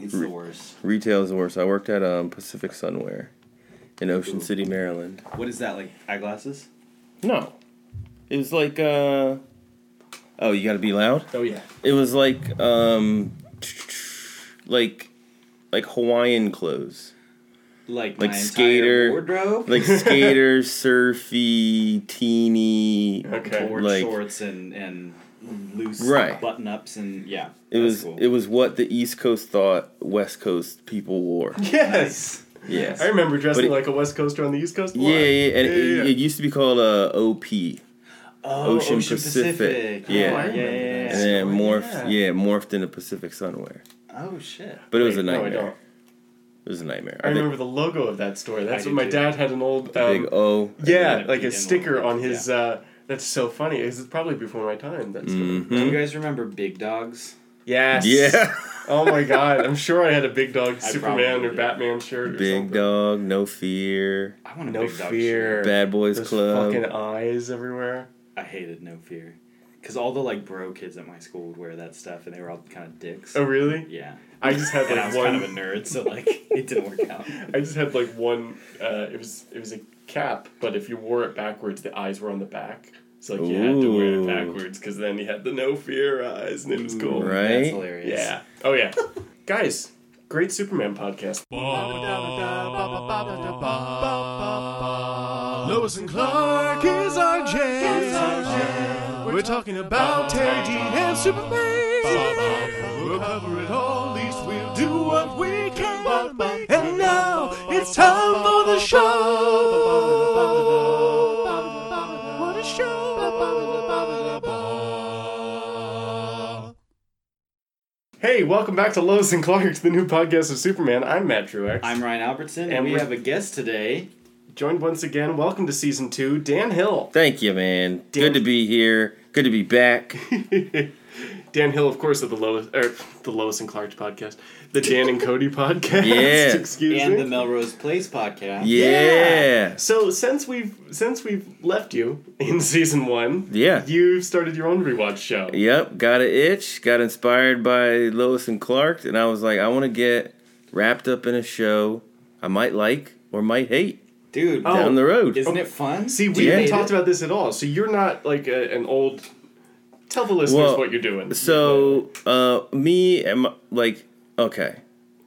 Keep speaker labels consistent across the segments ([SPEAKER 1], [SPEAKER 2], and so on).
[SPEAKER 1] It's the worst.
[SPEAKER 2] Retail is the worst. I worked at um, Pacific Sunwear in Ocean City, Maryland.
[SPEAKER 1] What is that like? Eyeglasses?
[SPEAKER 2] No, it was like uh, oh, you gotta be loud.
[SPEAKER 3] Oh yeah.
[SPEAKER 2] It was like um, like like Hawaiian clothes,
[SPEAKER 1] Like
[SPEAKER 2] Like
[SPEAKER 1] my entire
[SPEAKER 2] skater-
[SPEAKER 1] wardrobe.
[SPEAKER 2] like skater, surfy, teeny.
[SPEAKER 3] Okay.
[SPEAKER 1] board
[SPEAKER 2] like-
[SPEAKER 1] shorts and and loose
[SPEAKER 2] Right.
[SPEAKER 1] button ups and yeah.
[SPEAKER 2] It
[SPEAKER 1] that's
[SPEAKER 2] was
[SPEAKER 1] cool.
[SPEAKER 2] it was what the East Coast thought West Coast people wore.
[SPEAKER 3] Yes.
[SPEAKER 2] Yes.
[SPEAKER 3] I remember dressing
[SPEAKER 2] But it-
[SPEAKER 3] like a West Coaster on the East Coast. a lot.
[SPEAKER 2] Yeah, yeah, and
[SPEAKER 3] Yeah, yeah,
[SPEAKER 2] It,
[SPEAKER 3] yeah.
[SPEAKER 2] it used to be called uh, OP,
[SPEAKER 1] Oh,
[SPEAKER 2] Ocean
[SPEAKER 1] Ocean,
[SPEAKER 2] Pacific.
[SPEAKER 1] Pacific. Oh,
[SPEAKER 2] Yeah. I
[SPEAKER 1] yeah,
[SPEAKER 3] remember
[SPEAKER 1] yeah,
[SPEAKER 2] and
[SPEAKER 3] that.
[SPEAKER 1] yeah.
[SPEAKER 2] then
[SPEAKER 3] Oh,
[SPEAKER 2] morphed,
[SPEAKER 3] yeah.
[SPEAKER 2] yeah. morphed into Pacific Sunwear.
[SPEAKER 1] Oh shit.
[SPEAKER 2] But it was
[SPEAKER 3] Wait,
[SPEAKER 2] a
[SPEAKER 3] no, I
[SPEAKER 2] nightmare.
[SPEAKER 3] don't.
[SPEAKER 2] It was a nightmare.
[SPEAKER 3] I
[SPEAKER 2] think
[SPEAKER 3] remember the logo of that store. That's
[SPEAKER 1] I
[SPEAKER 3] what
[SPEAKER 1] do
[SPEAKER 3] my
[SPEAKER 1] too.
[SPEAKER 3] dad had an old
[SPEAKER 2] the
[SPEAKER 3] um,
[SPEAKER 2] big O.
[SPEAKER 3] yeah,
[SPEAKER 1] Yeah,
[SPEAKER 3] like
[SPEAKER 1] the
[SPEAKER 3] a sticker
[SPEAKER 1] envelope,
[SPEAKER 3] on his. uh That's so funny. It's probably before my time. That's
[SPEAKER 2] Mhm.
[SPEAKER 1] Do you guys remember Big Dogs?
[SPEAKER 3] yes.
[SPEAKER 2] Yeah,
[SPEAKER 3] oh my god! I'm sure I had a big dog
[SPEAKER 1] I
[SPEAKER 3] Superman
[SPEAKER 1] probably
[SPEAKER 3] or
[SPEAKER 1] did.
[SPEAKER 3] Batman shirt. Or
[SPEAKER 2] big
[SPEAKER 3] something.
[SPEAKER 2] dog, no fear,
[SPEAKER 1] I want a
[SPEAKER 3] No
[SPEAKER 1] Big Dog
[SPEAKER 3] fear.
[SPEAKER 1] shirt.
[SPEAKER 2] bad boys
[SPEAKER 3] Those
[SPEAKER 2] club.
[SPEAKER 3] fucking eyes everywhere.
[SPEAKER 1] I hated No Fear, because all the like bro kids at my school would wear that stuff, and they were all kind of dicks.
[SPEAKER 3] Oh really?
[SPEAKER 1] Yeah.
[SPEAKER 3] I just had
[SPEAKER 1] And I
[SPEAKER 3] like
[SPEAKER 1] was
[SPEAKER 3] one.
[SPEAKER 1] kind of a nerd, so like it didn't work out.
[SPEAKER 3] I just had like one. Uh, it was it was a cap, but if you wore it backwards, the eyes were on the back. So like you had to wear
[SPEAKER 2] Ooh.
[SPEAKER 3] it backwards because then you had the no fear eyes, and it was cool.
[SPEAKER 2] Right.
[SPEAKER 1] That's hilarious.
[SPEAKER 3] Yeah. Oh yeah, guys. Great Superman podcast.
[SPEAKER 4] Lois and Clark is our jam. We're talking about Terry Dean and Superman. We'll cover it all, at least we'll do what we can. And now it's time for the show. What a show!
[SPEAKER 3] Hey, welcome back to Lois and Clark, the new podcast of Superman. I'm Matt Truex.
[SPEAKER 1] I'm Ryan Albertson, and,
[SPEAKER 3] And
[SPEAKER 1] we
[SPEAKER 3] we're-
[SPEAKER 1] have a guest today.
[SPEAKER 3] joined once again. Welcome to season two, Dan Hill.
[SPEAKER 2] Thank you, man. Good
[SPEAKER 3] Damn.
[SPEAKER 2] to be here. Good to be back.
[SPEAKER 3] Dan Hill, of course, of the Lois, er, the Lois and Clark podcast, the Dan and Cody podcast.
[SPEAKER 2] Yeah.
[SPEAKER 3] excuse
[SPEAKER 1] And
[SPEAKER 3] me.
[SPEAKER 1] the Melrose Place podcast.
[SPEAKER 2] Yeah,
[SPEAKER 3] so since we've since we've left you in season one,
[SPEAKER 2] yeah.
[SPEAKER 3] you've started your own rewatch show.
[SPEAKER 2] Yep, got an itch, got inspired by Lois and Clark, and I was like, I want to get wrapped up in a show I might like or might hate
[SPEAKER 1] Dude,
[SPEAKER 3] Oh.
[SPEAKER 2] down the road.
[SPEAKER 1] isn't it fun?
[SPEAKER 3] See,
[SPEAKER 1] Do
[SPEAKER 3] we
[SPEAKER 1] you
[SPEAKER 3] haven't
[SPEAKER 1] hate
[SPEAKER 3] talked
[SPEAKER 1] it?
[SPEAKER 3] about this at all. So you're not like a, an old. Tell the listeners
[SPEAKER 2] Well,
[SPEAKER 3] what you're doing.
[SPEAKER 2] So, uh, me and my, like, okay,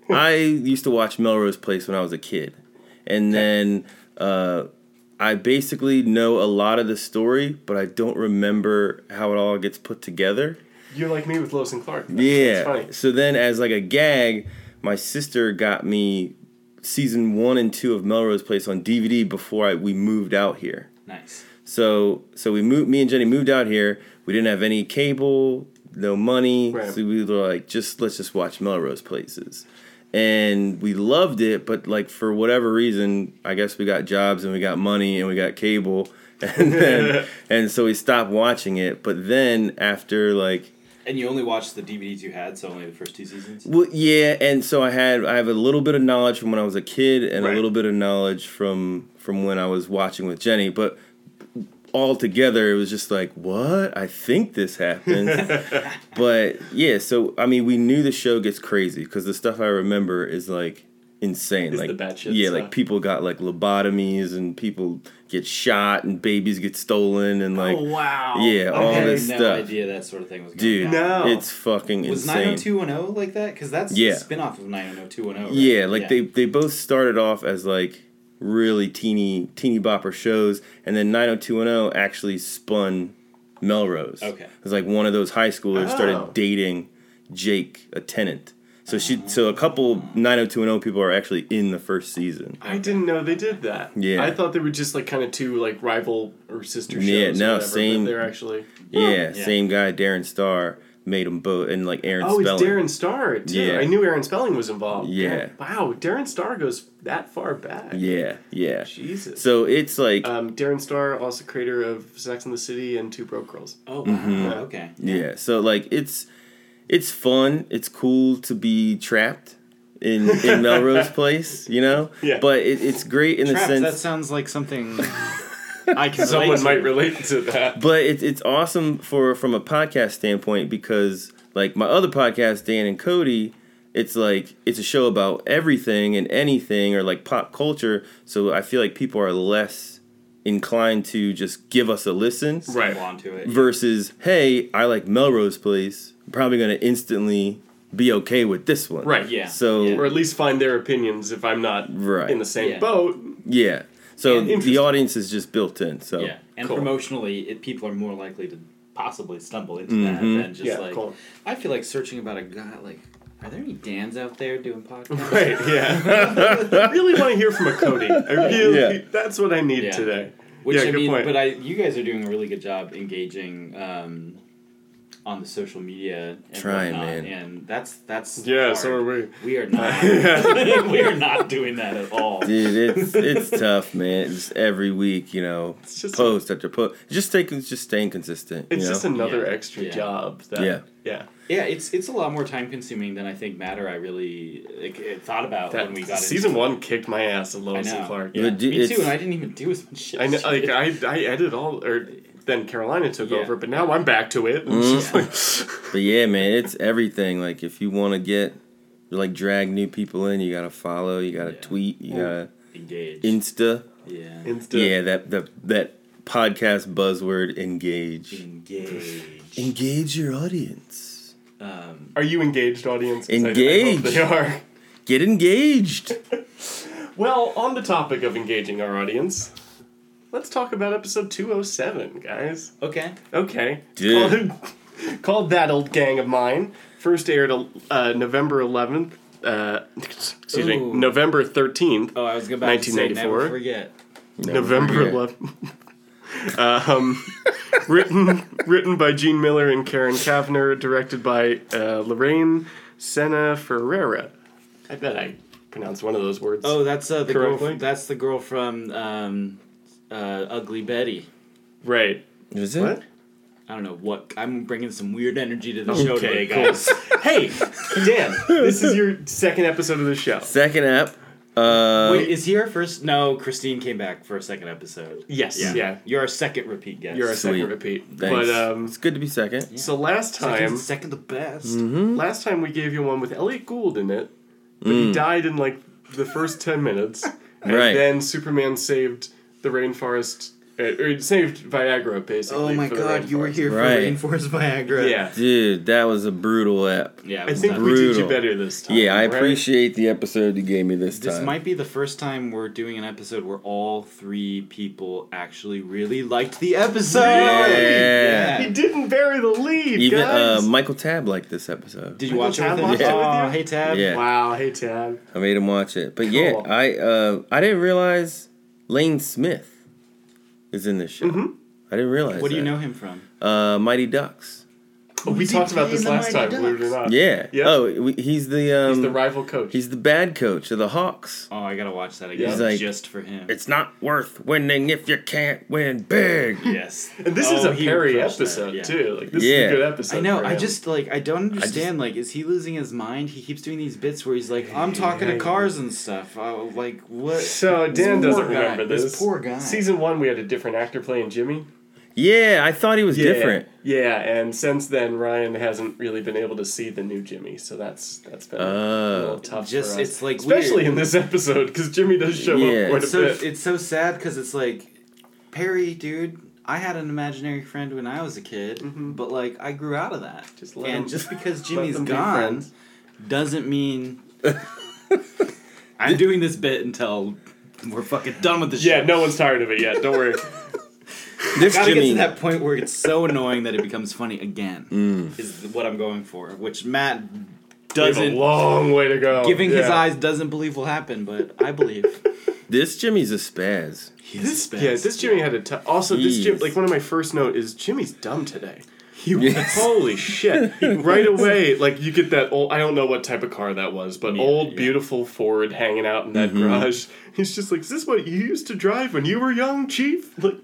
[SPEAKER 2] I used to watch Melrose Place when I was a kid, and then uh, I basically know a lot of the story, but I don't remember how it all gets put together.
[SPEAKER 3] you're like me with Lois and Clark. That's- that's
[SPEAKER 2] Yeah.
[SPEAKER 3] funny.
[SPEAKER 2] So then, as like a gag, my sister got me season one and two of Melrose Place on DVD before I, we moved out here.
[SPEAKER 1] Nice.
[SPEAKER 2] So so we moved. Me and Jenny moved out here. We didn't have any cable, no money.
[SPEAKER 3] Right.
[SPEAKER 2] So we were like, just let's just watch Melrose Places, and we loved it. But like for whatever reason, I guess we got jobs and we got money and we got cable, and then and so we stopped watching it. But then after like
[SPEAKER 1] And you only watched the DVDs you had, so only the first two seasons.
[SPEAKER 2] Well, yeah, and so I had I have a little bit of knowledge from when I was a kid, and a
[SPEAKER 3] Right.
[SPEAKER 2] little bit of knowledge from from when I was watching with Jenny. But all together, it was just like, what? I think this happened. but yeah, so I mean, we knew the show gets crazy because the stuff I remember is like insane.
[SPEAKER 3] Is
[SPEAKER 2] like
[SPEAKER 3] the batshit
[SPEAKER 2] yeah,
[SPEAKER 3] stuff.
[SPEAKER 2] like people got like lobotomies and people get shot and babies get stolen and like
[SPEAKER 1] Oh,
[SPEAKER 3] Oh,
[SPEAKER 1] wow.
[SPEAKER 2] yeah, all
[SPEAKER 1] I had
[SPEAKER 2] this
[SPEAKER 1] no
[SPEAKER 2] stuff.
[SPEAKER 1] idea that sort of thing was going
[SPEAKER 2] dude,
[SPEAKER 1] on.
[SPEAKER 3] No.
[SPEAKER 2] it's fucking
[SPEAKER 1] Was
[SPEAKER 2] insane.
[SPEAKER 1] 90210 like that? Because that's
[SPEAKER 2] Yeah.
[SPEAKER 1] a spin off of 90210. Right?
[SPEAKER 2] Yeah, like they they both started off as like really teeny teeny bopper shows, and then 90210 actually spun Melrose.
[SPEAKER 1] Okay.
[SPEAKER 2] it was like one of those high schoolers
[SPEAKER 3] Oh.
[SPEAKER 2] started dating Jake, a tenant. So she, so a couple 90210 people are actually in the first season.
[SPEAKER 3] I didn't know they did that.
[SPEAKER 2] Yeah.
[SPEAKER 3] I thought they were just like kind of two like rival or sister shows.
[SPEAKER 2] Yeah, no,
[SPEAKER 3] or whatever, but
[SPEAKER 2] same-
[SPEAKER 3] They're actually.
[SPEAKER 2] Yeah,
[SPEAKER 1] Yeah.
[SPEAKER 2] same guy, Darren Star, made them both, and like Aaron
[SPEAKER 3] Oh,
[SPEAKER 2] Spelling.
[SPEAKER 3] it's Darren Star too.
[SPEAKER 2] Yeah.
[SPEAKER 3] I knew Aaron Spelling was involved.
[SPEAKER 2] Yeah.
[SPEAKER 3] Wow, Darren Star goes that far back.
[SPEAKER 2] Yeah, yeah.
[SPEAKER 3] Jesus.
[SPEAKER 2] So it's like
[SPEAKER 3] Um, Darren Star, also creator of Sex and the City and Two Broke Girls.
[SPEAKER 1] Oh, wow. okay.
[SPEAKER 2] Mm-hmm. Yeah. So like it's it's fun. It's cool to be trapped in in Melrose Place. You know.
[SPEAKER 3] Yeah.
[SPEAKER 2] But it, it's great in
[SPEAKER 1] Trapped,
[SPEAKER 2] the sense.
[SPEAKER 1] that sounds like something I can relate
[SPEAKER 3] Someone
[SPEAKER 1] to.
[SPEAKER 3] might relate to that.
[SPEAKER 2] but it, it's awesome for from a podcast standpoint because like my other podcast, Dan and Cody. it's like it's a show about everything and anything or like pop culture. So I feel like people are less inclined to just give us a listen
[SPEAKER 3] Right.
[SPEAKER 1] on to it.
[SPEAKER 2] versus hey, I like Melrose Place. I'm probably gonna instantly be okay with this one.
[SPEAKER 3] Right,
[SPEAKER 1] yeah.
[SPEAKER 2] So
[SPEAKER 1] Yeah.
[SPEAKER 3] or at least find their opinions if I'm not
[SPEAKER 2] Right.
[SPEAKER 3] in the same
[SPEAKER 1] Yeah.
[SPEAKER 3] boat.
[SPEAKER 2] yeah. So
[SPEAKER 1] And
[SPEAKER 2] the
[SPEAKER 3] interesting.
[SPEAKER 2] audience is just built in. So
[SPEAKER 1] yeah, and
[SPEAKER 3] Cool.
[SPEAKER 1] promotionally, it, people are more likely to possibly stumble into
[SPEAKER 2] Mm-hmm.
[SPEAKER 1] that than just
[SPEAKER 3] Yeah,
[SPEAKER 1] like.
[SPEAKER 3] cool.
[SPEAKER 1] I feel like searching about a guy like. Are there any Dan's out there doing podcasts?
[SPEAKER 3] Right, yeah. I really want to hear from a Cody. I really,
[SPEAKER 2] Yeah.
[SPEAKER 3] that's what I need
[SPEAKER 1] Yeah.
[SPEAKER 3] today.
[SPEAKER 1] Which
[SPEAKER 3] yeah,
[SPEAKER 1] I
[SPEAKER 3] good
[SPEAKER 1] mean,
[SPEAKER 3] point.
[SPEAKER 1] but I, you guys are doing a really good job engaging um, on the social media. And
[SPEAKER 2] Trying,
[SPEAKER 1] whatnot,
[SPEAKER 2] man.
[SPEAKER 1] and that's that's
[SPEAKER 3] yeah,
[SPEAKER 1] hard.
[SPEAKER 3] so are we.
[SPEAKER 1] We are not. we are not doing that at all.
[SPEAKER 2] Dude, it's it's tough, man. It's every week, you know,
[SPEAKER 3] It's just-
[SPEAKER 2] post after post. Just take, just staying consistent.
[SPEAKER 3] It's
[SPEAKER 2] you
[SPEAKER 3] just
[SPEAKER 2] know?
[SPEAKER 3] another
[SPEAKER 1] Yeah,
[SPEAKER 3] extra
[SPEAKER 1] yeah.
[SPEAKER 3] job. That,
[SPEAKER 2] Yeah.
[SPEAKER 3] yeah.
[SPEAKER 1] Yeah, it's it's a lot more time consuming than I think matter. I really like, it thought about
[SPEAKER 3] That
[SPEAKER 1] when we got
[SPEAKER 3] season
[SPEAKER 1] into it.
[SPEAKER 3] one kicked my ass at Lois
[SPEAKER 1] I
[SPEAKER 3] and
[SPEAKER 1] know.
[SPEAKER 3] Clark.
[SPEAKER 1] Yeah,
[SPEAKER 2] But do-
[SPEAKER 1] me
[SPEAKER 2] it's-
[SPEAKER 1] too. And I didn't even do as much.
[SPEAKER 3] I know,
[SPEAKER 1] as
[SPEAKER 3] like
[SPEAKER 1] you.
[SPEAKER 3] I, I edit all, or then Carolina took
[SPEAKER 1] Yeah.
[SPEAKER 3] over, but now I'm back to it. And she's like,
[SPEAKER 2] But yeah, man, it's everything. Like if you want to get like drag new people in, you gotta follow, you gotta
[SPEAKER 1] Yeah.
[SPEAKER 2] tweet, you gotta
[SPEAKER 1] engaged.
[SPEAKER 2] Insta.
[SPEAKER 1] yeah,
[SPEAKER 3] Insta.
[SPEAKER 2] Yeah, that that that podcast buzzword engage.
[SPEAKER 1] engaged.
[SPEAKER 2] Engage your audience.
[SPEAKER 1] Um,
[SPEAKER 3] Are you engaged, audience? 'Cause I- I hope
[SPEAKER 2] Engaged.
[SPEAKER 3] they are.
[SPEAKER 2] Get engaged.
[SPEAKER 3] Well, on the topic of engaging our audience, let's talk about episode 207, guys.
[SPEAKER 1] okay.
[SPEAKER 3] Okay.
[SPEAKER 2] Dude.
[SPEAKER 3] Called, called That Old Gang of Mine. First aired uh, November 11th. Uh, excuse me,
[SPEAKER 1] Ooh.
[SPEAKER 3] November 13th.
[SPEAKER 1] Oh, I was about to say never
[SPEAKER 3] 1994.
[SPEAKER 1] forget.
[SPEAKER 3] November
[SPEAKER 2] Yeah.
[SPEAKER 3] 11th. um, written written by Gene Miller and Karen Kavner, directed by uh, Lorraine Senna Ferreira. I bet I pronounced one of those words.
[SPEAKER 1] Oh, that's uh, the girl.
[SPEAKER 3] Correctly?
[SPEAKER 1] That's the girl from um, uh, Ugly Betty.
[SPEAKER 3] right.
[SPEAKER 2] Is it?
[SPEAKER 3] What?
[SPEAKER 1] I don't know what. I'm bringing some weird energy to the show
[SPEAKER 3] Okay,
[SPEAKER 1] today, guys. hey, Dan.
[SPEAKER 3] This is your second episode of the show.
[SPEAKER 2] Second app. Uh,
[SPEAKER 1] Wait, is he our first? No, Christine came back for a second episode.
[SPEAKER 3] Yes. Yeah.
[SPEAKER 1] You're our second repeat guest.
[SPEAKER 3] You're a
[SPEAKER 2] Sweet.
[SPEAKER 3] second repeat.
[SPEAKER 2] thanks.
[SPEAKER 3] But um,
[SPEAKER 2] it's good to be second.
[SPEAKER 3] so last time, Mm-hmm.
[SPEAKER 1] second, second the best.
[SPEAKER 3] last time we gave you one with Elliot Gould in it, but he died in like the first ten minutes, and
[SPEAKER 2] Mm. Right.
[SPEAKER 3] then Superman saved the rainforest, uh, or saved Viagra
[SPEAKER 1] Oh
[SPEAKER 3] basically.
[SPEAKER 1] my
[SPEAKER 3] for the
[SPEAKER 1] god, you were
[SPEAKER 3] rainforest.
[SPEAKER 1] here
[SPEAKER 2] Right.
[SPEAKER 1] for Rainforest Viagra.
[SPEAKER 3] Yeah,
[SPEAKER 2] Dude, that was a brutal app.
[SPEAKER 1] yeah.
[SPEAKER 3] I think we did you
[SPEAKER 2] Brutal.
[SPEAKER 3] better this time.
[SPEAKER 2] Yeah, I
[SPEAKER 3] right?
[SPEAKER 2] appreciate the episode you gave me this time.
[SPEAKER 1] this might be the first time we're doing an episode where all three people actually really liked the episode.
[SPEAKER 2] Yeah.
[SPEAKER 3] He didn't bury the lead,
[SPEAKER 2] Even uh,
[SPEAKER 3] guys.
[SPEAKER 2] Michael Tab liked this episode.
[SPEAKER 1] Did you
[SPEAKER 3] Michael
[SPEAKER 1] watch it?
[SPEAKER 3] Tab
[SPEAKER 1] with him?
[SPEAKER 3] watched it with you?
[SPEAKER 1] Oh, hey Tab.
[SPEAKER 2] Yeah.
[SPEAKER 3] wow, hey Tab.
[SPEAKER 2] I made him watch it. But yeah,
[SPEAKER 3] Cool.
[SPEAKER 2] I uh, I didn't realize Lane Smith is in this show. I didn't realize.
[SPEAKER 1] What do you
[SPEAKER 2] that.
[SPEAKER 1] know him from?
[SPEAKER 2] Uh, Mighty Ducks.
[SPEAKER 3] Oh, we
[SPEAKER 1] he
[SPEAKER 3] talked about
[SPEAKER 1] playing
[SPEAKER 3] this
[SPEAKER 1] the
[SPEAKER 3] last time.
[SPEAKER 1] Mighty
[SPEAKER 3] Believe it or
[SPEAKER 1] Ducks?
[SPEAKER 3] not.
[SPEAKER 2] Yeah.
[SPEAKER 3] Uh, Yeah.
[SPEAKER 2] Oh, we, he's the um,
[SPEAKER 3] he's the rival coach.
[SPEAKER 2] he's the bad coach of the Hawks.
[SPEAKER 1] Oh, I gotta watch that again
[SPEAKER 3] He's
[SPEAKER 2] like-
[SPEAKER 1] just for him.
[SPEAKER 2] It's not worth winning if you can't win big.
[SPEAKER 1] yes.
[SPEAKER 3] and this is
[SPEAKER 1] Oh,
[SPEAKER 3] a
[SPEAKER 1] he
[SPEAKER 3] Perry
[SPEAKER 1] crushed that,
[SPEAKER 3] episode
[SPEAKER 1] yeah.
[SPEAKER 3] too. Like this
[SPEAKER 2] Yeah.
[SPEAKER 3] is a good episode.
[SPEAKER 1] I know.
[SPEAKER 3] for
[SPEAKER 1] I
[SPEAKER 3] him.
[SPEAKER 1] just like I don't understand. like, is he losing his mind? He keeps doing these bits where he's like, "I'm talking
[SPEAKER 3] Yeah.
[SPEAKER 1] to cars and stuff." Oh, like what?
[SPEAKER 3] So Dan
[SPEAKER 1] This
[SPEAKER 3] doesn't
[SPEAKER 1] poor guy.
[SPEAKER 3] remember this.
[SPEAKER 1] This poor guy.
[SPEAKER 3] Season one, we had a different actor playing Jimmy.
[SPEAKER 2] Yeah, I thought he was different.
[SPEAKER 3] Yeah, and since then Ryan hasn't really been able to see the new Jimmy, so that's that's been a
[SPEAKER 2] Oh.
[SPEAKER 3] little tough.
[SPEAKER 1] Just-
[SPEAKER 3] for us.
[SPEAKER 1] it's, like,
[SPEAKER 3] especially
[SPEAKER 1] weird.
[SPEAKER 3] in this episode because Jimmy does show
[SPEAKER 2] Yeah.
[SPEAKER 3] up quite a
[SPEAKER 1] so
[SPEAKER 3] bit.
[SPEAKER 1] it's so sad because it's like Perry, dude. I had an imaginary friend when I was a kid, but like I grew out of that.
[SPEAKER 3] Mm-hmm. Just let
[SPEAKER 1] and
[SPEAKER 3] them-
[SPEAKER 1] just because
[SPEAKER 3] let
[SPEAKER 1] Jimmy's
[SPEAKER 3] them be
[SPEAKER 1] gone
[SPEAKER 3] friends.
[SPEAKER 1] doesn't mean I'm doing this bit until we're fucking done with the show.
[SPEAKER 3] yeah, no one's tired of it yet. Don't worry.
[SPEAKER 2] This
[SPEAKER 1] Gotta get
[SPEAKER 2] Jimmy.
[SPEAKER 1] to that point where it's so annoying that it becomes funny again.
[SPEAKER 3] Mm.
[SPEAKER 1] Is what I'm going for, which Matt
[SPEAKER 3] We have a
[SPEAKER 1] doesn't.
[SPEAKER 3] long way to go.
[SPEAKER 1] Giving his
[SPEAKER 3] Yeah.
[SPEAKER 1] eyes doesn't believe will happen, but I believe.
[SPEAKER 2] This Jimmy's a spaz.
[SPEAKER 1] He's
[SPEAKER 3] This,
[SPEAKER 1] the
[SPEAKER 3] yeah,
[SPEAKER 1] best.
[SPEAKER 3] this Jimmy had a tough. Also, this Jim,
[SPEAKER 2] Jeez.
[SPEAKER 3] like one of my first note is Jimmy's dumb today. He was holy shit! right away, like you get that old. I don't know what type of car that was, but old,
[SPEAKER 1] yeah. Mm-hmm.
[SPEAKER 3] beautiful Ford hanging out in that garage. He's just like, "Is this what you used to drive when you were young, Chief?" Like,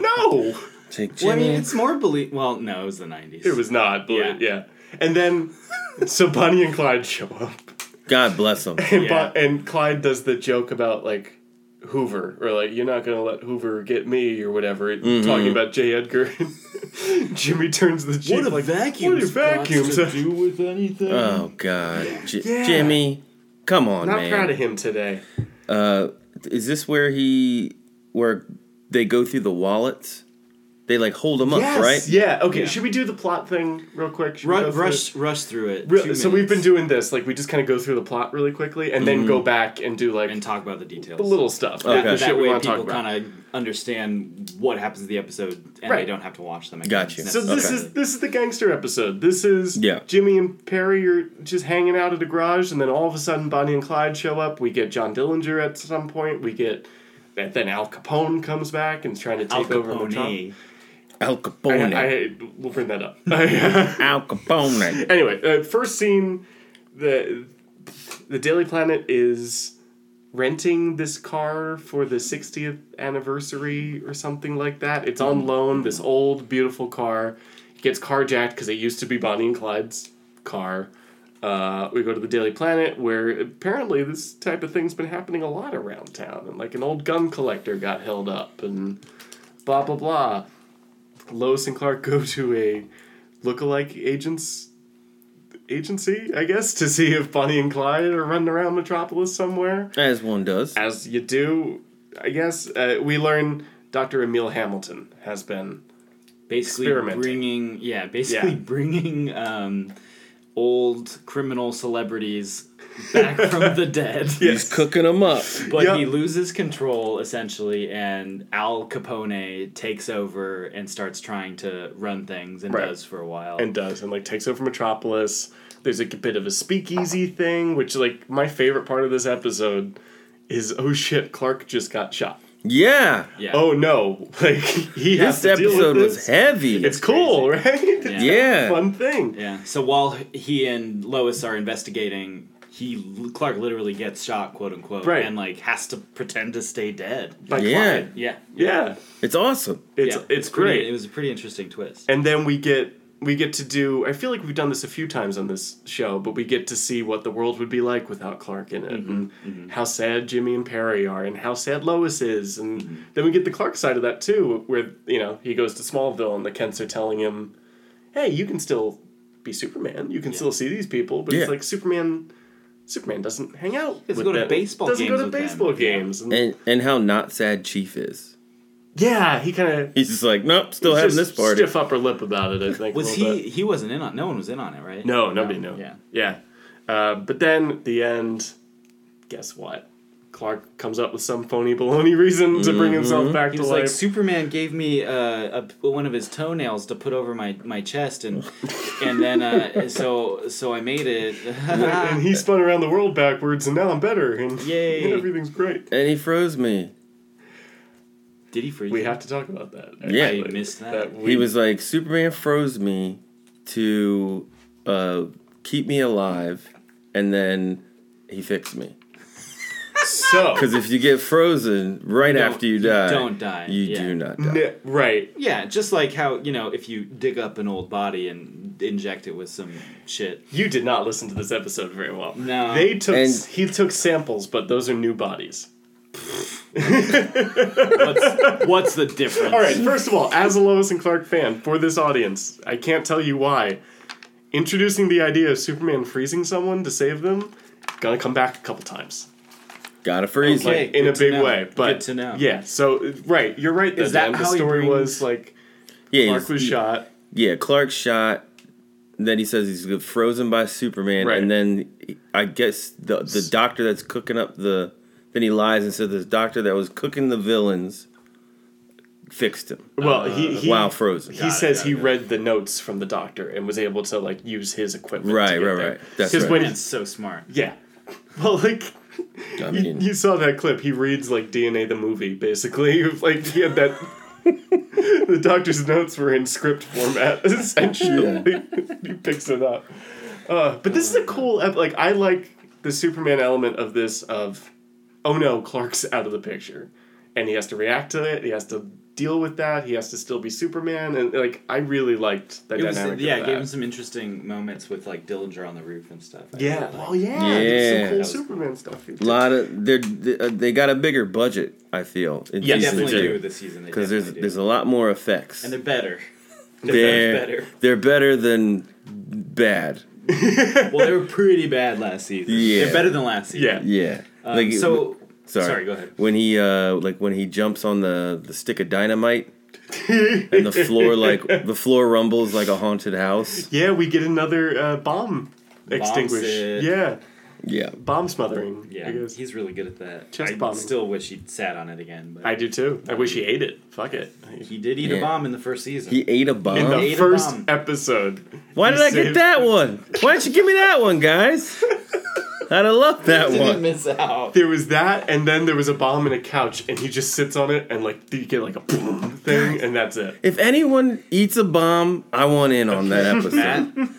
[SPEAKER 3] no,
[SPEAKER 2] Take
[SPEAKER 1] Well, I
[SPEAKER 2] Jimmy.
[SPEAKER 1] mean, it's more believe. Well, no, it was the '90s.
[SPEAKER 3] it was not. But yeah.
[SPEAKER 1] Yeah.
[SPEAKER 3] and then so Bonnie and Clyde show up,
[SPEAKER 2] God bless him.
[SPEAKER 3] and
[SPEAKER 1] Yeah.
[SPEAKER 3] Bon- and Clyde does the joke about like. Hoover or like you're not gonna let Hoover get me or whatever. It-
[SPEAKER 2] Mm-hmm.
[SPEAKER 3] Talking about J. Edgar, Jimmy turns to the chief
[SPEAKER 1] What a
[SPEAKER 3] like
[SPEAKER 1] vacuum!
[SPEAKER 3] What do vacuums
[SPEAKER 1] to do with anything?
[SPEAKER 2] Oh God, J-
[SPEAKER 3] Yeah.
[SPEAKER 2] Jimmy, come on,
[SPEAKER 3] Not
[SPEAKER 2] man.
[SPEAKER 3] proud of him today.
[SPEAKER 2] Uh, is this where he where they go through the wallets? They like hold them
[SPEAKER 3] Yes.
[SPEAKER 2] up, right?
[SPEAKER 3] Yeah. Okay.
[SPEAKER 1] Yeah.
[SPEAKER 3] Should we do the plot thing real quick? Should we
[SPEAKER 1] Ru-
[SPEAKER 3] go through it?
[SPEAKER 1] rush, rush through it.
[SPEAKER 3] Real-
[SPEAKER 1] Two
[SPEAKER 3] so we've been
[SPEAKER 1] minutes
[SPEAKER 3] doing this, like we just kind of go through the plot really quickly and then go back and do like
[SPEAKER 1] and talk about the details.
[SPEAKER 3] the little stuff,
[SPEAKER 2] Mm-hmm. Okay.
[SPEAKER 3] the
[SPEAKER 1] that
[SPEAKER 3] shit we
[SPEAKER 1] way
[SPEAKER 3] want to talk
[SPEAKER 1] people
[SPEAKER 3] about.
[SPEAKER 1] kind of understand what happens in the episode, and
[SPEAKER 3] Right.
[SPEAKER 1] they don't have to watch them. Again.
[SPEAKER 2] Gotcha.
[SPEAKER 3] So this
[SPEAKER 2] Okay.
[SPEAKER 3] is this is the gangster episode. This is
[SPEAKER 2] Yeah.
[SPEAKER 3] Jimmy and Perry are just hanging out at a garage, and then all of a sudden Bonnie and Clyde show up. We get John Dillinger at some point. We get and then Al Capone comes back and is trying to
[SPEAKER 1] Al
[SPEAKER 3] take over the top.
[SPEAKER 1] Capone.
[SPEAKER 2] Al Capone.
[SPEAKER 3] I, I, we'll bring that up.
[SPEAKER 2] Al Capone.
[SPEAKER 3] anyway, uh, first scene, the the Daily Planet is renting this car for the 60th anniversary or something like that. It's on loan. This old beautiful car gets carjacked because it used to be Bonnie and Clyde's car. Uh, we go to the Daily Planet where apparently this type of thing's been happening a lot around town, and like an old gun collector got held up and blah blah blah. Lois and Clark go to a lookalike agents agency, I guess, to see if Bonnie and Clyde are running around Metropolis somewhere.
[SPEAKER 2] As one does.
[SPEAKER 3] As you do, I guess, uh, we learn Dr. Emil Hamilton has been.
[SPEAKER 1] Basically
[SPEAKER 3] Experimenting.
[SPEAKER 1] bringing, yeah, basically
[SPEAKER 3] Yeah.
[SPEAKER 1] bringing um, old criminal celebrities back from the dead.
[SPEAKER 2] He's cooking them up.
[SPEAKER 1] But
[SPEAKER 3] Yep.
[SPEAKER 1] he loses control essentially, and Al Capone takes over and starts trying to run things and
[SPEAKER 3] Right.
[SPEAKER 1] does for a while.
[SPEAKER 3] And does, and like takes over Metropolis. There's like a bit of a speakeasy thing, which, like, my favorite part of this episode is oh shit, Clark just got shot.
[SPEAKER 2] Yeah.
[SPEAKER 1] yeah.
[SPEAKER 3] Oh no. Like, he has
[SPEAKER 2] This
[SPEAKER 3] to deal
[SPEAKER 2] episode
[SPEAKER 3] with
[SPEAKER 2] was
[SPEAKER 3] this.
[SPEAKER 2] heavy.
[SPEAKER 3] It's cool, right? It's a
[SPEAKER 2] yeah.
[SPEAKER 3] fun thing.
[SPEAKER 1] Yeah. So while he and Lois are investigating, he Clark literally gets shot, quote unquote,
[SPEAKER 3] Right.
[SPEAKER 1] and like has to pretend to stay dead.
[SPEAKER 3] By
[SPEAKER 2] Yeah.
[SPEAKER 3] Clyde.
[SPEAKER 1] Yeah.
[SPEAKER 3] Yeah.
[SPEAKER 2] It's awesome.
[SPEAKER 3] It's,
[SPEAKER 1] Yeah.
[SPEAKER 3] it's, great.
[SPEAKER 1] Pretty, it was a pretty interesting twist.
[SPEAKER 3] and then we get we get to do i feel like we've done this a few times on this show but we get to see what the world would be like without clark in it
[SPEAKER 1] Mm-hmm,
[SPEAKER 3] and how sad jimmy and perry are and how sad lois is and
[SPEAKER 1] Mm-hmm.
[SPEAKER 3] then we get the clark side of that too where you know he goes to smallville and the kents are telling him hey you can still be superman you can still see these people but
[SPEAKER 2] Yeah.
[SPEAKER 3] it's like superman superman doesn't hang out
[SPEAKER 1] doesn't
[SPEAKER 3] with
[SPEAKER 1] go to
[SPEAKER 3] them.
[SPEAKER 1] baseball
[SPEAKER 3] doesn't
[SPEAKER 1] games
[SPEAKER 3] go to
[SPEAKER 1] with them.
[SPEAKER 3] baseball games and,
[SPEAKER 2] And and how not sad Chief is.
[SPEAKER 3] yeah he kind of
[SPEAKER 2] He's just like, nope, still having this party.
[SPEAKER 3] stiff upper lip about it i think a
[SPEAKER 1] Was
[SPEAKER 3] little bit.
[SPEAKER 1] he? He wasn't in on. No one was in on it, right?
[SPEAKER 3] No, nobody knew.
[SPEAKER 1] Yeah.
[SPEAKER 3] Yeah. Uh, but then at the end, guess what? Clark comes up with some phony baloney reason to
[SPEAKER 2] Mm-hmm.
[SPEAKER 3] bring himself back
[SPEAKER 1] He
[SPEAKER 3] to
[SPEAKER 1] was
[SPEAKER 3] life.
[SPEAKER 1] like, Superman gave me uh, a, one of his toenails to put over my, my chest, and and then uh, so so I made it.
[SPEAKER 3] and he spun around the world backwards, and now I'm better, and
[SPEAKER 1] Yay.
[SPEAKER 3] everything's great.
[SPEAKER 2] And he froze me.
[SPEAKER 1] Did he freeze?
[SPEAKER 3] We
[SPEAKER 1] you?
[SPEAKER 3] have to talk about that.
[SPEAKER 2] Yeah.
[SPEAKER 1] I
[SPEAKER 3] actually.
[SPEAKER 1] missed that.
[SPEAKER 3] That we,
[SPEAKER 2] He was like, Superman froze me to uh, keep me alive, and then he fixed me.
[SPEAKER 3] so
[SPEAKER 2] Because if you get frozen right
[SPEAKER 1] don't-
[SPEAKER 2] after you
[SPEAKER 1] you
[SPEAKER 2] die,
[SPEAKER 1] don't die,
[SPEAKER 2] You
[SPEAKER 1] yeah.
[SPEAKER 2] do not die.
[SPEAKER 3] N- right.
[SPEAKER 1] Yeah, just like how you know if you dig up an old body and inject it with some shit.
[SPEAKER 3] You did not listen to this episode very well.
[SPEAKER 1] No.
[SPEAKER 3] They took
[SPEAKER 2] And-
[SPEAKER 3] he took samples, but those are new bodies.
[SPEAKER 1] What's, what's the difference?
[SPEAKER 3] All right. First of all, as a Lois and Clark fan for this audience, I can't tell you why. Introducing the idea of Superman freezing someone to save them, gonna come back a couple times,
[SPEAKER 2] Gotta freeze
[SPEAKER 1] Okay.
[SPEAKER 2] me.
[SPEAKER 3] like in a
[SPEAKER 1] good to
[SPEAKER 3] big
[SPEAKER 1] know.
[SPEAKER 3] way. But
[SPEAKER 1] Good to know.
[SPEAKER 3] Yeah. So right, you're right.
[SPEAKER 1] Is that
[SPEAKER 3] then, Dan.
[SPEAKER 1] how
[SPEAKER 3] the
[SPEAKER 1] he
[SPEAKER 3] story
[SPEAKER 1] brings-
[SPEAKER 3] was? Like
[SPEAKER 2] Yeah,
[SPEAKER 3] Clark
[SPEAKER 2] he's-
[SPEAKER 3] was shot.
[SPEAKER 2] Yeah, Clark shot. Then he says he's frozen by Superman,
[SPEAKER 3] Right.
[SPEAKER 2] and then he- I guess the the doctor that's cooking up the. Then he lies and says the doctor that was cooking the villains fixed him
[SPEAKER 3] Well,
[SPEAKER 1] Uh,
[SPEAKER 3] he, he
[SPEAKER 2] while frozen.
[SPEAKER 3] He says he read the notes from the doctor and was able to like use his equipment.
[SPEAKER 2] Right,
[SPEAKER 3] to get
[SPEAKER 2] right,
[SPEAKER 3] there.
[SPEAKER 2] right. That's
[SPEAKER 3] 'Cause
[SPEAKER 2] right.
[SPEAKER 3] when
[SPEAKER 1] Man's so smart.
[SPEAKER 3] yeah, well, like
[SPEAKER 2] I
[SPEAKER 3] You,
[SPEAKER 2] mean,
[SPEAKER 3] you saw that clip. He reads like DNA the movie, basically. Like he had that. the doctor's notes were in script format, essentially. he picks it up. Uh, but this is a cool. ep- Like I like the Superman element of this. Of oh no, Clark's out of the picture, and he has to react to it. He has to deal with that. He has to still be Superman, and like I really liked that
[SPEAKER 1] It was,
[SPEAKER 3] dynamic.
[SPEAKER 1] yeah,
[SPEAKER 3] of
[SPEAKER 1] it gave
[SPEAKER 3] that.
[SPEAKER 1] him some interesting moments with like Dillinger on the roof and stuff. I
[SPEAKER 3] yeah.
[SPEAKER 1] really liked.
[SPEAKER 3] Oh yeah. There's
[SPEAKER 2] Yeah.
[SPEAKER 3] some cool
[SPEAKER 1] That was
[SPEAKER 3] Superman stuff.
[SPEAKER 2] A lot of they're, they uh, they got a bigger budget. I feel in
[SPEAKER 3] Yeah,
[SPEAKER 1] they
[SPEAKER 2] season
[SPEAKER 1] definitely do
[SPEAKER 2] two
[SPEAKER 1] this season. They
[SPEAKER 2] because there's
[SPEAKER 1] definitely do.
[SPEAKER 2] there's a lot more effects.
[SPEAKER 1] and they're better.
[SPEAKER 2] they're
[SPEAKER 1] better.
[SPEAKER 2] they're better than bad.
[SPEAKER 1] Well, they were pretty bad last season.
[SPEAKER 2] Yeah.
[SPEAKER 1] they're better than last season.
[SPEAKER 3] Yeah.
[SPEAKER 2] Yeah,
[SPEAKER 1] Um, so
[SPEAKER 2] Sorry.
[SPEAKER 1] sorry, go ahead.
[SPEAKER 2] When he uh like when he jumps on the the stick of dynamite and the floor like the floor rumbles like a haunted house.
[SPEAKER 3] Yeah, we get another uh, bomb extinguish.
[SPEAKER 1] sit.
[SPEAKER 3] Yeah,
[SPEAKER 2] Yeah.
[SPEAKER 3] bomb smothering.
[SPEAKER 1] Yeah,
[SPEAKER 3] I guess.
[SPEAKER 1] he's really good at that.
[SPEAKER 3] Chest
[SPEAKER 1] I
[SPEAKER 3] bombing.
[SPEAKER 1] still wish he'd sat on it again, but
[SPEAKER 3] I do too. I wish he ate it. Fuck it.
[SPEAKER 1] he did eat a
[SPEAKER 2] Yeah.
[SPEAKER 1] bomb in the first season.
[SPEAKER 2] He ate a
[SPEAKER 3] In
[SPEAKER 2] bomb.
[SPEAKER 3] the
[SPEAKER 1] ate a
[SPEAKER 3] first
[SPEAKER 1] bomb.
[SPEAKER 3] episode.
[SPEAKER 2] Why did
[SPEAKER 3] he
[SPEAKER 2] I get
[SPEAKER 3] saved-
[SPEAKER 2] that one? Why didn't you give me that one, guys? I'd have loved that
[SPEAKER 1] didn't
[SPEAKER 2] one.
[SPEAKER 1] miss out.
[SPEAKER 3] There was that, and then there was a bomb in a couch, and he just sits on it, and like you get like a boom thing, and that's it.
[SPEAKER 2] If anyone eats a bomb, I want in on that episode.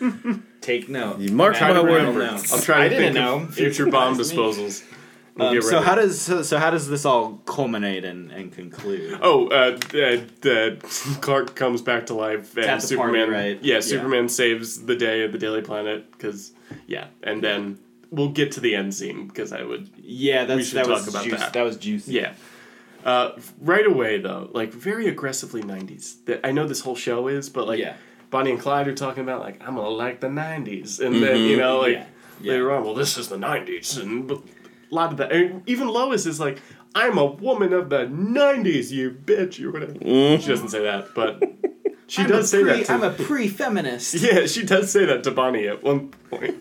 [SPEAKER 1] Matt, take note.
[SPEAKER 2] You mark
[SPEAKER 1] Matt
[SPEAKER 2] my
[SPEAKER 1] will
[SPEAKER 2] words.
[SPEAKER 1] know.
[SPEAKER 3] I'll try
[SPEAKER 1] I
[SPEAKER 3] to
[SPEAKER 1] didn't
[SPEAKER 3] think
[SPEAKER 1] know.
[SPEAKER 3] of future bomb
[SPEAKER 1] Surprised me.
[SPEAKER 3] disposals. We'll
[SPEAKER 1] Um,
[SPEAKER 3] get
[SPEAKER 1] so
[SPEAKER 3] ready.
[SPEAKER 1] how does so, so how does this all culminate and, and conclude?
[SPEAKER 3] Oh, uh, uh, uh, Clark comes back to life, and
[SPEAKER 1] at the
[SPEAKER 3] Superman,
[SPEAKER 1] party, right?
[SPEAKER 3] yeah,
[SPEAKER 1] Yeah.
[SPEAKER 3] Superman saves the day at the Daily Planet because, yeah, and then we'll get to the end scene because I would,
[SPEAKER 1] Yeah, that's
[SPEAKER 3] should
[SPEAKER 1] that
[SPEAKER 3] talk
[SPEAKER 1] was
[SPEAKER 3] about
[SPEAKER 1] juicy.
[SPEAKER 3] that.
[SPEAKER 1] That. was juicy.
[SPEAKER 3] yeah. Uh, right away though, like very aggressively '90s. That I know this whole show is, but like
[SPEAKER 1] Yeah.
[SPEAKER 3] Bonnie and Clyde are talking about like I'm gonna like the '90s, and then you know like
[SPEAKER 1] Mm-hmm. Yeah. Yeah.
[SPEAKER 3] later on, well, this is the '90s, and a lot of that. And even Lois is like, I'm a woman of the '90s, you bitch, or whatever. She doesn't say that, but she does say that. To,
[SPEAKER 1] Mm-hmm. I'm a pre-feminist.
[SPEAKER 3] yeah, she does say that to Bonnie at one point.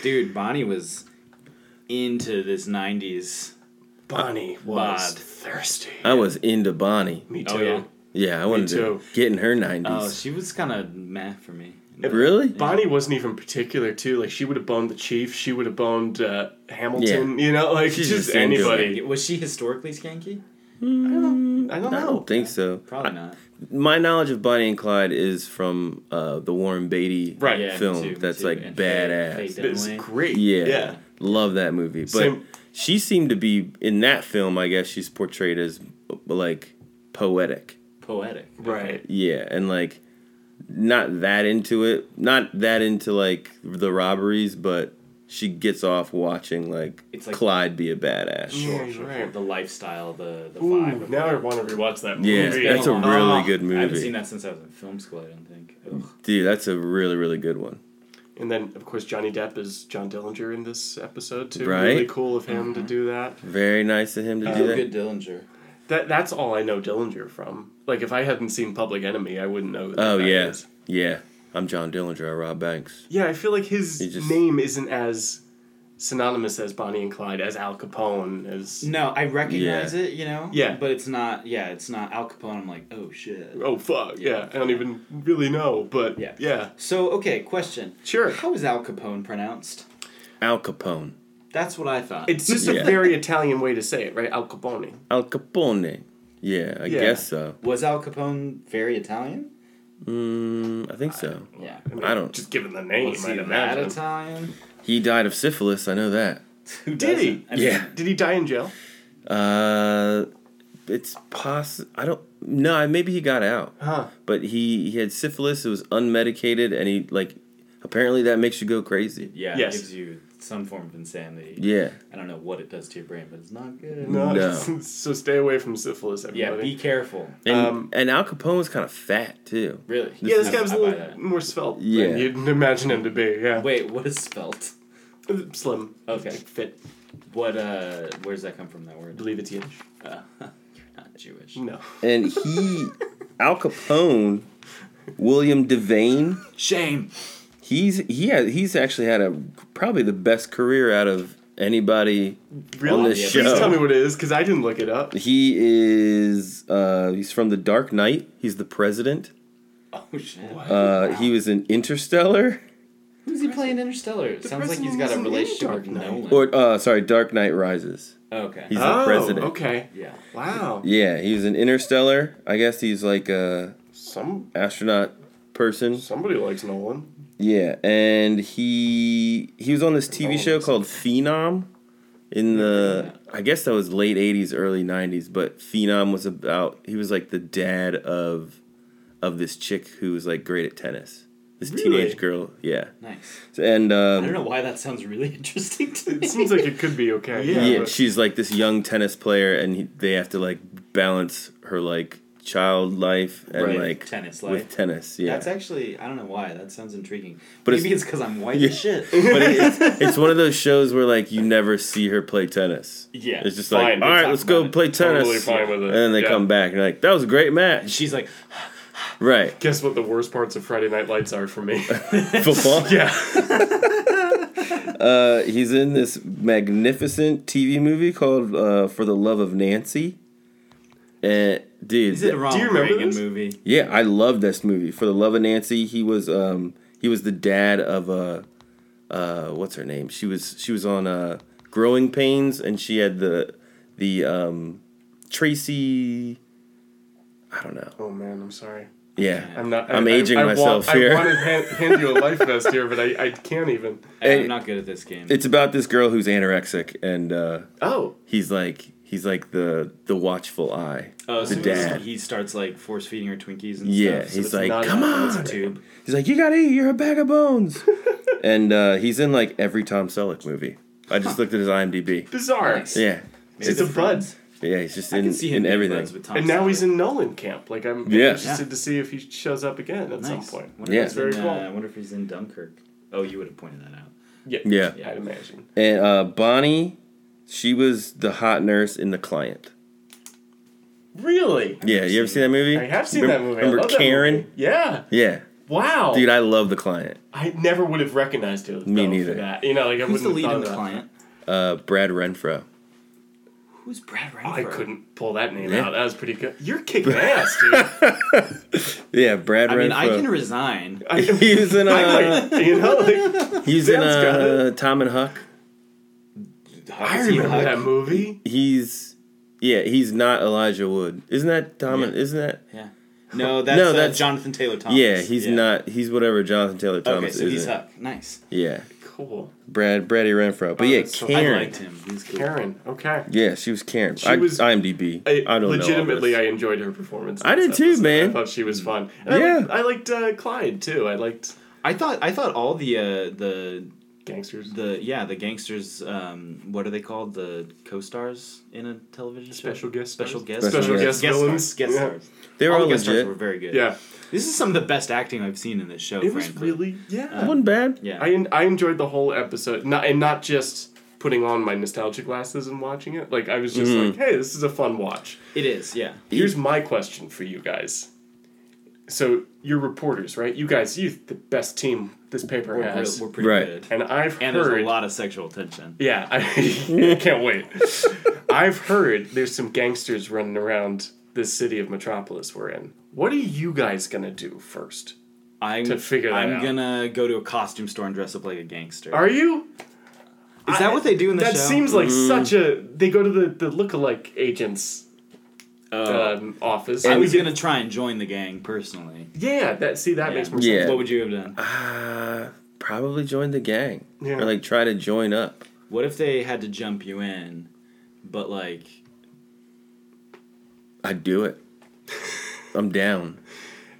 [SPEAKER 1] Dude, Bonnie was into this '90s.
[SPEAKER 3] Bonnie was
[SPEAKER 1] Bod.
[SPEAKER 3] thirsty.
[SPEAKER 2] I was into Bonnie.
[SPEAKER 3] Me too.
[SPEAKER 1] Oh, yeah.
[SPEAKER 2] Yeah, I wanted to
[SPEAKER 3] too.
[SPEAKER 2] get in her nineties.
[SPEAKER 1] Oh, she was kind of meh for me.
[SPEAKER 2] really?
[SPEAKER 3] Bonnie wasn't even particular too. Like she would have boned the chief. She would have boned uh, Hamilton. You know, like
[SPEAKER 2] She's
[SPEAKER 3] just
[SPEAKER 2] just into
[SPEAKER 3] anybody.
[SPEAKER 1] Was she historically skanky?
[SPEAKER 3] I don't
[SPEAKER 2] I
[SPEAKER 3] know.
[SPEAKER 2] don't think so.
[SPEAKER 1] Probably not.
[SPEAKER 2] My knowledge of Bonnie and Clyde is from uh, the Warren Beatty
[SPEAKER 3] Right.
[SPEAKER 1] Yeah,
[SPEAKER 2] film
[SPEAKER 1] me too,
[SPEAKER 2] that's
[SPEAKER 1] me too.
[SPEAKER 2] like
[SPEAKER 1] And
[SPEAKER 2] badass.
[SPEAKER 1] Faye- Faye
[SPEAKER 3] It's
[SPEAKER 1] Dunaway.
[SPEAKER 3] great.
[SPEAKER 2] Yeah.
[SPEAKER 3] Yeah.
[SPEAKER 2] Love that movie. But
[SPEAKER 3] Same-
[SPEAKER 2] she seemed to be in that film, I guess she's portrayed as like poetic.
[SPEAKER 1] Poetic.
[SPEAKER 3] Right.
[SPEAKER 2] Yeah, and like not that into it. Not that into like the robberies, but she gets off watching like,
[SPEAKER 1] It's like-
[SPEAKER 2] Clyde be a badass.
[SPEAKER 3] Yeah,
[SPEAKER 1] Sure,
[SPEAKER 3] you're
[SPEAKER 1] sure.
[SPEAKER 3] right.
[SPEAKER 1] The lifestyle, the the
[SPEAKER 3] Ooh,
[SPEAKER 1] vibe. of
[SPEAKER 3] now
[SPEAKER 1] it.
[SPEAKER 3] I want to rewatch that movie.
[SPEAKER 2] Yeah, Ah. that's a
[SPEAKER 1] Oh,
[SPEAKER 2] really good
[SPEAKER 1] I haven't seen
[SPEAKER 2] movie.
[SPEAKER 1] that since I was in film school. I don't think. Ugh.
[SPEAKER 2] Dude, that's a really, really good one.
[SPEAKER 3] And then, of course, Johnny Depp is John Dillinger in this episode too.
[SPEAKER 2] Right.
[SPEAKER 3] Really cool of him to do that.
[SPEAKER 2] Very nice of him to
[SPEAKER 3] Uh,
[SPEAKER 2] do
[SPEAKER 1] Oh,
[SPEAKER 2] that.
[SPEAKER 1] good Dillinger.
[SPEAKER 3] That that's all I know Dillinger from. Like, if I hadn't seen Public Enemy, I wouldn't know. Who that
[SPEAKER 2] Oh
[SPEAKER 3] guy
[SPEAKER 2] yeah,
[SPEAKER 3] is.
[SPEAKER 2] yeah. I'm John Dillinger. I rob banks.
[SPEAKER 3] Yeah, I feel like his
[SPEAKER 2] He just-
[SPEAKER 3] name isn't as synonymous as Bonnie and Clyde, as Al Capone, as
[SPEAKER 1] No, I recognize
[SPEAKER 2] Yeah.
[SPEAKER 1] it. You know.
[SPEAKER 3] Yeah.
[SPEAKER 1] But it's not. Yeah, it's not Al Capone. I'm like, oh shit.
[SPEAKER 3] oh fuck yeah. I don't even really know, but yeah,
[SPEAKER 1] Yeah. So okay, question.
[SPEAKER 3] Sure.
[SPEAKER 1] How is Al Capone pronounced?
[SPEAKER 2] Al Capone.
[SPEAKER 1] That's what I thought.
[SPEAKER 3] It's just a
[SPEAKER 2] Yeah.
[SPEAKER 3] very Italian way to say it, right? Al Capone.
[SPEAKER 2] Al Capone. Yeah, I
[SPEAKER 3] Yeah.
[SPEAKER 2] guess so.
[SPEAKER 1] was Al Capone very Italian?
[SPEAKER 2] Mm, I think so.
[SPEAKER 1] Yeah.
[SPEAKER 3] mean,
[SPEAKER 2] I don't-
[SPEAKER 3] Just given the name,
[SPEAKER 1] Was
[SPEAKER 3] I'd
[SPEAKER 1] he that
[SPEAKER 3] imagine.
[SPEAKER 1] Italian?
[SPEAKER 2] He died of syphilis. I know that.
[SPEAKER 1] Who
[SPEAKER 3] Did he?
[SPEAKER 1] doesn't? I mean,
[SPEAKER 2] Yeah.
[SPEAKER 3] Did he die in jail?
[SPEAKER 2] Uh, it's poss. I don't. No, maybe he got out.
[SPEAKER 3] Huh.
[SPEAKER 2] But he he had syphilis. It was unmedicated, and he like apparently that makes you go crazy.
[SPEAKER 1] Yeah.
[SPEAKER 3] Yes.
[SPEAKER 1] It gives you some form of insanity.
[SPEAKER 2] Yeah.
[SPEAKER 1] I don't know what it does to your brain, but it's not good.
[SPEAKER 3] No.
[SPEAKER 2] No.
[SPEAKER 3] so stay away from syphilis,
[SPEAKER 1] Yeah,
[SPEAKER 3] everybody.
[SPEAKER 1] be careful.
[SPEAKER 2] And
[SPEAKER 3] Um,
[SPEAKER 2] and Al Capone was kind of fat too.
[SPEAKER 1] Really.
[SPEAKER 3] Yeah, this guy was
[SPEAKER 1] I
[SPEAKER 3] a
[SPEAKER 1] buy
[SPEAKER 3] little
[SPEAKER 1] that.
[SPEAKER 3] more svelte
[SPEAKER 2] Yeah.
[SPEAKER 3] than you'd imagine him to be. Yeah,
[SPEAKER 1] Wait, what is spelt?
[SPEAKER 3] slim,
[SPEAKER 1] Okay.
[SPEAKER 3] fit.
[SPEAKER 1] What uh where does that come from that word?
[SPEAKER 3] Believe it's Yiddish.
[SPEAKER 1] Uh, you're not Jewish.
[SPEAKER 3] No,
[SPEAKER 2] And he, Al Capone, William Devane.
[SPEAKER 1] Shame.
[SPEAKER 2] He's he had, he's actually had a probably the best career out of anybody.
[SPEAKER 3] really.
[SPEAKER 2] this
[SPEAKER 3] Please
[SPEAKER 2] show. Uh,
[SPEAKER 3] tell me what it is, because I didn't look it up.
[SPEAKER 2] He is uh, he's from The Dark Knight. He's the president.
[SPEAKER 1] Oh shit.
[SPEAKER 2] Uh, he was in Interstellar
[SPEAKER 1] Who's he playing Interstellar? It sounds like he's got a
[SPEAKER 3] president was in
[SPEAKER 1] relationship
[SPEAKER 3] Dark
[SPEAKER 1] with Nolan.
[SPEAKER 3] Knight.
[SPEAKER 2] or uh, sorry, Dark Knight Rises.
[SPEAKER 1] okay.
[SPEAKER 2] He's
[SPEAKER 3] oh,
[SPEAKER 2] the president.
[SPEAKER 3] okay.
[SPEAKER 1] yeah.
[SPEAKER 3] Wow.
[SPEAKER 2] Yeah, he was in Interstellar. I guess he's like a
[SPEAKER 3] Some
[SPEAKER 2] astronaut person.
[SPEAKER 3] somebody likes Nolan.
[SPEAKER 2] Yeah, and he he was on this TV show called Phenom, in the I guess that was late '80s, early '90s. But Phenom was about he was like the dad of of this chick who was like great at tennis. This
[SPEAKER 3] Really?
[SPEAKER 2] teenage girl, yeah.
[SPEAKER 1] Nice.
[SPEAKER 2] So- And
[SPEAKER 5] I don't
[SPEAKER 2] um,
[SPEAKER 5] know why that sounds really interesting to me.
[SPEAKER 3] It seems like it could be okay.
[SPEAKER 1] Yeah.
[SPEAKER 2] yeah,
[SPEAKER 3] but-
[SPEAKER 2] she's like this young tennis player, and he, they have to like balance her like child life and
[SPEAKER 5] Right,
[SPEAKER 2] like
[SPEAKER 5] tennis
[SPEAKER 2] with
[SPEAKER 5] life.
[SPEAKER 2] tennis. Yeah,
[SPEAKER 1] That's actually I don't know why that sounds intriguing.
[SPEAKER 2] But
[SPEAKER 1] But
[SPEAKER 2] it's-
[SPEAKER 1] Maybe it's because I'm white
[SPEAKER 2] Yeah.
[SPEAKER 1] as shit.
[SPEAKER 2] but it, it's, it's one of those shows where like you never see her play tennis.
[SPEAKER 5] Yeah,
[SPEAKER 2] it's just
[SPEAKER 3] fine,
[SPEAKER 2] like all
[SPEAKER 3] we'll
[SPEAKER 2] right,
[SPEAKER 3] talk
[SPEAKER 2] let's go
[SPEAKER 3] about it.
[SPEAKER 2] play tennis.
[SPEAKER 3] Totally fine with it,
[SPEAKER 2] And then they
[SPEAKER 3] yeah.
[SPEAKER 2] come back and you're like that was a great match.
[SPEAKER 1] She's like,
[SPEAKER 2] Right,
[SPEAKER 3] Guess what the worst parts of Friday Night Lights are for me?
[SPEAKER 2] football.
[SPEAKER 3] yeah.
[SPEAKER 2] Uh, he's in this magnificent TV movie called uh, For the Love of Nancy. And dude,
[SPEAKER 1] is it
[SPEAKER 2] th-
[SPEAKER 1] a Ronald
[SPEAKER 3] Do you remember
[SPEAKER 1] Reagan
[SPEAKER 3] this?
[SPEAKER 1] movie?
[SPEAKER 2] yeah, I love this movie. For the Love of Nancy, he was um he was the dad of uh uh what's her name? She was she was on uh Growing Pains and she had the the um Tracy I don't know.
[SPEAKER 3] Oh man, I'm sorry.
[SPEAKER 2] Yeah.
[SPEAKER 3] I'm not.
[SPEAKER 2] I'm aging myself
[SPEAKER 3] want,
[SPEAKER 2] here.
[SPEAKER 3] I want to hand, hand you a life vest here, but I, I can't even.
[SPEAKER 2] Hey.
[SPEAKER 1] I'm not good at this game.
[SPEAKER 2] It's about this girl who's anorexic and uh
[SPEAKER 3] Oh,
[SPEAKER 2] he's like he's like the the watchful eye.
[SPEAKER 1] oh, so
[SPEAKER 2] the
[SPEAKER 1] he's-
[SPEAKER 2] dad.
[SPEAKER 1] He starts like force feeding her Twinkies and
[SPEAKER 2] Yeah,
[SPEAKER 1] stuff. so
[SPEAKER 2] he's
[SPEAKER 1] it's
[SPEAKER 2] like,
[SPEAKER 1] not
[SPEAKER 2] "Come
[SPEAKER 1] a- it's
[SPEAKER 2] on."
[SPEAKER 1] a tube.
[SPEAKER 2] He's like, you gotta eat. You're a bag of bones. and uh, he's in like every Tom Selleck movie. I just looked at his IMDb.
[SPEAKER 3] bizarre.
[SPEAKER 1] Nice.
[SPEAKER 2] Yeah,
[SPEAKER 3] It's a bud.
[SPEAKER 2] yeah. He's just
[SPEAKER 1] I
[SPEAKER 2] in,
[SPEAKER 1] can see him
[SPEAKER 2] in
[SPEAKER 1] being
[SPEAKER 2] everything.
[SPEAKER 1] friends with Tom
[SPEAKER 3] And now he's
[SPEAKER 1] Selleck.
[SPEAKER 3] in Nolan camp. Like I'm
[SPEAKER 2] Yeah.
[SPEAKER 3] interested
[SPEAKER 1] Yeah.
[SPEAKER 3] to see if he shows up again at some
[SPEAKER 1] Nice.
[SPEAKER 3] point.
[SPEAKER 1] Wonder
[SPEAKER 2] Yeah.
[SPEAKER 1] if he's
[SPEAKER 3] Very
[SPEAKER 1] in,
[SPEAKER 3] cool.
[SPEAKER 1] uh, I wonder if he's in Dunkirk. Oh, you would have pointed that out.
[SPEAKER 3] Yeah.
[SPEAKER 2] Yeah.
[SPEAKER 3] I'd imagine.
[SPEAKER 2] And uh, Bonnie, she was the hot nurse in The Client.
[SPEAKER 3] Really?
[SPEAKER 2] Yeah, you ever seen that movie?
[SPEAKER 3] I have seen
[SPEAKER 2] remember,
[SPEAKER 3] that movie. I
[SPEAKER 2] Remember
[SPEAKER 3] love that
[SPEAKER 2] Karen?
[SPEAKER 3] movie. Yeah.
[SPEAKER 2] Yeah,
[SPEAKER 3] Wow.
[SPEAKER 2] dude, I love The Client.
[SPEAKER 3] I never would have recognized it.
[SPEAKER 2] Me
[SPEAKER 3] though,
[SPEAKER 2] neither.
[SPEAKER 3] For that. You know, like I
[SPEAKER 1] Who's
[SPEAKER 3] wouldn't
[SPEAKER 1] the
[SPEAKER 3] have
[SPEAKER 1] lead
[SPEAKER 3] thought
[SPEAKER 1] in
[SPEAKER 3] of
[SPEAKER 1] the
[SPEAKER 3] that.
[SPEAKER 1] client?
[SPEAKER 2] Uh, Brad Renfro.
[SPEAKER 1] Who's Brad Renfro?
[SPEAKER 3] Oh, I couldn't pull that name
[SPEAKER 2] Yeah.
[SPEAKER 3] out. That was pretty good. You're kicking ass, dude.
[SPEAKER 2] Yeah, Brad
[SPEAKER 1] I
[SPEAKER 2] Renfro.
[SPEAKER 1] mean, I can resign.
[SPEAKER 3] I,
[SPEAKER 2] he was in uh,
[SPEAKER 3] I like, you know, like,
[SPEAKER 2] he was in
[SPEAKER 3] Dan's got
[SPEAKER 2] uh, Tom and Huck.
[SPEAKER 3] I remember that movie.
[SPEAKER 2] He's yeah, he's not Elijah Wood. Isn't that Tom? and-
[SPEAKER 1] Yeah.
[SPEAKER 2] Isn't that
[SPEAKER 1] Yeah. No, that's,
[SPEAKER 2] No,
[SPEAKER 1] uh,
[SPEAKER 2] that's-
[SPEAKER 1] Jonathan Taylor Thomas.
[SPEAKER 2] Yeah, he's not. He's whatever Jonathan Taylor
[SPEAKER 1] Okay,
[SPEAKER 2] Thomas
[SPEAKER 1] so
[SPEAKER 2] is.
[SPEAKER 1] he's Huck. Nice.
[SPEAKER 2] Yeah,
[SPEAKER 3] Cool.
[SPEAKER 2] Brad Brady Renfro. But
[SPEAKER 3] Oh,
[SPEAKER 2] yeah,
[SPEAKER 3] that's so- I
[SPEAKER 2] Karen.
[SPEAKER 1] I liked him. He was cool.
[SPEAKER 3] Karen. Okay.
[SPEAKER 2] Yeah, she was Karen.
[SPEAKER 3] She
[SPEAKER 2] I,
[SPEAKER 3] was-
[SPEAKER 2] IMDb.
[SPEAKER 3] I,
[SPEAKER 2] I, I don't
[SPEAKER 3] legitimately,
[SPEAKER 2] know. all
[SPEAKER 3] I enjoyed her performance. in
[SPEAKER 2] I
[SPEAKER 3] this
[SPEAKER 2] did too,
[SPEAKER 3] episode.
[SPEAKER 2] man.
[SPEAKER 3] I thought she was fun. And
[SPEAKER 2] Yeah.
[SPEAKER 3] I liked, I liked uh, Clyde too. I liked
[SPEAKER 1] I thought I thought all the uh, the
[SPEAKER 3] gangsters.
[SPEAKER 1] the yeah the gangsters um, what are they called the co-stars in a television show?
[SPEAKER 3] Special guest stars?
[SPEAKER 1] special guest
[SPEAKER 2] Special
[SPEAKER 1] stars.
[SPEAKER 3] guest villains?
[SPEAKER 1] stars guest
[SPEAKER 3] Yeah.
[SPEAKER 1] stars
[SPEAKER 2] this. they were
[SPEAKER 1] all
[SPEAKER 2] all
[SPEAKER 1] the guest
[SPEAKER 2] legit.
[SPEAKER 1] stars were very good
[SPEAKER 3] yeah,
[SPEAKER 1] this is some of the best acting I've seen in this show
[SPEAKER 3] it was
[SPEAKER 1] frankly
[SPEAKER 3] really yeah.
[SPEAKER 1] Uh,
[SPEAKER 2] wasn't bad.
[SPEAKER 1] yeah
[SPEAKER 3] I en- I enjoyed the whole episode, not and not just putting on my nostalgia glasses and watching it. Like I was just
[SPEAKER 2] Mm-hmm.
[SPEAKER 3] like, hey, this is a fun watch.
[SPEAKER 1] it is yeah
[SPEAKER 3] Here's my question for you guys. So you're reporters, right? You guys, you the best team this paper
[SPEAKER 1] we're, real-
[SPEAKER 3] has,
[SPEAKER 1] we're pretty
[SPEAKER 2] Right.
[SPEAKER 1] good
[SPEAKER 3] and I've
[SPEAKER 1] and
[SPEAKER 3] heard
[SPEAKER 1] there's a lot of sexual tension
[SPEAKER 3] Yeah, I I can't wait. I've heard there's some gangsters running around this city of Metropolis we're in. What are you guys gonna do first?
[SPEAKER 1] I'm
[SPEAKER 3] To figure that
[SPEAKER 1] I'm
[SPEAKER 3] out.
[SPEAKER 1] gonna go to a costume store and dress up like a gangster
[SPEAKER 3] Are you?
[SPEAKER 1] is that what they do in the
[SPEAKER 3] That
[SPEAKER 1] show
[SPEAKER 3] seems like
[SPEAKER 2] Mm.
[SPEAKER 3] such a. They go to the the lookalike agents.
[SPEAKER 2] Oh.
[SPEAKER 3] Um, office.
[SPEAKER 1] I
[SPEAKER 3] And
[SPEAKER 1] was
[SPEAKER 3] we
[SPEAKER 1] gonna try and join the gang personally
[SPEAKER 3] yeah, that see that makes more
[SPEAKER 2] Yeah.
[SPEAKER 1] what would you have done
[SPEAKER 2] Uh, probably joined the gang
[SPEAKER 3] Yeah.
[SPEAKER 2] or like try to join up.
[SPEAKER 1] What if they had to jump you in, but like
[SPEAKER 2] I'd do it. I'm down.
[SPEAKER 3] sense.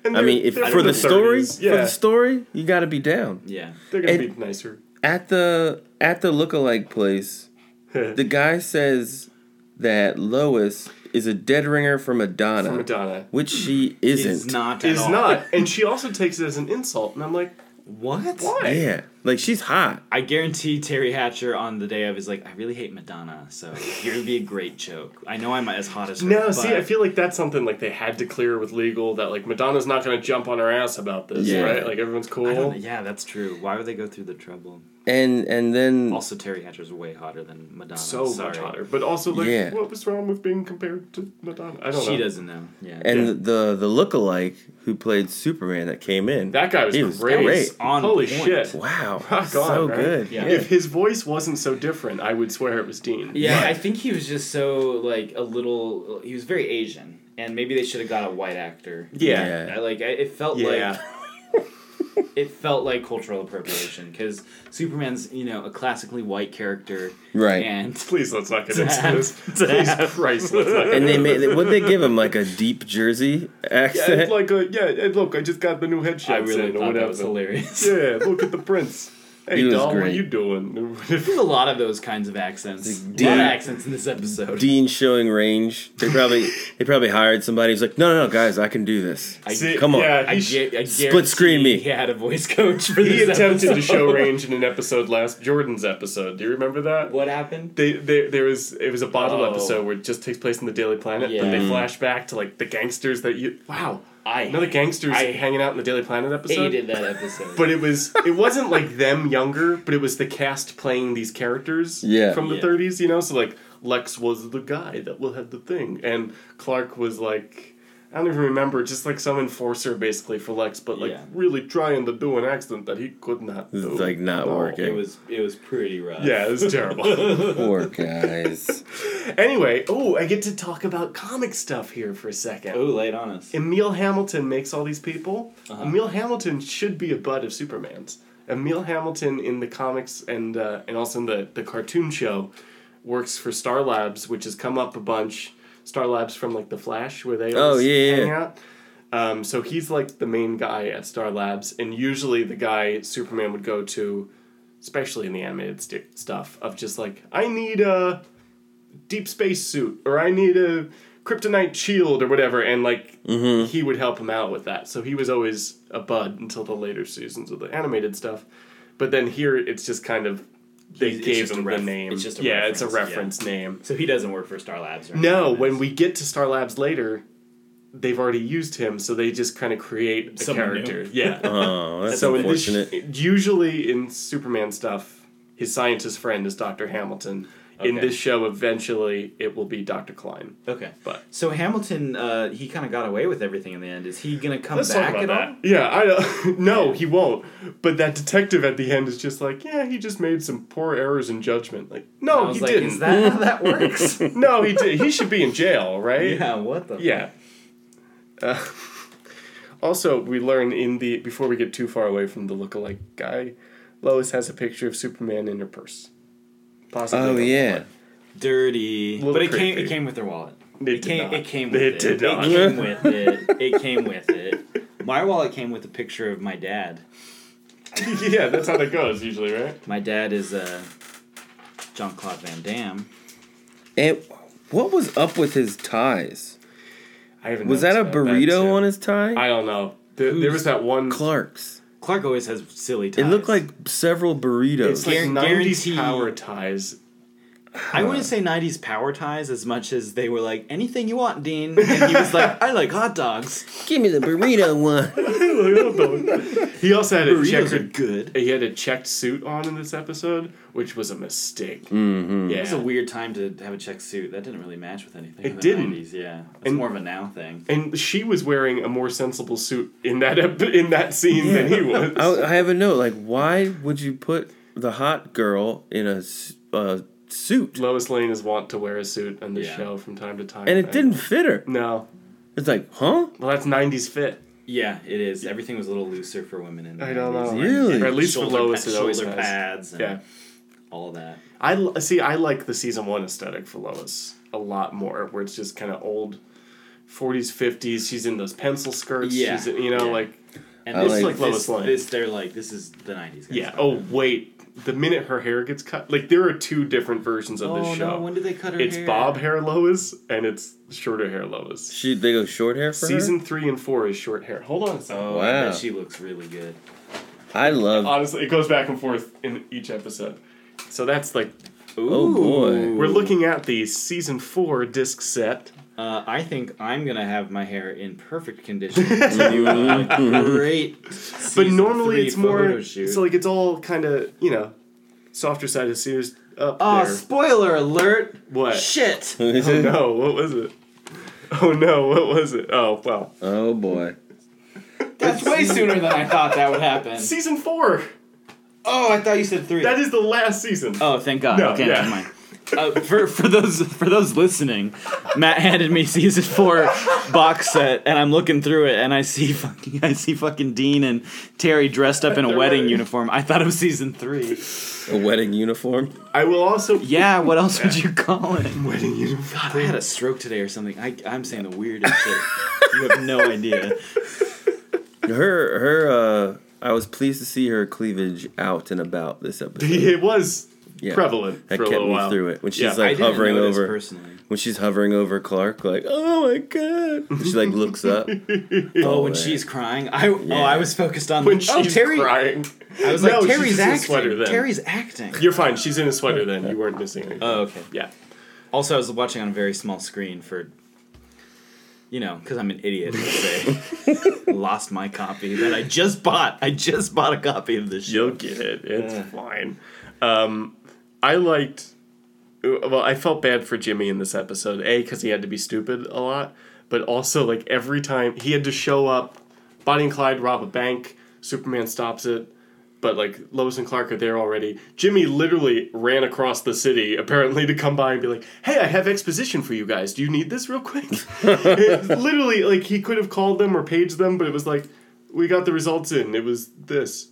[SPEAKER 3] And
[SPEAKER 2] I
[SPEAKER 3] they're-
[SPEAKER 2] mean, if
[SPEAKER 3] they're
[SPEAKER 2] for
[SPEAKER 3] in
[SPEAKER 2] the, story,
[SPEAKER 3] 30s. yeah,
[SPEAKER 2] for the story, you got to be down.
[SPEAKER 1] yeah,
[SPEAKER 3] they're gonna
[SPEAKER 2] and-
[SPEAKER 3] be nicer.
[SPEAKER 2] At the at the lookalike place, the guy says that Lois is a dead ringer from Madonna,
[SPEAKER 3] Madonna
[SPEAKER 2] which she isn't.
[SPEAKER 1] is not at
[SPEAKER 3] is
[SPEAKER 1] all.
[SPEAKER 3] not, and she also takes it as an insult, and I'm like,
[SPEAKER 1] what?
[SPEAKER 3] why?
[SPEAKER 2] Yeah, like she's hot.
[SPEAKER 1] I guarantee Terry Hatcher on the day of is like, I really hate Madonna, so here would be a great joke. I know I'm as hot as her.
[SPEAKER 3] No,
[SPEAKER 1] but
[SPEAKER 3] see, I feel like that's something like they had to clear with legal that like Madonna's not going to jump on her ass about this,
[SPEAKER 2] Yeah.
[SPEAKER 3] right? Like everyone's
[SPEAKER 1] I don't
[SPEAKER 3] cool.
[SPEAKER 1] know. Yeah, that's true. Why would they go through the trouble?
[SPEAKER 2] And and then
[SPEAKER 1] Also, Terry Hatcher's way hotter than Madonna.
[SPEAKER 3] So
[SPEAKER 1] Sorry.
[SPEAKER 3] much hotter, but also like,
[SPEAKER 2] Yeah.
[SPEAKER 3] what was wrong with being compared to Madonna? I don't know.
[SPEAKER 1] She doesn't know. Yeah.
[SPEAKER 2] and
[SPEAKER 3] Yeah.
[SPEAKER 2] the the lookalike who played Superman that came in.
[SPEAKER 3] That guy was,
[SPEAKER 2] He was
[SPEAKER 3] great.
[SPEAKER 2] great.
[SPEAKER 1] On
[SPEAKER 3] Holy
[SPEAKER 1] point.
[SPEAKER 3] shit!
[SPEAKER 2] wow,
[SPEAKER 3] Rock
[SPEAKER 2] so
[SPEAKER 3] on, right?
[SPEAKER 2] good.
[SPEAKER 1] Yeah.
[SPEAKER 3] If his voice wasn't so different, I would swear it was Dean.
[SPEAKER 1] yeah, I think he was just so like a little. He was very Asian, and maybe they should have got a white actor.
[SPEAKER 3] Yeah.
[SPEAKER 2] Yeah.
[SPEAKER 1] I like. I, it felt
[SPEAKER 3] Yeah.
[SPEAKER 1] like it felt like cultural appropriation because Superman's you know a classically white character,
[SPEAKER 2] Right.
[SPEAKER 1] And
[SPEAKER 3] Please let's not get into
[SPEAKER 1] Damn.
[SPEAKER 3] this. Please,
[SPEAKER 1] Damn.
[SPEAKER 3] Christ, let's not. Get
[SPEAKER 2] And
[SPEAKER 3] into
[SPEAKER 2] they made what they give him like a deep Jersey
[SPEAKER 3] yeah,
[SPEAKER 2] accent.
[SPEAKER 3] it's like a, yeah. Hey, look, I just got the new headshot.
[SPEAKER 1] I really
[SPEAKER 3] in or
[SPEAKER 1] thought
[SPEAKER 3] whatever.
[SPEAKER 1] that was hilarious.
[SPEAKER 3] Yeah, look at the prints. Hey,
[SPEAKER 2] He was
[SPEAKER 3] doll, what are
[SPEAKER 2] great.
[SPEAKER 3] you doing?
[SPEAKER 1] There's a lot of those kinds of accents.
[SPEAKER 2] Like,
[SPEAKER 1] a lot
[SPEAKER 2] dude.
[SPEAKER 1] of accents in this episode.
[SPEAKER 2] Dean showing range. They probably they probably hired somebody who's like, no, no, no, guys, I can do this.
[SPEAKER 1] I,
[SPEAKER 3] See,
[SPEAKER 2] Come on.
[SPEAKER 3] yeah,
[SPEAKER 1] I,
[SPEAKER 3] he sh-
[SPEAKER 1] gu- I
[SPEAKER 2] Split screen
[SPEAKER 1] guarantee
[SPEAKER 2] me.
[SPEAKER 1] He had a voice coach for
[SPEAKER 3] He
[SPEAKER 1] this
[SPEAKER 3] attempted to
[SPEAKER 1] episode.
[SPEAKER 3] show range in an episode last Jordan's episode. Do you remember that?
[SPEAKER 1] What happened?
[SPEAKER 3] They, they, there was it was a bottle
[SPEAKER 1] Oh.
[SPEAKER 3] episode where it just takes place in the Daily Planet, but
[SPEAKER 1] Yeah.
[SPEAKER 3] they flash back to like the gangsters that you wow
[SPEAKER 1] I
[SPEAKER 3] another gangsters
[SPEAKER 1] I-
[SPEAKER 3] hanging out in the Daily Planet episode.
[SPEAKER 1] hated that episode.
[SPEAKER 3] But it was it wasn't like them younger, but it was the cast playing these characters
[SPEAKER 2] Yeah.
[SPEAKER 3] from the
[SPEAKER 1] Yeah.
[SPEAKER 3] 30s, you know. So like Lex was the guy that will have the thing, and Clark was like. I don't even remember, just like some enforcer basically for Lex, but like
[SPEAKER 1] Yeah.
[SPEAKER 3] really trying to do an accent that he could not
[SPEAKER 2] This
[SPEAKER 3] do.
[SPEAKER 2] is, like, not working.
[SPEAKER 1] it was it was pretty rough.
[SPEAKER 3] Yeah, it was terrible.
[SPEAKER 2] Poor guys.
[SPEAKER 3] anyway, oh, I get to talk about comic stuff here for a second.
[SPEAKER 1] Oh, late on us.
[SPEAKER 3] Emil Hamilton makes all these people.
[SPEAKER 2] Uh-huh.
[SPEAKER 3] Emil Hamilton should be a bud of Superman's. Emil Hamilton in the comics and uh, and also in the, the cartoon show works for Star Labs, which has come up a bunch. Star Labs from like the Flash, where they
[SPEAKER 2] Oh,
[SPEAKER 3] always
[SPEAKER 2] yeah,
[SPEAKER 3] hang
[SPEAKER 2] yeah.
[SPEAKER 3] out. Um, so he's like the main guy at Star Labs, and usually the guy Superman would go to, especially in the animated st- stuff, of just like I need a deep space suit or I need a kryptonite shield or whatever, and like
[SPEAKER 2] Mm-hmm.
[SPEAKER 3] he would help him out with that. So he was always a bud until the later seasons of the animated stuff. But then here it's just kind of they
[SPEAKER 1] He's- it's
[SPEAKER 3] gave
[SPEAKER 1] just a
[SPEAKER 3] him the
[SPEAKER 1] ref-
[SPEAKER 3] name.
[SPEAKER 1] it's just a
[SPEAKER 3] yeah, it's a
[SPEAKER 1] reference,
[SPEAKER 3] reference name.
[SPEAKER 1] So he doesn't work for Star Labs. Or
[SPEAKER 3] No,
[SPEAKER 1] anything.
[SPEAKER 3] when we get to Star Labs later, they've already used him, so they just kind of create a
[SPEAKER 1] Someone new.
[SPEAKER 3] character. Yeah.
[SPEAKER 2] Oh, that's
[SPEAKER 3] so in this,
[SPEAKER 2] unfortunate.
[SPEAKER 3] usually in Superman stuff, his scientist friend is Doctor Hamilton. In
[SPEAKER 1] Okay.
[SPEAKER 3] this show, eventually it will be Doctor Klein.
[SPEAKER 1] Okay.
[SPEAKER 3] But-
[SPEAKER 1] so Hamilton, uh, he kind of got away with everything in the end. Is he gonna come
[SPEAKER 3] Let's
[SPEAKER 1] back
[SPEAKER 3] talk
[SPEAKER 1] at
[SPEAKER 3] about that.
[SPEAKER 1] all?
[SPEAKER 3] Yeah, I don't. no, he won't. But that detective at the end is just like, yeah, he just made some poor errors in judgment. Like,
[SPEAKER 1] I
[SPEAKER 3] no,
[SPEAKER 1] was
[SPEAKER 3] Oh, he
[SPEAKER 1] like,
[SPEAKER 3] didn't.
[SPEAKER 1] is that how that works?
[SPEAKER 3] no, he did. He should be in jail, right?
[SPEAKER 1] yeah. What the?
[SPEAKER 3] Yeah. Uh, also, we learn in the before we get too far away from the lookalike guy, Lois has a picture of Superman in her purse. Possibly.
[SPEAKER 2] Oh
[SPEAKER 3] the-
[SPEAKER 2] yeah.
[SPEAKER 1] Dirty.
[SPEAKER 3] Little
[SPEAKER 1] But it came.
[SPEAKER 3] creepy.
[SPEAKER 1] It came with their wallet.
[SPEAKER 3] They
[SPEAKER 1] It
[SPEAKER 3] did
[SPEAKER 1] came.
[SPEAKER 3] not.
[SPEAKER 1] It came with
[SPEAKER 3] They
[SPEAKER 1] it.
[SPEAKER 3] did not.
[SPEAKER 1] It came with it. It came with it. My wallet came with a picture of my dad.
[SPEAKER 3] yeah, that's how that goes usually, right?
[SPEAKER 1] My dad is uh, Jean Claude Van Damme.
[SPEAKER 2] And what was up with his ties?
[SPEAKER 3] I haven't.
[SPEAKER 2] Was that a
[SPEAKER 3] noticed about
[SPEAKER 2] burrito
[SPEAKER 3] too.
[SPEAKER 2] on his tie?
[SPEAKER 3] I don't know. There, there was that one.
[SPEAKER 2] Clark's.
[SPEAKER 1] Clark always has silly ties.
[SPEAKER 2] It looked like several burritos.
[SPEAKER 3] It's like
[SPEAKER 1] Guar-
[SPEAKER 3] 90s
[SPEAKER 1] guarantee-
[SPEAKER 3] power ties.
[SPEAKER 1] I wouldn't say '90s power ties as much as they were like anything you want, Dean. And he was like, I like hot dogs.
[SPEAKER 2] Give me the burrito one.
[SPEAKER 3] He also had a
[SPEAKER 1] Burritos are
[SPEAKER 3] checkered.
[SPEAKER 1] good.
[SPEAKER 3] He had a checked suit on in this episode, which was a mistake.
[SPEAKER 2] Mm-hmm.
[SPEAKER 3] Yeah,
[SPEAKER 1] It's a weird time to have a check suit. That didn't really match with anything.
[SPEAKER 3] It
[SPEAKER 1] in the
[SPEAKER 3] didn't.
[SPEAKER 1] 90s, yeah, it's more of a now thing.
[SPEAKER 3] and she was wearing a more sensible suit in that ep- in that scene than he was.
[SPEAKER 2] I, I have a note. Like, why would you put the hot girl in a s- a suit?
[SPEAKER 3] Lois Lane is wont to wear a suit on the
[SPEAKER 1] Yeah.
[SPEAKER 3] show from time to time,
[SPEAKER 2] And it didn't fit her.
[SPEAKER 3] No,
[SPEAKER 2] It's like, huh?
[SPEAKER 3] well, that's '90s fit.
[SPEAKER 1] Yeah, it is. Everything was a little looser for women in the
[SPEAKER 3] I don't
[SPEAKER 1] 90s.
[SPEAKER 3] know.
[SPEAKER 2] Really?
[SPEAKER 3] Or at least
[SPEAKER 1] shoulder
[SPEAKER 3] for Lois,
[SPEAKER 1] pa-
[SPEAKER 3] it always
[SPEAKER 1] shoulder
[SPEAKER 3] has.
[SPEAKER 1] pads and
[SPEAKER 3] Yeah,
[SPEAKER 1] all that.
[SPEAKER 3] I l- see. I like the season one aesthetic for Lois a lot more, where it's just kind of old. 40s, 50s. She's in those pencil skirts.
[SPEAKER 1] Yeah.
[SPEAKER 3] She's in, you know,
[SPEAKER 1] Yeah.
[SPEAKER 3] like
[SPEAKER 1] And
[SPEAKER 2] I
[SPEAKER 1] this
[SPEAKER 2] like-
[SPEAKER 1] like,
[SPEAKER 3] Like
[SPEAKER 1] this,
[SPEAKER 3] Lois Lane.
[SPEAKER 1] this, they're like this is the 90s. guys.
[SPEAKER 3] Yeah. Oh wait, the minute her hair gets cut, like there are two different versions of
[SPEAKER 1] Oh,
[SPEAKER 3] this show.
[SPEAKER 1] no, when did they cut her
[SPEAKER 3] it's
[SPEAKER 1] hair?
[SPEAKER 3] bob hair Lois and it's shorter hair Lois.
[SPEAKER 2] She they go short hair for
[SPEAKER 3] Season three and four is short hair. Hold on a second.
[SPEAKER 1] Oh, I
[SPEAKER 2] Wow.
[SPEAKER 1] bet she looks really good.
[SPEAKER 2] her. I love.
[SPEAKER 3] Honestly, it goes back and forth in each episode. So that's like
[SPEAKER 2] Oh, boy.
[SPEAKER 3] we're looking at the season four disc set.
[SPEAKER 1] Uh, I think I'm gonna have my hair in perfect condition. to do a great.
[SPEAKER 3] But
[SPEAKER 1] season
[SPEAKER 3] normally
[SPEAKER 1] three
[SPEAKER 3] it's more
[SPEAKER 1] photo shoot.
[SPEAKER 3] so like it's all kind of you know softer side of Sears up
[SPEAKER 1] Oh,
[SPEAKER 3] there.
[SPEAKER 1] spoiler alert!
[SPEAKER 3] What?
[SPEAKER 1] Shit!
[SPEAKER 3] Oh no! What was it? Oh no! What was it? Oh well,
[SPEAKER 2] oh boy.
[SPEAKER 1] That's way sooner than I thought that would happen.
[SPEAKER 3] season four.
[SPEAKER 1] Oh, I thought you said three.
[SPEAKER 3] That is the last season.
[SPEAKER 1] oh, thank God.
[SPEAKER 3] No,
[SPEAKER 1] okay,
[SPEAKER 3] yeah.
[SPEAKER 1] never mind. uh, for for those for those listening, Matt handed me season four box set, and I'm looking through it, and I see fucking I see fucking Dean and Terry dressed up in a wedding uniform. I thought it was season three.
[SPEAKER 2] A wedding uniform.
[SPEAKER 3] I will also
[SPEAKER 1] Yeah, what else would you call it?
[SPEAKER 3] wedding uniform.
[SPEAKER 1] I had a stroke today or something. I I'm saying the weirdest shit. You have no idea.
[SPEAKER 2] Her her. uh I was pleased to see her cleavage out and about this episode.
[SPEAKER 3] It was
[SPEAKER 2] Yeah.
[SPEAKER 3] prevalent
[SPEAKER 2] That
[SPEAKER 3] for a
[SPEAKER 2] kept
[SPEAKER 3] little
[SPEAKER 2] me
[SPEAKER 3] while.
[SPEAKER 2] through it when she's
[SPEAKER 3] Yeah, I
[SPEAKER 1] I
[SPEAKER 2] like
[SPEAKER 1] didn't
[SPEAKER 2] hovering
[SPEAKER 1] notice
[SPEAKER 2] over
[SPEAKER 1] personally.
[SPEAKER 2] when she's hovering over Clark, like, oh my god. She like looks up.
[SPEAKER 1] Oh, when
[SPEAKER 2] man.
[SPEAKER 1] she's crying, I oh I was focused on
[SPEAKER 3] When she's
[SPEAKER 1] oh Terry.
[SPEAKER 3] crying,
[SPEAKER 1] I was like
[SPEAKER 3] No, she's
[SPEAKER 1] Terry's
[SPEAKER 3] just in a
[SPEAKER 1] acting.
[SPEAKER 3] sweater then.
[SPEAKER 1] Terry's acting.
[SPEAKER 3] you're fine. She's in a sweater. Then you weren't missing anything.
[SPEAKER 1] Oh, okay.
[SPEAKER 3] yeah.
[SPEAKER 1] Also, I was watching on a very small screen for, you know, because I'm an idiot. Let's say, lost my copy that I just bought. I just bought a copy of this show.
[SPEAKER 3] You'll get it. It's fine. Um, I liked. Well, I felt bad for Jimmy in this episode. A because he had to be stupid a lot, but also like every time he had to show up, Bonnie and Clyde rob a bank. Superman stops it, but like Lois and Clark are there already. Jimmy literally ran across the city apparently to come by and be like, "Hey, I have exposition for you guys. Do you need this real quick?" It- literally, like he could have called them or paged them, but it was like, "We got the results in. It was this."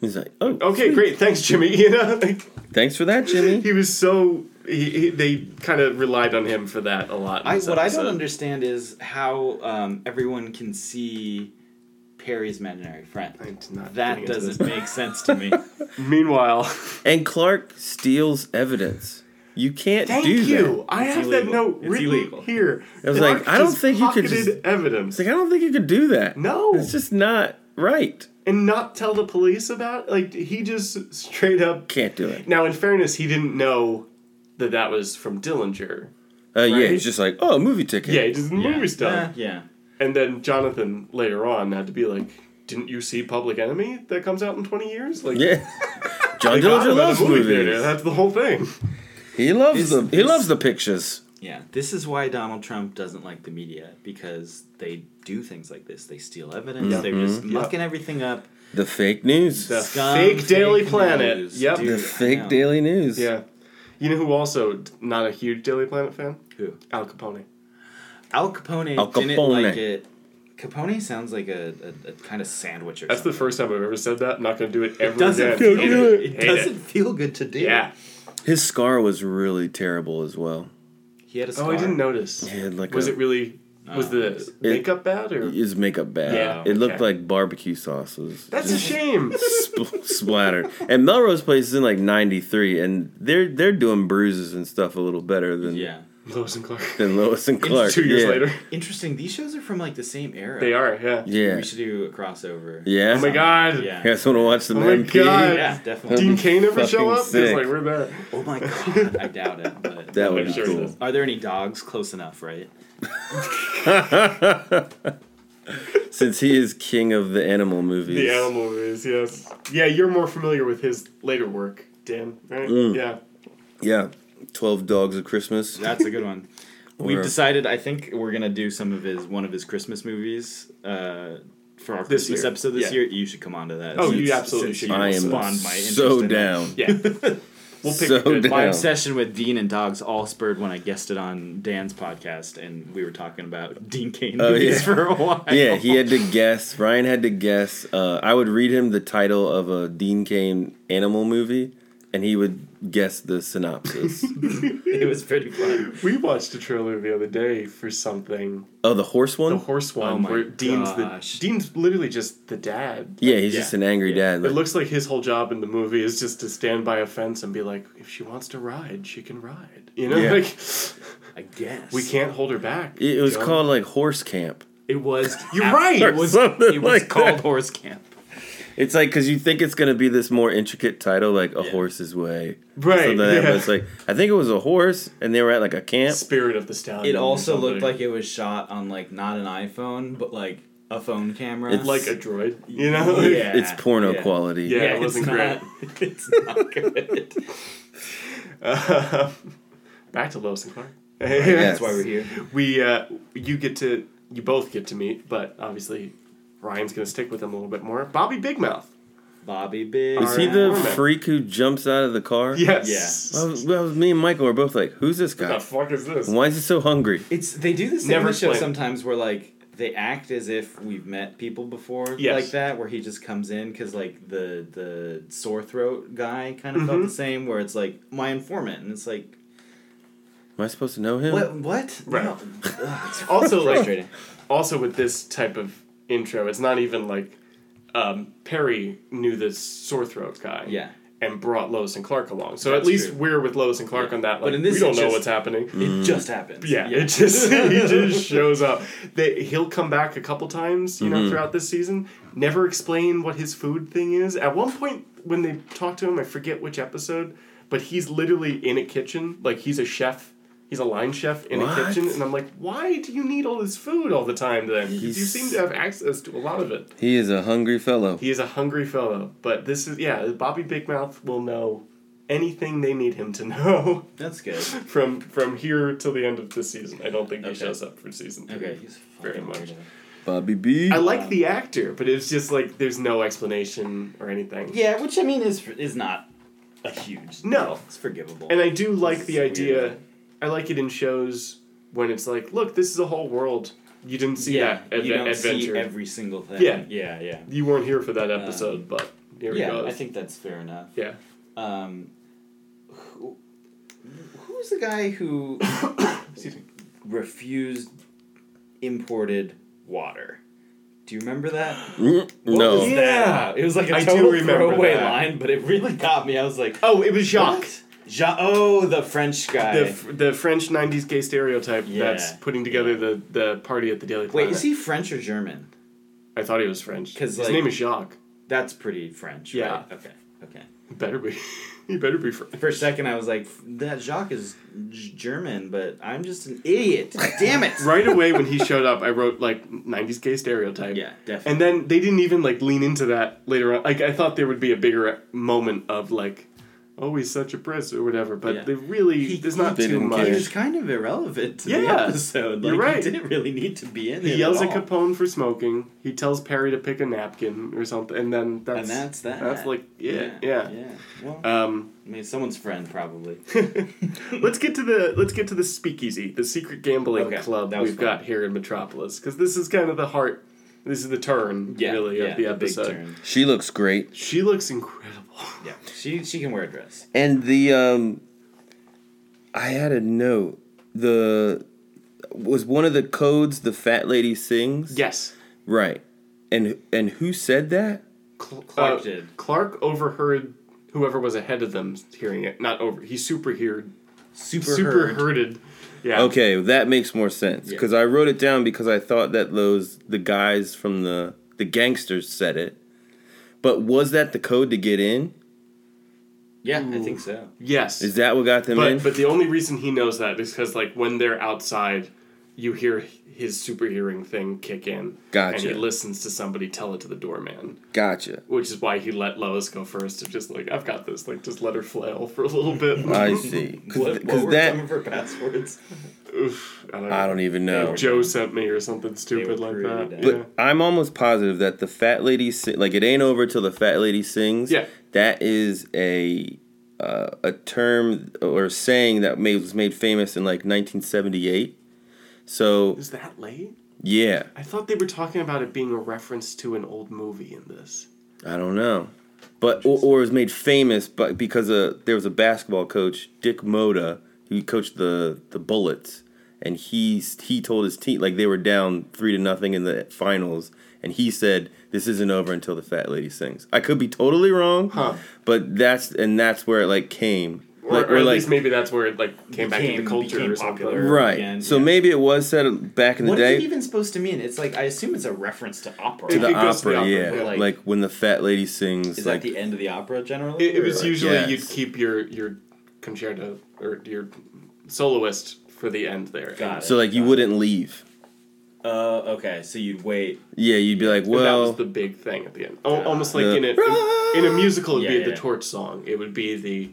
[SPEAKER 2] He's like, oh,
[SPEAKER 3] okay, great, thanks, Jimmy. You know, like,
[SPEAKER 2] thanks for that, Jimmy.
[SPEAKER 3] he was so he, he, they kind of relied on him for that a lot. in
[SPEAKER 1] I,
[SPEAKER 3] this
[SPEAKER 1] what I don't
[SPEAKER 3] episode.
[SPEAKER 1] understand is how um, everyone can see Perry's imaginary friend.
[SPEAKER 3] I'm not
[SPEAKER 1] That
[SPEAKER 3] getting into
[SPEAKER 1] doesn't
[SPEAKER 3] this.
[SPEAKER 1] make sense to me.
[SPEAKER 3] Meanwhile,
[SPEAKER 2] And Clark steals evidence. You can't
[SPEAKER 3] thank
[SPEAKER 2] do
[SPEAKER 3] you.
[SPEAKER 2] that.
[SPEAKER 3] I have that
[SPEAKER 1] illegal.
[SPEAKER 3] note
[SPEAKER 1] It's
[SPEAKER 3] written
[SPEAKER 1] illegal.
[SPEAKER 3] here.
[SPEAKER 2] I was like, I don't
[SPEAKER 3] just
[SPEAKER 2] think you could
[SPEAKER 3] pocketed
[SPEAKER 2] just-
[SPEAKER 3] evidence
[SPEAKER 2] It's like I don't think you could do that.
[SPEAKER 3] No.
[SPEAKER 2] it's just not right.
[SPEAKER 3] and not tell the police about. Like he just straight up.
[SPEAKER 2] Can't do it.
[SPEAKER 3] Now, in fairness, he didn't know that that was from Dillinger.
[SPEAKER 2] Uh, Yeah,
[SPEAKER 3] Right?
[SPEAKER 2] he's just like, oh, a movie ticket.
[SPEAKER 3] Yeah, he just movie stuff.
[SPEAKER 1] Eh, yeah.
[SPEAKER 3] And then Jonathan later on had to be like, "Didn't you see Public Enemy that comes out in twenty years?" Like,
[SPEAKER 2] yeah. John
[SPEAKER 3] they got him
[SPEAKER 2] Dillinger
[SPEAKER 3] at a
[SPEAKER 2] loves
[SPEAKER 3] movie
[SPEAKER 2] movies.
[SPEAKER 3] theater. That's the whole thing.
[SPEAKER 2] He loves
[SPEAKER 1] Is-
[SPEAKER 2] the he
[SPEAKER 1] is-
[SPEAKER 2] loves the pictures.
[SPEAKER 1] Yeah, this is why Donald Trump doesn't like the media because they do things like this. They steal evidence. They're just mucking everything up.
[SPEAKER 2] The fake news.
[SPEAKER 3] Mm-hmm. The
[SPEAKER 2] The,
[SPEAKER 1] Scum,
[SPEAKER 3] fake Daily
[SPEAKER 1] fake
[SPEAKER 3] Planet.
[SPEAKER 1] news,
[SPEAKER 3] Yep.
[SPEAKER 1] dude.
[SPEAKER 2] fake
[SPEAKER 1] Yeah.
[SPEAKER 2] Daily News.
[SPEAKER 3] Yeah. You know who also d- not a huge Daily Planet fan?
[SPEAKER 1] Who?
[SPEAKER 3] Al Capone.
[SPEAKER 1] Al Capone,
[SPEAKER 2] Al
[SPEAKER 1] didn't
[SPEAKER 2] Capone.
[SPEAKER 1] like it. Capone sounds like a, a, a kind of sandwich or
[SPEAKER 3] That's the
[SPEAKER 1] something.
[SPEAKER 3] first time I've ever said that. I'm not going to do it ever
[SPEAKER 1] doesn't
[SPEAKER 3] again.
[SPEAKER 1] feel
[SPEAKER 3] Hate
[SPEAKER 1] good. It,
[SPEAKER 3] Hate
[SPEAKER 1] doesn't feel good to do.
[SPEAKER 3] Yeah.
[SPEAKER 2] His scar was really terrible as well.
[SPEAKER 1] He had a
[SPEAKER 3] Oh,
[SPEAKER 1] scar.
[SPEAKER 3] I didn't notice.
[SPEAKER 2] He had like
[SPEAKER 3] was
[SPEAKER 2] a-
[SPEAKER 3] it really? Was the makeup bad or?
[SPEAKER 2] His makeup bad.
[SPEAKER 3] Yeah,
[SPEAKER 2] it looked
[SPEAKER 3] okay.
[SPEAKER 2] like barbecue sauce was
[SPEAKER 3] That's a shame.
[SPEAKER 2] spl- splattered. And Melrose Place is in like '93, and they're they're doing bruises and stuff a little better than
[SPEAKER 1] Yeah.
[SPEAKER 3] Lois and Clark.
[SPEAKER 2] than Lois and Clark.
[SPEAKER 3] Two years
[SPEAKER 2] yeah.
[SPEAKER 3] later,
[SPEAKER 1] Interesting. These shows are from like the same era.
[SPEAKER 3] they are. Yeah.
[SPEAKER 2] Yeah.
[SPEAKER 1] We should do a crossover.
[SPEAKER 2] Yeah.
[SPEAKER 3] Oh my god.
[SPEAKER 1] Yeah.
[SPEAKER 2] You guys want to watch the
[SPEAKER 3] Oh my
[SPEAKER 2] MP?
[SPEAKER 3] God.
[SPEAKER 1] Yeah, definitely.
[SPEAKER 3] Dean Kane ever show
[SPEAKER 2] Fucking
[SPEAKER 3] up? It's
[SPEAKER 2] sick.
[SPEAKER 3] like we're there.
[SPEAKER 1] oh my god, I doubt it. But
[SPEAKER 2] That would
[SPEAKER 3] I'm
[SPEAKER 2] be
[SPEAKER 3] sure it
[SPEAKER 2] cool.
[SPEAKER 3] is.
[SPEAKER 1] are there any dogs close enough? Right.
[SPEAKER 2] Since he is king of the animal movies.
[SPEAKER 3] The animal movies. Yes. Yeah, you're more familiar with his later work, Dan. Right?
[SPEAKER 2] Mm.
[SPEAKER 3] Yeah.
[SPEAKER 2] Yeah. Twelve Dogs of Christmas.
[SPEAKER 1] That's a good one. We've
[SPEAKER 2] Or-
[SPEAKER 1] decided. I think we're gonna do some of his one of his Christmas movies uh, for our
[SPEAKER 3] This
[SPEAKER 1] Christmas
[SPEAKER 3] year.
[SPEAKER 1] episode this
[SPEAKER 3] Yeah.
[SPEAKER 1] year. You should come on to that.
[SPEAKER 3] Oh,
[SPEAKER 1] since-
[SPEAKER 3] you absolutely
[SPEAKER 1] since
[SPEAKER 3] should.
[SPEAKER 1] you
[SPEAKER 2] I am
[SPEAKER 1] spawned my interest
[SPEAKER 2] so
[SPEAKER 1] in it.
[SPEAKER 2] down.
[SPEAKER 3] Yeah. We'll pick
[SPEAKER 2] So
[SPEAKER 3] a good
[SPEAKER 2] down.
[SPEAKER 1] My
[SPEAKER 2] Yeah.
[SPEAKER 1] obsession with Dean and dogs all spurred when I guested on Dan's podcast, and we were talking about Dean Kane movies
[SPEAKER 2] Oh, yeah.
[SPEAKER 1] for a while.
[SPEAKER 2] Yeah, he had to guess. Ryan had to guess. Uh, I would read him the title of a Dean Kane animal movie, and he would guess the synopsis.
[SPEAKER 1] it was pretty fun.
[SPEAKER 3] We watched a trailer the other day for something.
[SPEAKER 2] oh, the horse one.
[SPEAKER 3] The horse one,
[SPEAKER 1] my
[SPEAKER 3] where Dean's
[SPEAKER 1] gosh.
[SPEAKER 3] the Dean's literally just the dad.
[SPEAKER 2] yeah, he's just
[SPEAKER 1] Yeah.
[SPEAKER 2] an angry dad.
[SPEAKER 3] It
[SPEAKER 2] Like,
[SPEAKER 3] looks like his whole job in the movie is just to stand by a fence and be like, if she wants to ride, she can ride. You know,
[SPEAKER 2] Yeah.
[SPEAKER 3] like
[SPEAKER 1] I guess
[SPEAKER 3] we can't hold her back.
[SPEAKER 2] it, it was
[SPEAKER 3] John.
[SPEAKER 2] called like Horse Camp.
[SPEAKER 1] It was.
[SPEAKER 3] You're right!
[SPEAKER 1] It was,
[SPEAKER 2] Something
[SPEAKER 1] it was
[SPEAKER 2] like
[SPEAKER 1] called
[SPEAKER 2] that.
[SPEAKER 1] Horse Camp.
[SPEAKER 2] It's like because you think it's gonna be this more intricate title, like a horse's way,
[SPEAKER 3] Right,
[SPEAKER 2] Something like that,
[SPEAKER 3] yeah.
[SPEAKER 2] but it's like I think it was a horse, and they were at like a camp.
[SPEAKER 3] Spirit of the Stallion.
[SPEAKER 1] It
[SPEAKER 3] or
[SPEAKER 1] also
[SPEAKER 3] something.
[SPEAKER 1] looked like it was shot on like not an iPhone, but like a phone camera.
[SPEAKER 2] It's-
[SPEAKER 3] like a droid. You know, Like,
[SPEAKER 1] Yeah.
[SPEAKER 2] It's porno
[SPEAKER 1] yeah.
[SPEAKER 2] quality.
[SPEAKER 3] Yeah. it wasn't
[SPEAKER 1] great. It's not good.
[SPEAKER 3] Um, back to Lois and Clark.
[SPEAKER 1] That's why we're here.
[SPEAKER 3] we uh, you get to you both get to meet, but obviously Ryan's gonna stick with him a little bit more. Bobby Big Mouth.
[SPEAKER 1] Bobby Big.
[SPEAKER 2] Is he the freak who jumps out of the car?
[SPEAKER 3] Yes.
[SPEAKER 2] That was, that was me and Michael were both like, "Who's this
[SPEAKER 3] What
[SPEAKER 2] guy?
[SPEAKER 3] the fuck is this?
[SPEAKER 2] Why is he so hungry?"
[SPEAKER 1] It's they do this thing
[SPEAKER 3] Never
[SPEAKER 1] on the show
[SPEAKER 3] explained.
[SPEAKER 1] sometimes where like they act as if we've met people before
[SPEAKER 3] Yes.
[SPEAKER 1] like that where he just comes in because like the the sore throat guy kind of felt
[SPEAKER 3] Mm-hmm.
[SPEAKER 1] the same where it's like my informant and it's like
[SPEAKER 2] Am I supposed to know him?
[SPEAKER 1] what what
[SPEAKER 3] Mm. Right.
[SPEAKER 1] No. Ugh, it's
[SPEAKER 3] Also, like,
[SPEAKER 1] frustrating
[SPEAKER 3] also with this type of intro, it's not even like um, Perry knew this sore throat guy.
[SPEAKER 1] Yeah.
[SPEAKER 3] And brought Lois and Clark along. So at
[SPEAKER 1] That's
[SPEAKER 3] least
[SPEAKER 1] true.
[SPEAKER 3] we're with Lois and Clark on that. Like,
[SPEAKER 1] in this
[SPEAKER 3] we don't
[SPEAKER 1] it
[SPEAKER 3] know
[SPEAKER 1] just-
[SPEAKER 3] what's happening.
[SPEAKER 1] it just happens
[SPEAKER 3] Yeah, it just he just shows up. They, he'll come back a couple times, you know, throughout this season. Never explain what his food thing is. At one point, when they talk to him, I forget which episode, but he's literally in a kitchen, like he's a chef. He's a line chef in
[SPEAKER 2] What?
[SPEAKER 3] a kitchen, and I'm like, why do you need all this food all the time? Then 'Cause you
[SPEAKER 2] He's-
[SPEAKER 3] seem to have access to a lot of it.
[SPEAKER 2] He is a hungry fellow.
[SPEAKER 3] He is a hungry fellow, but this is yeah. Bobby Big Mouth will know anything they need him to know
[SPEAKER 1] that's good
[SPEAKER 3] from from here till the end of this season. I don't think he shows up for season three.
[SPEAKER 1] okay he's
[SPEAKER 3] Very
[SPEAKER 1] fucking
[SPEAKER 3] much.
[SPEAKER 1] weirdo.
[SPEAKER 2] Bobby B.
[SPEAKER 3] I like the actor, but it's just like there's no explanation or anything.
[SPEAKER 1] yeah which I mean is is not a huge
[SPEAKER 3] No.
[SPEAKER 1] it's forgivable
[SPEAKER 3] And I do like the
[SPEAKER 1] It's
[SPEAKER 3] idea.
[SPEAKER 1] weird.
[SPEAKER 3] I like it in shows when it's like, look, this is a whole world. You didn't see
[SPEAKER 1] yeah
[SPEAKER 3] that adve-
[SPEAKER 1] you don't
[SPEAKER 3] adventure.
[SPEAKER 1] see every single thing
[SPEAKER 3] Yeah.
[SPEAKER 1] yeah yeah
[SPEAKER 3] you weren't here for that episode, but here it
[SPEAKER 1] yeah
[SPEAKER 3] goes.
[SPEAKER 1] I think that's fair enough
[SPEAKER 3] yeah.
[SPEAKER 1] Um, who, who's the guy who refused imported water? Do you remember that?
[SPEAKER 2] Mm, no.
[SPEAKER 1] Yeah, it was like a
[SPEAKER 3] I do
[SPEAKER 1] total
[SPEAKER 3] remember
[SPEAKER 1] throwaway
[SPEAKER 3] that.
[SPEAKER 1] line, but it really got me. I was like,
[SPEAKER 3] Oh, it was Jacques.
[SPEAKER 1] "What? Ja- oh, the French guy.
[SPEAKER 3] The, f- the French 90s gay stereotype
[SPEAKER 1] Yeah.
[SPEAKER 3] that's putting together the, the party at the Daily Planet.
[SPEAKER 1] Wait, is he French or German?
[SPEAKER 3] I thought he was French.
[SPEAKER 1] 'Cause,
[SPEAKER 3] His
[SPEAKER 1] like-
[SPEAKER 3] name is Jacques.
[SPEAKER 1] That's pretty French.
[SPEAKER 3] Yeah.
[SPEAKER 1] Right? Okay. Okay.
[SPEAKER 3] Better be. he better be French.
[SPEAKER 1] For a second, I was like, "That Jacques is G- German," but I'm just an idiot. Damn it!
[SPEAKER 3] right away when he showed up, I wrote like '90s gay stereotype.
[SPEAKER 1] Yeah, definitely.
[SPEAKER 3] And then they didn't even like lean into that later on. Like I thought there would be a bigger moment of like, oh, he's such a prince or whatever. But
[SPEAKER 1] Yeah.
[SPEAKER 3] they really
[SPEAKER 1] He-
[SPEAKER 3] there's
[SPEAKER 1] he
[SPEAKER 3] not too
[SPEAKER 2] didn't
[SPEAKER 3] much.
[SPEAKER 2] care.
[SPEAKER 1] He was kind of irrelevant to the
[SPEAKER 3] Yeah,
[SPEAKER 1] episode. Like,
[SPEAKER 3] you're right.
[SPEAKER 1] He didn't really need to be in there.
[SPEAKER 3] He yells
[SPEAKER 1] at
[SPEAKER 3] at
[SPEAKER 1] all.
[SPEAKER 3] Capone for smoking. He tells Perry to pick a napkin or something, and then that's
[SPEAKER 1] And that's that.
[SPEAKER 3] That's like yeah, yeah.
[SPEAKER 1] Yeah. Well,
[SPEAKER 3] Um,
[SPEAKER 1] I mean, someone's friend probably.
[SPEAKER 3] let's get to the let's get to the speakeasy, the secret gambling
[SPEAKER 1] Okay,
[SPEAKER 3] club
[SPEAKER 1] that was
[SPEAKER 3] we've
[SPEAKER 1] fun.
[SPEAKER 3] got here in Metropolis, because this is kind of the heart. This is the turn,
[SPEAKER 1] Yeah.
[SPEAKER 3] really,
[SPEAKER 1] yeah,
[SPEAKER 3] of the
[SPEAKER 1] big
[SPEAKER 3] episode.
[SPEAKER 1] turn.
[SPEAKER 2] She looks great.
[SPEAKER 3] She looks incredible.
[SPEAKER 1] Yeah. She she can wear a dress.
[SPEAKER 2] And the um I had a note. The was one of the codes the fat lady sings?
[SPEAKER 3] Yes.
[SPEAKER 2] Right. And and who said that?
[SPEAKER 1] Clark did.
[SPEAKER 3] Uh, Clark overheard whoever was ahead of them hearing it. Not over. He superheard.
[SPEAKER 1] Super.
[SPEAKER 3] Super
[SPEAKER 1] herd.
[SPEAKER 3] hearded. Yeah.
[SPEAKER 2] Okay, that makes more sense
[SPEAKER 1] Yeah.
[SPEAKER 2] because I wrote it down because I thought that those the guys from the the gangsters said it. But was that the code to get in?
[SPEAKER 1] Yeah, I think so.
[SPEAKER 3] Yes.
[SPEAKER 2] Is that what got them in?
[SPEAKER 3] but but the only reason he knows that is because like when they're outside, you hear his super hearing thing kick in. And
[SPEAKER 2] Gotcha.
[SPEAKER 3] he listens to somebody tell it to the doorman,
[SPEAKER 2] gotcha.
[SPEAKER 3] which is why he let Lois go first. To just like I've got this. Like just let her flail for a little bit.
[SPEAKER 2] I see.
[SPEAKER 1] What, what
[SPEAKER 2] Because
[SPEAKER 1] were
[SPEAKER 2] that
[SPEAKER 1] some of her passwords?
[SPEAKER 3] Oof, I don't know.
[SPEAKER 2] I don't even know.
[SPEAKER 3] Joe sent me or something stupid
[SPEAKER 1] were
[SPEAKER 3] like
[SPEAKER 1] pretty
[SPEAKER 3] that.
[SPEAKER 1] bad.
[SPEAKER 2] But
[SPEAKER 3] yeah.
[SPEAKER 2] I'm almost positive that the fat lady si- like it ain't over till the fat lady sings.
[SPEAKER 3] Yeah.
[SPEAKER 2] that is a uh, a term or saying that made was made famous in like 1978. So
[SPEAKER 3] Is that late?
[SPEAKER 2] yeah,
[SPEAKER 3] I thought they were talking about it being a reference to an old movie in this.
[SPEAKER 2] I don't know, but or, or it was made famous, but because uh, there was a basketball coach, Dick Moda, who coached the the Bullets, and he he told his team like they were down three to nothing in the finals, and he said this isn't over until the fat lady sings. I could be totally wrong,
[SPEAKER 3] Huh.
[SPEAKER 2] but that's and that's where it like came,
[SPEAKER 3] Or,
[SPEAKER 2] like
[SPEAKER 3] or
[SPEAKER 2] or
[SPEAKER 3] at
[SPEAKER 2] like
[SPEAKER 3] least maybe that's where it like came back into
[SPEAKER 1] Became-
[SPEAKER 3] culture
[SPEAKER 1] became
[SPEAKER 3] or something.
[SPEAKER 1] popular.
[SPEAKER 2] right.
[SPEAKER 1] again,
[SPEAKER 2] so
[SPEAKER 1] yeah.
[SPEAKER 2] maybe it was said back in the
[SPEAKER 1] What is
[SPEAKER 2] day.
[SPEAKER 1] it even supposed to mean? It's like I assume it's a reference to opera.
[SPEAKER 3] To
[SPEAKER 2] the
[SPEAKER 3] It goes to the
[SPEAKER 2] opera,
[SPEAKER 3] opera,
[SPEAKER 2] yeah,
[SPEAKER 3] yeah.
[SPEAKER 2] like,
[SPEAKER 1] Like-
[SPEAKER 2] when the fat lady sings,
[SPEAKER 1] is
[SPEAKER 2] like
[SPEAKER 1] that the end of the opera generally?
[SPEAKER 3] It, it
[SPEAKER 1] or
[SPEAKER 3] was
[SPEAKER 1] like-
[SPEAKER 3] usually
[SPEAKER 2] yes.
[SPEAKER 3] you'd keep your your concerto or your soloist for the end there.
[SPEAKER 1] Got it.
[SPEAKER 2] so like you wouldn't leave.
[SPEAKER 1] Uh, okay, so you'd wait.
[SPEAKER 2] Yeah, you'd be like,
[SPEAKER 3] And
[SPEAKER 2] well,
[SPEAKER 3] that was the big thing at the end. Al- Almost like
[SPEAKER 2] The-
[SPEAKER 3] in a in a musical, it'd
[SPEAKER 1] Yeah,
[SPEAKER 3] be
[SPEAKER 1] yeah.
[SPEAKER 3] the torch song. It would be the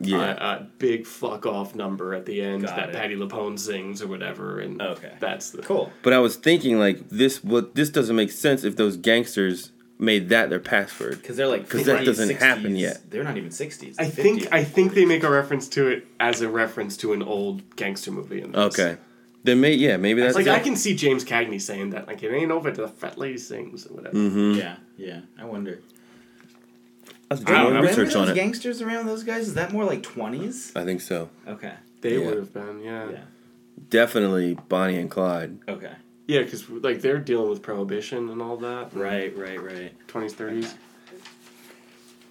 [SPEAKER 2] yeah.
[SPEAKER 3] uh, uh, big fuck off number at the end
[SPEAKER 1] Got
[SPEAKER 3] that
[SPEAKER 1] it.
[SPEAKER 3] Patty LuPone sings or whatever. And
[SPEAKER 1] Okay.
[SPEAKER 3] that's the
[SPEAKER 1] Cool.
[SPEAKER 2] But I was thinking like this what this doesn't make sense if those gangsters made that their password.
[SPEAKER 1] Because they're like
[SPEAKER 2] 'Cause that
[SPEAKER 1] 50s,
[SPEAKER 2] doesn't
[SPEAKER 1] 60s.
[SPEAKER 2] happen yet.
[SPEAKER 1] They're not even sixties.
[SPEAKER 3] I think I think they make a reference to it as a reference to an old gangster movie. In this.
[SPEAKER 2] Okay. Then may yeah maybe that's
[SPEAKER 3] Like I
[SPEAKER 2] it.
[SPEAKER 3] can see James Cagney saying that, like it ain't over till the fat lady sings or whatever.
[SPEAKER 2] Mm-hmm.
[SPEAKER 1] yeah, yeah. I wonder.
[SPEAKER 2] I was doing
[SPEAKER 1] Remember
[SPEAKER 2] research on
[SPEAKER 1] those
[SPEAKER 2] it.
[SPEAKER 1] Gangsters around those guys is that more like twenties?
[SPEAKER 2] I think so.
[SPEAKER 1] Okay,
[SPEAKER 3] They
[SPEAKER 2] Yeah.
[SPEAKER 3] would have been, yeah,
[SPEAKER 1] yeah,
[SPEAKER 2] Definitely Bonnie and Clyde.
[SPEAKER 1] okay.
[SPEAKER 3] yeah, because like they're dealing with prohibition and all that,
[SPEAKER 1] Right, right, right.
[SPEAKER 3] Twenties, thirties.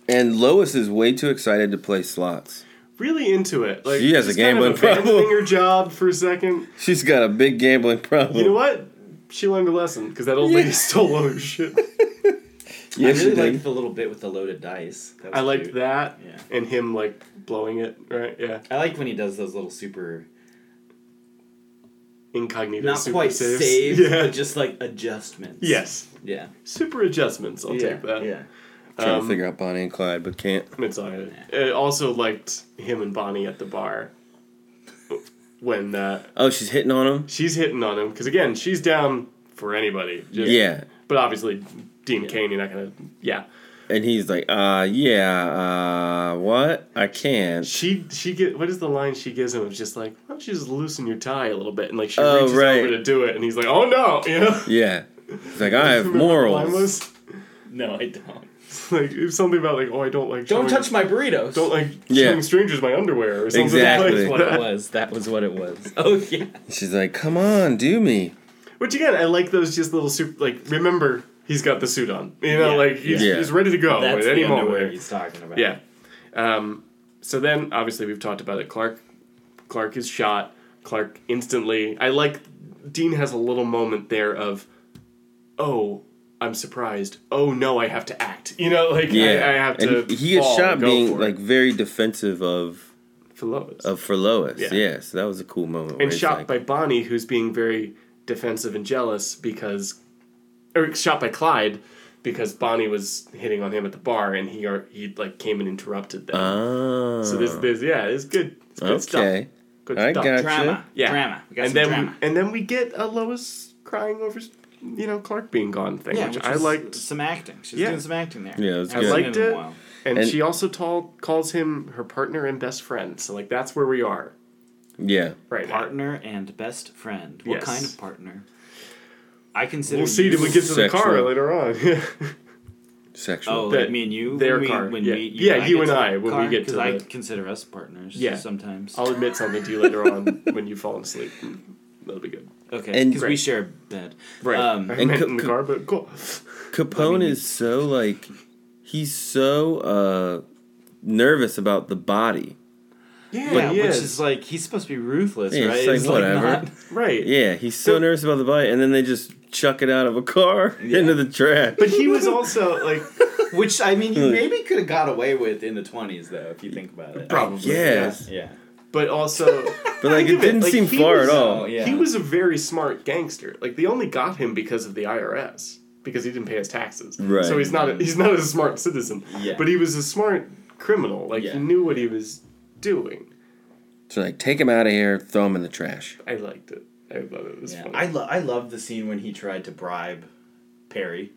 [SPEAKER 2] And Lois is way too excited to play slots.
[SPEAKER 3] Really into it. Like
[SPEAKER 2] She has a
[SPEAKER 3] she's kind of
[SPEAKER 2] gambling problem.
[SPEAKER 3] abandoning her job for a second.
[SPEAKER 2] She's got a big gambling problem.
[SPEAKER 3] You know what? She learned a lesson because that old lady stole all her shit.
[SPEAKER 2] Yeah,
[SPEAKER 1] I
[SPEAKER 2] she
[SPEAKER 1] really
[SPEAKER 2] did.
[SPEAKER 1] liked the little bit with the loaded dice. That was
[SPEAKER 3] I liked
[SPEAKER 1] cute.
[SPEAKER 3] that
[SPEAKER 1] Yeah.
[SPEAKER 3] and him like blowing it, right? Yeah,
[SPEAKER 1] I like when he does those little super,
[SPEAKER 3] incognito.
[SPEAKER 1] not
[SPEAKER 3] super
[SPEAKER 1] quite
[SPEAKER 3] saves.
[SPEAKER 1] saves,
[SPEAKER 3] Yeah.
[SPEAKER 1] but just like adjustments.
[SPEAKER 3] yes.
[SPEAKER 1] Yeah.
[SPEAKER 3] Super adjustments. I'll
[SPEAKER 1] yeah.
[SPEAKER 3] take that.
[SPEAKER 1] Yeah.
[SPEAKER 2] Trying
[SPEAKER 3] Um,
[SPEAKER 2] to figure out Bonnie and Clyde, but can't.
[SPEAKER 3] It's all right. I also liked him and Bonnie at the bar when uh,
[SPEAKER 2] Oh, she's hitting on him.
[SPEAKER 3] she's hitting on him because again, she's down for anybody. Just,
[SPEAKER 2] Yeah,
[SPEAKER 3] But obviously, Dean Kane, you're not gonna. Yeah.
[SPEAKER 2] and he's like, uh, yeah, uh, what? I can't.
[SPEAKER 3] She she get what is the line she gives him? It's just like why don't you just loosen your tie a little bit and like she
[SPEAKER 2] Oh,
[SPEAKER 3] reaches
[SPEAKER 2] right.
[SPEAKER 3] over to do it and he's like oh no you know
[SPEAKER 2] Yeah, he's like, I have
[SPEAKER 3] Remember what the line
[SPEAKER 2] morals.
[SPEAKER 3] was?
[SPEAKER 1] No, I don't.
[SPEAKER 3] like it was something about like oh I don't like
[SPEAKER 1] Don't
[SPEAKER 3] showing-
[SPEAKER 1] touch my burritos.
[SPEAKER 3] don't like
[SPEAKER 2] Yeah.
[SPEAKER 3] showing strangers my underwear or something
[SPEAKER 2] Exactly.
[SPEAKER 3] like
[SPEAKER 2] What
[SPEAKER 3] that.
[SPEAKER 1] was. That was what it was. Oh yeah.
[SPEAKER 2] She's like, come on, do me.
[SPEAKER 3] Which again, I like those just little super. Like, remember, he's got the suit on. You know,
[SPEAKER 1] Yeah.
[SPEAKER 3] like he's,
[SPEAKER 2] Yeah.
[SPEAKER 3] he's ready to go
[SPEAKER 1] That's
[SPEAKER 3] at any
[SPEAKER 1] the underwear
[SPEAKER 3] moment.
[SPEAKER 1] he's talking about.
[SPEAKER 3] Oh, Yeah. Um, so then, obviously, we've talked about it. Clark, Clark is shot. Clark instantly. I like. Dean has a little moment there of, oh, I'm surprised. Oh no, I have to act. You know, like
[SPEAKER 2] Yeah,
[SPEAKER 3] I, I have to.
[SPEAKER 2] And he gets
[SPEAKER 3] fall
[SPEAKER 2] shot
[SPEAKER 3] and go
[SPEAKER 2] being
[SPEAKER 3] for it.
[SPEAKER 2] like very defensive of
[SPEAKER 3] For Lois.
[SPEAKER 2] of for Lois.
[SPEAKER 3] Yeah.
[SPEAKER 2] Yeah. so that was a cool moment. where
[SPEAKER 3] and
[SPEAKER 2] he's
[SPEAKER 3] shot
[SPEAKER 2] like,
[SPEAKER 3] by Bonnie, who's being very defensive and jealous because, or shot by Clyde because Bonnie was hitting on him at the bar, and he are, he like came and interrupted them.
[SPEAKER 2] Oh,
[SPEAKER 3] so this this yeah, it's good. It's good
[SPEAKER 2] okay.
[SPEAKER 3] stuff. Good
[SPEAKER 2] I
[SPEAKER 3] stuff.
[SPEAKER 2] got-
[SPEAKER 1] Drama.
[SPEAKER 3] Yeah.
[SPEAKER 1] Drama. We got
[SPEAKER 3] and
[SPEAKER 1] some
[SPEAKER 3] then
[SPEAKER 1] drama.
[SPEAKER 3] and then we get a Lois crying over you know Clark being gone thing, which, I
[SPEAKER 1] was
[SPEAKER 3] liked.
[SPEAKER 1] some acting. She's
[SPEAKER 3] Yeah.
[SPEAKER 1] doing some acting there.
[SPEAKER 2] Yeah, it was
[SPEAKER 1] I haven't
[SPEAKER 2] good.
[SPEAKER 1] seen
[SPEAKER 3] Liked
[SPEAKER 1] in a
[SPEAKER 3] it.
[SPEAKER 1] while.
[SPEAKER 3] And,
[SPEAKER 2] and-
[SPEAKER 3] she also tall, calls him her partner and best friend. So like that's where we are
[SPEAKER 2] Yeah,
[SPEAKER 3] right now.
[SPEAKER 5] Partner.
[SPEAKER 1] Partner and best friend. What
[SPEAKER 3] Yes.
[SPEAKER 1] kind of partner? I consider.
[SPEAKER 3] We'll see
[SPEAKER 1] you-
[SPEAKER 3] when we get to the car
[SPEAKER 2] Sexual.
[SPEAKER 3] later on.
[SPEAKER 2] sexual.
[SPEAKER 5] Oh,
[SPEAKER 3] That-
[SPEAKER 5] like me and you.
[SPEAKER 3] their
[SPEAKER 5] when we,
[SPEAKER 3] car,
[SPEAKER 5] When
[SPEAKER 3] yeah.
[SPEAKER 5] we,
[SPEAKER 3] Yeah, you
[SPEAKER 5] get
[SPEAKER 3] and
[SPEAKER 5] to the
[SPEAKER 3] I, when we
[SPEAKER 5] car,
[SPEAKER 3] get to
[SPEAKER 5] 'cause I
[SPEAKER 3] the-
[SPEAKER 5] consider us partners.
[SPEAKER 3] Yeah.
[SPEAKER 5] Sometimes.
[SPEAKER 3] I'll admit something to you later on when you've fallen asleep. That'll be good.
[SPEAKER 5] okay.
[SPEAKER 2] and-
[SPEAKER 5] Because we
[SPEAKER 3] Right.
[SPEAKER 5] share a bed.
[SPEAKER 3] Right.
[SPEAKER 5] Um,
[SPEAKER 3] I
[SPEAKER 2] And
[SPEAKER 3] meant
[SPEAKER 2] co-
[SPEAKER 3] in the
[SPEAKER 2] co-
[SPEAKER 3] car, but cool.
[SPEAKER 2] Capone is so like he's so uh nervous about the body.
[SPEAKER 3] Yeah,
[SPEAKER 5] Yeah,
[SPEAKER 3] he
[SPEAKER 5] which
[SPEAKER 3] is.
[SPEAKER 5] is like he's supposed to be ruthless,
[SPEAKER 2] Yeah,
[SPEAKER 5] right?
[SPEAKER 2] it's like, whatever.
[SPEAKER 5] not-
[SPEAKER 3] right.
[SPEAKER 2] Yeah, he's so nervous about the body, and then they just chuck it out of a car into the trash.
[SPEAKER 3] But he was also like
[SPEAKER 1] Which I mean, you maybe could have got away with in the twenties, though, if you think about it.
[SPEAKER 3] probably
[SPEAKER 2] yes,
[SPEAKER 3] yeah.
[SPEAKER 1] Yeah.
[SPEAKER 3] But also
[SPEAKER 2] but like
[SPEAKER 3] Think
[SPEAKER 2] it
[SPEAKER 3] of it,
[SPEAKER 2] didn't
[SPEAKER 3] like,
[SPEAKER 2] seem
[SPEAKER 3] he
[SPEAKER 2] far
[SPEAKER 3] was-
[SPEAKER 2] at all.
[SPEAKER 1] Oh, yeah.
[SPEAKER 3] he was a very smart gangster. Like they only got him because of the IRS because he didn't pay his taxes.
[SPEAKER 2] Right.
[SPEAKER 3] So he's not a, he's not a smart citizen.
[SPEAKER 1] Yeah.
[SPEAKER 3] But he was a smart criminal. Like
[SPEAKER 1] Yeah.
[SPEAKER 3] he knew what he was doing.
[SPEAKER 2] So like, take him out of here, throw him in the trash.
[SPEAKER 3] I liked it. I thought it was
[SPEAKER 1] Yeah.
[SPEAKER 3] funny.
[SPEAKER 1] I lo- I love the scene when he tried to bribe Perry.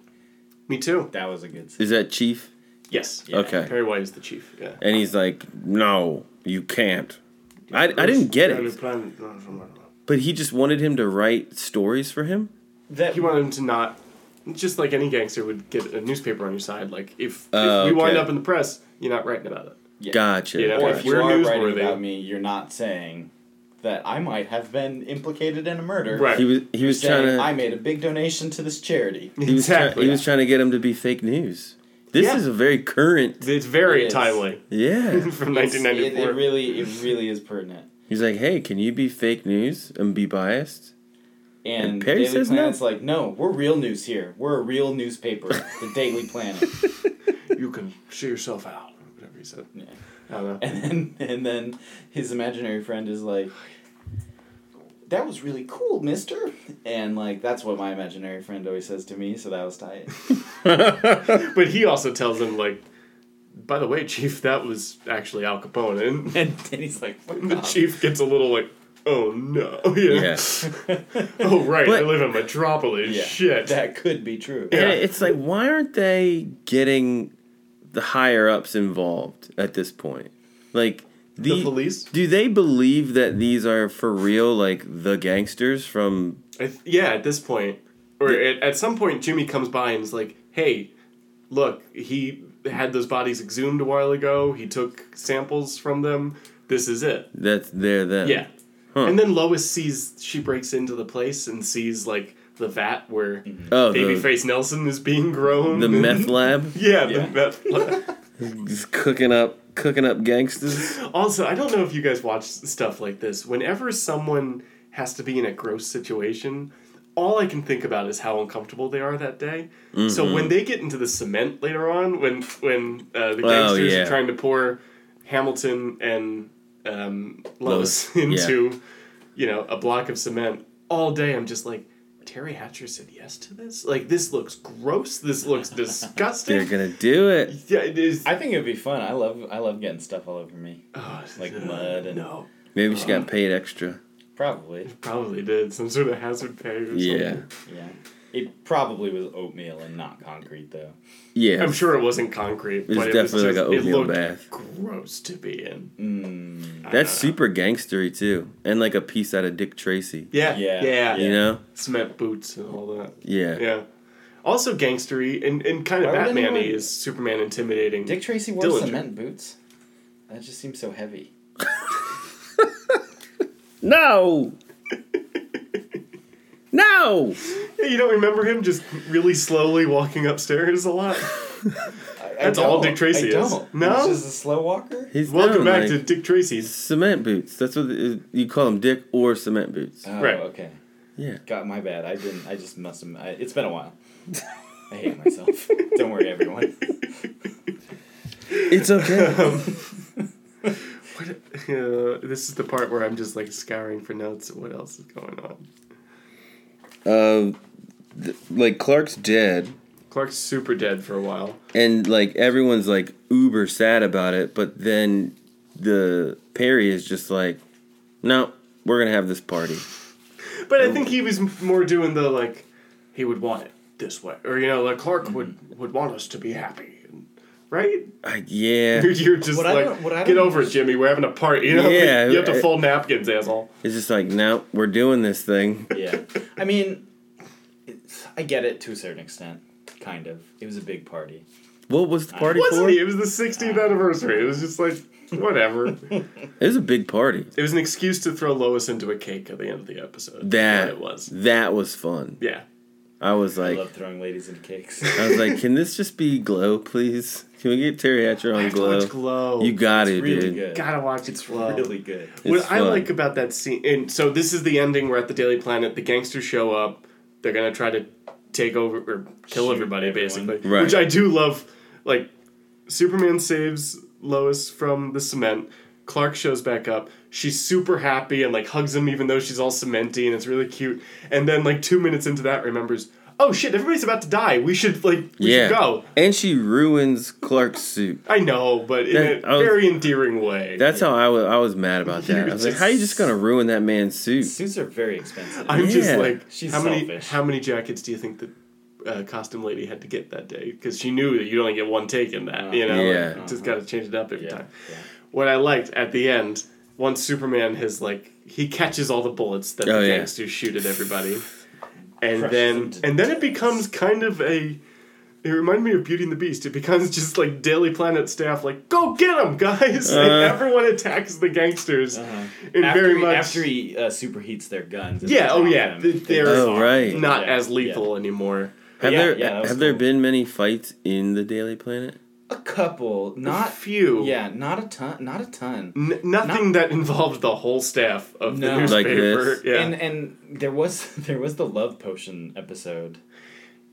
[SPEAKER 3] Me too.
[SPEAKER 1] That was a good scene.
[SPEAKER 2] Is that Chief?
[SPEAKER 3] Yes.
[SPEAKER 2] Okay.
[SPEAKER 3] Perry White is the chief. Yeah.
[SPEAKER 2] And he's like, no, you can't. I, I didn't get it, but he just wanted him to write stories for him.
[SPEAKER 1] That
[SPEAKER 3] He wanted him to not, just like any gangster would get a newspaper on your side. Like if,
[SPEAKER 2] Oh,
[SPEAKER 3] if we wind
[SPEAKER 2] okay.
[SPEAKER 3] up in the press, you're not writing about it.
[SPEAKER 2] Gotcha.
[SPEAKER 3] You know,
[SPEAKER 1] or
[SPEAKER 3] if
[SPEAKER 1] if you
[SPEAKER 3] we're
[SPEAKER 1] are writing
[SPEAKER 3] newsworthy-
[SPEAKER 1] about me, you're not saying that I might have been implicated in a murder.
[SPEAKER 3] Right.
[SPEAKER 2] He was he was
[SPEAKER 1] Saying
[SPEAKER 2] trying to
[SPEAKER 1] I made a big donation to this charity.
[SPEAKER 2] he was, try-
[SPEAKER 3] Exactly.
[SPEAKER 2] he was trying to get him to be fake news. This
[SPEAKER 3] Yeah.
[SPEAKER 2] is a very current.
[SPEAKER 3] It's very
[SPEAKER 1] It is.
[SPEAKER 3] timely
[SPEAKER 2] Yeah.
[SPEAKER 3] from
[SPEAKER 1] It's- it-
[SPEAKER 3] 1994.
[SPEAKER 1] It, really, it really is pertinent.
[SPEAKER 2] He's like, hey, can you be fake news and be biased?
[SPEAKER 1] And,
[SPEAKER 2] And Perry
[SPEAKER 1] Daily
[SPEAKER 2] says no.
[SPEAKER 1] Planet's like, no, we're real news here. We're a real newspaper, the Daily Planet.
[SPEAKER 3] you can shoot yourself out. or Whatever he said.
[SPEAKER 1] Yeah.
[SPEAKER 3] I don't know.
[SPEAKER 1] And then, and then his imaginary friend is like, that was really cool, mister. And like, that's what my imaginary friend always says to me, so that was tight.
[SPEAKER 3] But he also tells him like, by the way, chief, that was actually Al Capone, and
[SPEAKER 1] and then he's like, fuck
[SPEAKER 3] the
[SPEAKER 1] off.
[SPEAKER 3] chief gets a little like, oh no. Yeah.
[SPEAKER 2] Yeah.
[SPEAKER 3] Oh right, I
[SPEAKER 2] But-
[SPEAKER 3] live in Metropolis.
[SPEAKER 1] Yeah.
[SPEAKER 3] Shit.
[SPEAKER 1] That could be true.
[SPEAKER 2] And it's like, why aren't they getting the higher ups involved at this point? Like the,
[SPEAKER 3] the police?
[SPEAKER 2] Do they believe that these are for real, like the gangsters from?
[SPEAKER 3] I th- yeah, at this point, or at, at some point, Jimmy comes by and is like, "Hey, look, he had those bodies exhumed a while ago. He took samples from them. This is it."
[SPEAKER 2] That's they're them.
[SPEAKER 3] Yeah. And then Lois sees she breaks into the place and sees like the vat where
[SPEAKER 2] Oh, the,
[SPEAKER 3] Babyface Nelson is being grown.
[SPEAKER 2] the meth lab
[SPEAKER 3] Yeah, the
[SPEAKER 1] Yeah.
[SPEAKER 3] meth. lab.
[SPEAKER 2] is cooking up, cooking up gangsters.
[SPEAKER 3] also, I don't know if you guys watch stuff like this. Whenever someone has to be in a gross situation, all I can think about is how uncomfortable they are that day. So when they get into the cement later on, when when uh, the
[SPEAKER 2] Mm-hmm. Oh,
[SPEAKER 3] gangsters
[SPEAKER 2] yeah.
[SPEAKER 3] are trying to pour Hamilton and um, Lois,
[SPEAKER 2] Lois,
[SPEAKER 3] into you know a block of cement all day, I'm just like. Terry Hatcher said yes to this. Like this looks gross. This looks disgusting.
[SPEAKER 2] They're gonna do it.
[SPEAKER 3] yeah, it is.
[SPEAKER 1] I think it'd be fun. I love I love getting stuff all over me.
[SPEAKER 3] oh,
[SPEAKER 1] Like mud and
[SPEAKER 3] no.
[SPEAKER 2] Maybe she got paid extra.
[SPEAKER 1] probably.
[SPEAKER 3] Probably did some sort of hazard pay. Or
[SPEAKER 2] Yeah,
[SPEAKER 3] something.
[SPEAKER 1] Yeah. It probably was oatmeal and not concrete though.
[SPEAKER 2] yeah.
[SPEAKER 3] I'm sure it wasn't concrete,
[SPEAKER 2] It's
[SPEAKER 3] but it was
[SPEAKER 2] definitely
[SPEAKER 3] just,
[SPEAKER 2] like an
[SPEAKER 3] it
[SPEAKER 2] oatmeal
[SPEAKER 3] looked
[SPEAKER 2] bath.
[SPEAKER 3] gross to be in.
[SPEAKER 1] Mm.
[SPEAKER 2] That's super gangstery too, and like a piece out of Dick Tracy.
[SPEAKER 3] Yeah, yeah,
[SPEAKER 1] Yeah.
[SPEAKER 3] yeah.
[SPEAKER 2] You know?
[SPEAKER 3] Cement boots and all that.
[SPEAKER 2] Yeah.
[SPEAKER 3] Yeah. Also gangstery and, and kind of
[SPEAKER 1] Why would
[SPEAKER 3] Batman-y
[SPEAKER 1] anyone-
[SPEAKER 3] is Superman intimidating.
[SPEAKER 1] Dick Tracy wore
[SPEAKER 3] Dillinger.
[SPEAKER 1] cement boots. That just seems so heavy.
[SPEAKER 2] No. no.
[SPEAKER 3] Yeah, you don't remember him just really slowly walking upstairs a lot? That's all Dick Tracy
[SPEAKER 1] I
[SPEAKER 3] is.
[SPEAKER 1] don't.
[SPEAKER 3] No?
[SPEAKER 1] He's just a slow walker.
[SPEAKER 2] He's known,
[SPEAKER 3] Welcome back
[SPEAKER 2] like,
[SPEAKER 3] to Dick Tracy's.
[SPEAKER 2] cement boots. That's what it- you call them, Dick or cement boots.
[SPEAKER 1] Oh,
[SPEAKER 3] Right.
[SPEAKER 1] Okay.
[SPEAKER 2] Yeah.
[SPEAKER 1] Got my bad. I didn't. I just must have. I, it's been a while. I hate myself. don't worry, everyone.
[SPEAKER 2] It's okay.
[SPEAKER 3] What, uh, this is the part where I'm just like scouring for notes of what else is going on.
[SPEAKER 2] uh, th- like Clark's dead,
[SPEAKER 3] Clark's super dead for a while.
[SPEAKER 2] and like everyone's like uber sad about it, but then the Perry is just like, no, we're gonna have this party.
[SPEAKER 3] But I think he was m- more doing the like, he would want it this way, or you know, like Clark would would want us to be happy, and- right?
[SPEAKER 2] I, yeah.
[SPEAKER 3] You're just
[SPEAKER 1] What I
[SPEAKER 3] like,
[SPEAKER 1] don't- what I
[SPEAKER 3] get
[SPEAKER 1] don't
[SPEAKER 3] over it, Jimmy. We're having a party. You know, Like,
[SPEAKER 2] Yeah,
[SPEAKER 3] you have to
[SPEAKER 2] I-
[SPEAKER 3] fold napkins, asshole.
[SPEAKER 2] It's just like, no, we're doing this thing.
[SPEAKER 1] Yeah. I mean, it's, I get it to a certain extent. Kind of. It was a big party.
[SPEAKER 2] What was the party
[SPEAKER 3] Wasn't
[SPEAKER 2] for?
[SPEAKER 3] he? It was the 60th anniversary. It was just like whatever. it
[SPEAKER 2] It was a big party.
[SPEAKER 3] was an excuse to throw Lois into a cake at the end of the
[SPEAKER 2] That
[SPEAKER 3] episode. That's what it was.
[SPEAKER 2] That was fun.
[SPEAKER 3] Yeah.
[SPEAKER 2] I was
[SPEAKER 1] I
[SPEAKER 2] like,
[SPEAKER 1] love throwing ladies into cakes.
[SPEAKER 2] I was like, can this just be glow, please? Can we get Terry Hatcher
[SPEAKER 3] I
[SPEAKER 2] on
[SPEAKER 3] have to
[SPEAKER 2] glow?
[SPEAKER 3] watch glow.
[SPEAKER 2] You got it,
[SPEAKER 1] really
[SPEAKER 2] dude.
[SPEAKER 1] good.
[SPEAKER 3] gotta watch it's glow.
[SPEAKER 1] Really good.
[SPEAKER 2] It's
[SPEAKER 3] what I
[SPEAKER 2] fun.
[SPEAKER 3] like about that scene, and so this is the ending. We're at the Daily Planet. The gangsters show up. They're gonna try to take over or kill
[SPEAKER 1] Shoot
[SPEAKER 3] everybody,
[SPEAKER 1] everyone.
[SPEAKER 3] basically.
[SPEAKER 2] Right.
[SPEAKER 3] Which I do love. Like Superman saves Lois from the cement. Clark shows back up. She's super happy and like hugs him, even though she's all cementy, and it's really cute. And then like two minutes into that, remembers, oh shit, everybody's about to die. We should like we
[SPEAKER 2] Yeah.
[SPEAKER 3] should go.
[SPEAKER 2] And she ruins Clark's suit.
[SPEAKER 3] I know, but in
[SPEAKER 2] That-
[SPEAKER 3] a
[SPEAKER 2] I was-
[SPEAKER 3] very endearing way.
[SPEAKER 2] That's how I was. I was mad about that.
[SPEAKER 3] You're
[SPEAKER 2] I was like,
[SPEAKER 3] just-
[SPEAKER 2] how you just gonna ruin that man's suit?
[SPEAKER 1] Suits are very expensive.
[SPEAKER 3] I'm just
[SPEAKER 2] Yeah.
[SPEAKER 3] like,
[SPEAKER 1] She's
[SPEAKER 3] how many
[SPEAKER 1] selfish.
[SPEAKER 3] how many jackets do you think the uh, costume lady had to get that day? Because she knew that you'd only get one take in that. You know, like,
[SPEAKER 2] Yeah.
[SPEAKER 3] you just got to change it up every
[SPEAKER 1] Uh, Uh-huh. yeah.
[SPEAKER 3] time. What I liked at the end, once Superman has like he catches all the bullets that
[SPEAKER 2] Oh,
[SPEAKER 3] the
[SPEAKER 2] yeah.
[SPEAKER 3] gangsters shoot at everybody,
[SPEAKER 1] Crushes
[SPEAKER 3] and
[SPEAKER 1] them
[SPEAKER 3] then
[SPEAKER 1] to
[SPEAKER 3] and then it
[SPEAKER 1] bits.
[SPEAKER 3] becomes kind of a. It reminded me of Beauty and the Beast. It becomes just like Daily Planet staff, like "Go get them, guys!" and
[SPEAKER 2] Uh.
[SPEAKER 3] everyone attacks the gangsters,
[SPEAKER 1] Uh-huh.
[SPEAKER 3] and
[SPEAKER 1] after
[SPEAKER 3] very
[SPEAKER 1] he,
[SPEAKER 3] much
[SPEAKER 1] after he uh, superheats their guns. and
[SPEAKER 3] Yeah,
[SPEAKER 1] they
[SPEAKER 3] oh
[SPEAKER 1] drop
[SPEAKER 3] yeah,
[SPEAKER 1] them,
[SPEAKER 3] th-
[SPEAKER 1] they
[SPEAKER 3] they're-
[SPEAKER 1] just-
[SPEAKER 2] Oh right.
[SPEAKER 3] not
[SPEAKER 1] Yeah,
[SPEAKER 3] as
[SPEAKER 1] yeah.
[SPEAKER 3] lethal anymore.
[SPEAKER 2] Have
[SPEAKER 1] Yeah,
[SPEAKER 2] there
[SPEAKER 1] yeah, that was
[SPEAKER 2] have there
[SPEAKER 1] cool.
[SPEAKER 2] been many fights in the Daily Planet?
[SPEAKER 1] a couple,
[SPEAKER 3] Not
[SPEAKER 1] not
[SPEAKER 3] few.
[SPEAKER 1] yeah, not a ton, not a ton.
[SPEAKER 3] N- nothing that involved the whole staff of the
[SPEAKER 1] No.
[SPEAKER 2] Like
[SPEAKER 3] newspaper.
[SPEAKER 2] this?
[SPEAKER 3] Yeah.
[SPEAKER 1] And and there was there was the love potion episode,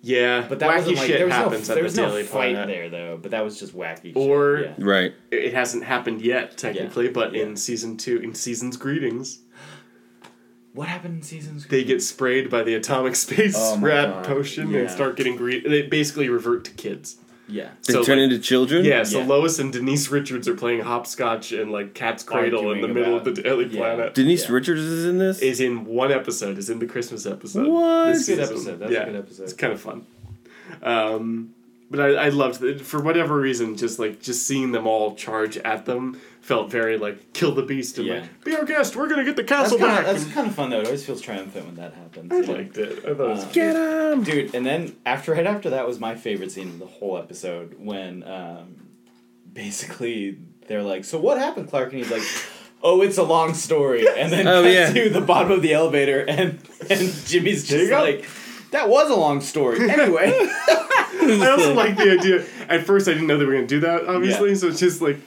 [SPEAKER 3] yeah.
[SPEAKER 1] but that
[SPEAKER 3] wacky
[SPEAKER 1] wasn't like
[SPEAKER 3] shit
[SPEAKER 1] there was
[SPEAKER 3] happens
[SPEAKER 1] no
[SPEAKER 3] at
[SPEAKER 1] there was
[SPEAKER 3] the
[SPEAKER 1] no
[SPEAKER 3] Daily
[SPEAKER 1] fight
[SPEAKER 3] Planet.
[SPEAKER 1] there though. But that was just wacky.
[SPEAKER 3] Or-
[SPEAKER 1] shit. Yeah.
[SPEAKER 2] Right.
[SPEAKER 3] It it hasn't happened yet, technically, but in season two, in season's greetings,
[SPEAKER 1] what happened in seasons?
[SPEAKER 3] they get sprayed by the atomic space
[SPEAKER 1] Oh my
[SPEAKER 3] rat
[SPEAKER 1] God,
[SPEAKER 3] potion
[SPEAKER 1] yeah.
[SPEAKER 3] and start getting greet. They basically revert to kids.
[SPEAKER 1] Yeah.
[SPEAKER 2] They
[SPEAKER 3] So,
[SPEAKER 2] turn
[SPEAKER 3] like-
[SPEAKER 2] into children.
[SPEAKER 3] Yeah, so
[SPEAKER 1] Yeah.
[SPEAKER 3] Lois and Denise Richards are playing hopscotch and like Cat's Cradle in the
[SPEAKER 1] Arguing
[SPEAKER 3] middle of
[SPEAKER 1] about-
[SPEAKER 3] the Daily
[SPEAKER 1] yeah.
[SPEAKER 3] Planet.
[SPEAKER 2] Denise
[SPEAKER 1] Yeah.
[SPEAKER 2] Richards is in this.
[SPEAKER 3] Is in one episode. Is in the Christmas episode.
[SPEAKER 2] What?
[SPEAKER 3] This
[SPEAKER 1] Good
[SPEAKER 3] season.
[SPEAKER 1] episode. That's a good episode.
[SPEAKER 3] It's kind of fun. Um, but I, I loved it for whatever reason. Just like just seeing them all charge at them felt very like kill the beast and
[SPEAKER 1] Yeah.
[SPEAKER 3] like be our guest. We're gonna get the
[SPEAKER 1] That's
[SPEAKER 3] castle
[SPEAKER 1] kind, of,
[SPEAKER 3] back.
[SPEAKER 1] that's kind of fun though. It always feels triumphant when that happens.
[SPEAKER 3] I
[SPEAKER 1] you know?
[SPEAKER 3] liked it. I thought it was
[SPEAKER 1] Uh,
[SPEAKER 2] Get him.
[SPEAKER 1] Dude, and then after right after that was my favorite scene of the whole episode when um, basically they're like, "So what happened, Clark?" And he's like, "Oh, it's a long story." And then
[SPEAKER 2] Oh,
[SPEAKER 1] cuts
[SPEAKER 2] yeah.
[SPEAKER 1] to the bottom of the elevator, and and Jimmy's
[SPEAKER 3] There
[SPEAKER 1] just
[SPEAKER 3] you go.
[SPEAKER 1] like, "That was a long story." Anyway,
[SPEAKER 3] I also like the idea. At first, I didn't know they were going to do that, obviously.
[SPEAKER 1] Yeah.
[SPEAKER 3] So it's just like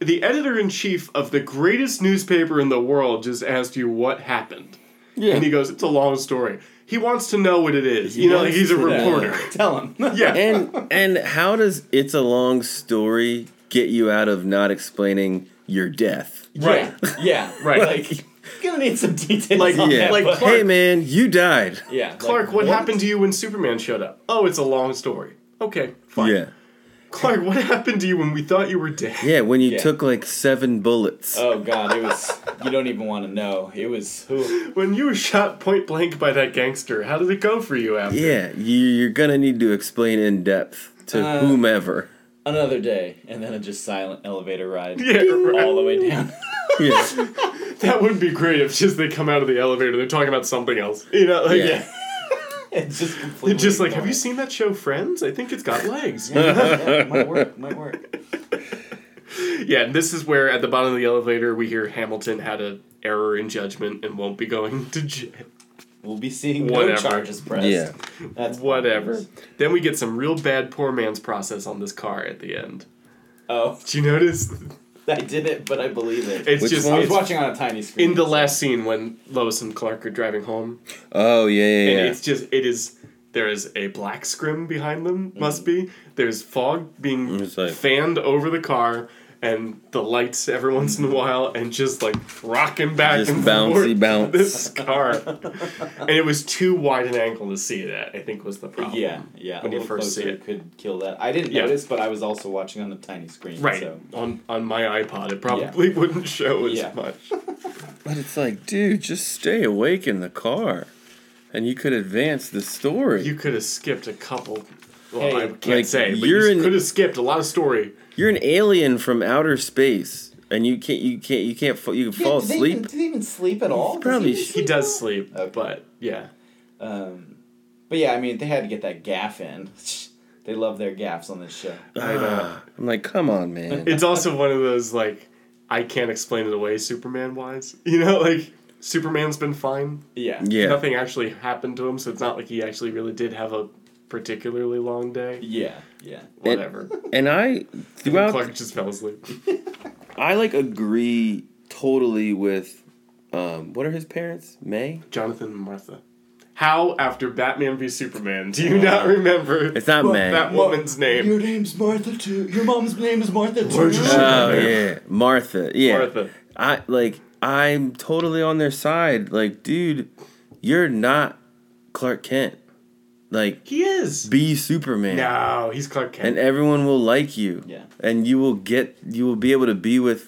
[SPEAKER 3] the editor in chief of the greatest newspaper in the world just asked you what happened.
[SPEAKER 2] Yeah.
[SPEAKER 3] And he goes, It's a long story. He wants to know what it is. you know, like
[SPEAKER 1] wants
[SPEAKER 3] he's a
[SPEAKER 1] to uh, know.
[SPEAKER 3] reporter.
[SPEAKER 1] tell him.
[SPEAKER 3] Yeah.
[SPEAKER 2] and and how does it's a long story get you out of not explaining your death?
[SPEAKER 3] right.
[SPEAKER 1] Yeah, yeah,
[SPEAKER 3] Right.
[SPEAKER 1] Like, gonna need some details.
[SPEAKER 3] Like-
[SPEAKER 1] on
[SPEAKER 2] Yeah.
[SPEAKER 1] that,
[SPEAKER 3] Like
[SPEAKER 1] but-
[SPEAKER 3] Clark-
[SPEAKER 2] hey man, you died.
[SPEAKER 1] yeah,
[SPEAKER 3] Clark, what, happened to you when Superman showed up? Oh, it's a long story. Okay, fine.
[SPEAKER 2] Yeah.
[SPEAKER 3] Clark, what happened to you when we thought you were dead?
[SPEAKER 2] Yeah, when you
[SPEAKER 1] Yeah.
[SPEAKER 2] took like seven bullets.
[SPEAKER 1] Oh God, it was. You don't even want to know. It was who?
[SPEAKER 3] When you were shot point blank by that gangster, how did it go for you after?
[SPEAKER 2] yeah, you, you're gonna need to explain in depth to
[SPEAKER 1] Uh,
[SPEAKER 2] whomever.
[SPEAKER 1] Another day, and then a just silent elevator ride.
[SPEAKER 3] Yeah, right.
[SPEAKER 1] all the way down.
[SPEAKER 2] Yeah.
[SPEAKER 3] That would be great if just they come out of the elevator, they're talking about something else. You know, like,
[SPEAKER 2] Yeah.
[SPEAKER 3] yeah.
[SPEAKER 1] it's just completely.
[SPEAKER 3] They're just like, have
[SPEAKER 1] ignored.
[SPEAKER 3] you seen that show Friends? I think it's got legs.
[SPEAKER 1] Yeah, might work. Might work.
[SPEAKER 3] yeah, and this is where at the bottom of the elevator we hear Hamilton had an error in judgment and won't be going to jail.
[SPEAKER 1] We'll be seeing no
[SPEAKER 3] Whatever.
[SPEAKER 1] charges pressed.
[SPEAKER 2] Yeah.
[SPEAKER 1] That's
[SPEAKER 3] Whatever. Then we get some real bad poor man's process on this car at the end.
[SPEAKER 1] Oh,
[SPEAKER 3] Did you notice?
[SPEAKER 1] I did it, but I believe it.
[SPEAKER 3] It's
[SPEAKER 2] Which
[SPEAKER 3] just
[SPEAKER 2] one?
[SPEAKER 1] I was
[SPEAKER 3] it's
[SPEAKER 1] watching on a tiny screen.
[SPEAKER 3] in the last scene when Lois and Clark are driving home.
[SPEAKER 2] Oh yeah, yeah,
[SPEAKER 3] And
[SPEAKER 2] yeah.
[SPEAKER 3] it's just it is there is a black scrim behind them, must be. There's fog being
[SPEAKER 2] It's Mm. like-
[SPEAKER 3] fanned over the car and the lights every once in a while and just like rocking back
[SPEAKER 2] Just
[SPEAKER 3] and
[SPEAKER 2] bouncy
[SPEAKER 3] forth
[SPEAKER 2] bounce.
[SPEAKER 3] this car. and it was too wide an angle to see that, I think was the problem.
[SPEAKER 1] Yeah, yeah.
[SPEAKER 3] When
[SPEAKER 1] a
[SPEAKER 3] you
[SPEAKER 1] little
[SPEAKER 3] first see
[SPEAKER 1] closer
[SPEAKER 3] it.
[SPEAKER 1] could kill that. I didn't
[SPEAKER 3] Yeah.
[SPEAKER 1] notice, but I was also watching on the tiny screen.
[SPEAKER 3] Right.
[SPEAKER 1] So.
[SPEAKER 3] On on my iPod it probably wouldn't show as
[SPEAKER 1] Yeah.
[SPEAKER 3] much.
[SPEAKER 2] But it's like, dude, just stay awake in the car, and you could advance the story.
[SPEAKER 3] You could have skipped a couple well,
[SPEAKER 1] Hey,
[SPEAKER 3] I can't
[SPEAKER 2] like,
[SPEAKER 3] say, but
[SPEAKER 2] you're
[SPEAKER 3] you
[SPEAKER 2] in-
[SPEAKER 3] could have skipped a lot of story.
[SPEAKER 2] You're an alien from outer space, and you can't, you can't, you can't, fa- you can fall
[SPEAKER 1] Yeah, do they
[SPEAKER 2] asleep.
[SPEAKER 1] Even, do they even sleep at all? Does
[SPEAKER 2] probably
[SPEAKER 1] even
[SPEAKER 2] sh-
[SPEAKER 3] He
[SPEAKER 1] sleep
[SPEAKER 3] does
[SPEAKER 1] at all?
[SPEAKER 3] sleep,
[SPEAKER 1] Okay.
[SPEAKER 3] but yeah.
[SPEAKER 1] Um, but yeah, I mean, they had to get that gaff in. They love their gaffs on this show.
[SPEAKER 3] I know.
[SPEAKER 2] I'm like, come on, man.
[SPEAKER 3] it's also one of those like I can't explain it away Superman wise. You know, like Superman's been fine.
[SPEAKER 1] Yeah.
[SPEAKER 2] yeah,
[SPEAKER 3] Nothing actually happened to him, so it's not like he actually really did have a particularly long day.
[SPEAKER 1] Yeah. Yeah.
[SPEAKER 3] Whatever.
[SPEAKER 2] and I throughout
[SPEAKER 3] Clark just fell asleep.
[SPEAKER 2] I like agree totally with um what are his parents? May?
[SPEAKER 3] Jonathan and Martha. How after Batman v Superman do you not remember
[SPEAKER 2] It's not May.
[SPEAKER 3] that woman's name?
[SPEAKER 1] name's Martha too. Your mom's name is Martha
[SPEAKER 3] Martha.
[SPEAKER 2] Oh yeah. Martha. Yeah.
[SPEAKER 3] Martha.
[SPEAKER 2] I like I'm totally on their side. Like, dude, you're not Clark Kent. Like
[SPEAKER 3] He is.
[SPEAKER 2] be Superman.
[SPEAKER 3] No, he's Clark Kent.
[SPEAKER 2] And everyone will like you.
[SPEAKER 1] Yeah.
[SPEAKER 2] And you will get you will be able to be with